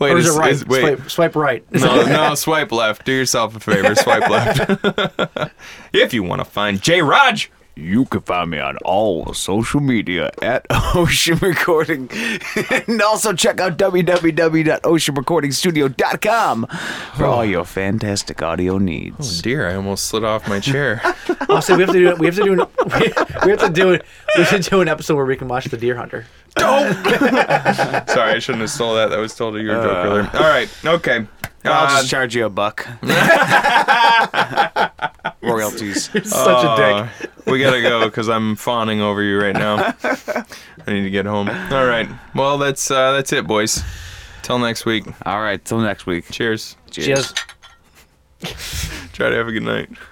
wait,
or is,
is-
it right?
is- wait.
Swipe, swipe right.
No, no, swipe left. Do yourself a favor. Swipe left. if you want to find J. Raj.
You can find me on all social media at Ocean Recording. and also check out www.oceanrecordingstudio.com for all your fantastic audio needs.
Dear, I almost slid off my chair.
I'll say we have to do we have to do an, we, we have to do it we should do an episode where we can watch the deer hunter.
Sorry, I shouldn't have stole that. That was totally your
Uh.
joke earlier. All right. Okay.
I'll
Uh,
just charge you a buck. Royalties.
Such a dick.
uh, we gotta go because I'm fawning over you right now. I need to get home. All right. Well, that's uh, that's it, boys. Till next week.
All right, till next week.
Cheers.
Cheers.
Try to have a good night.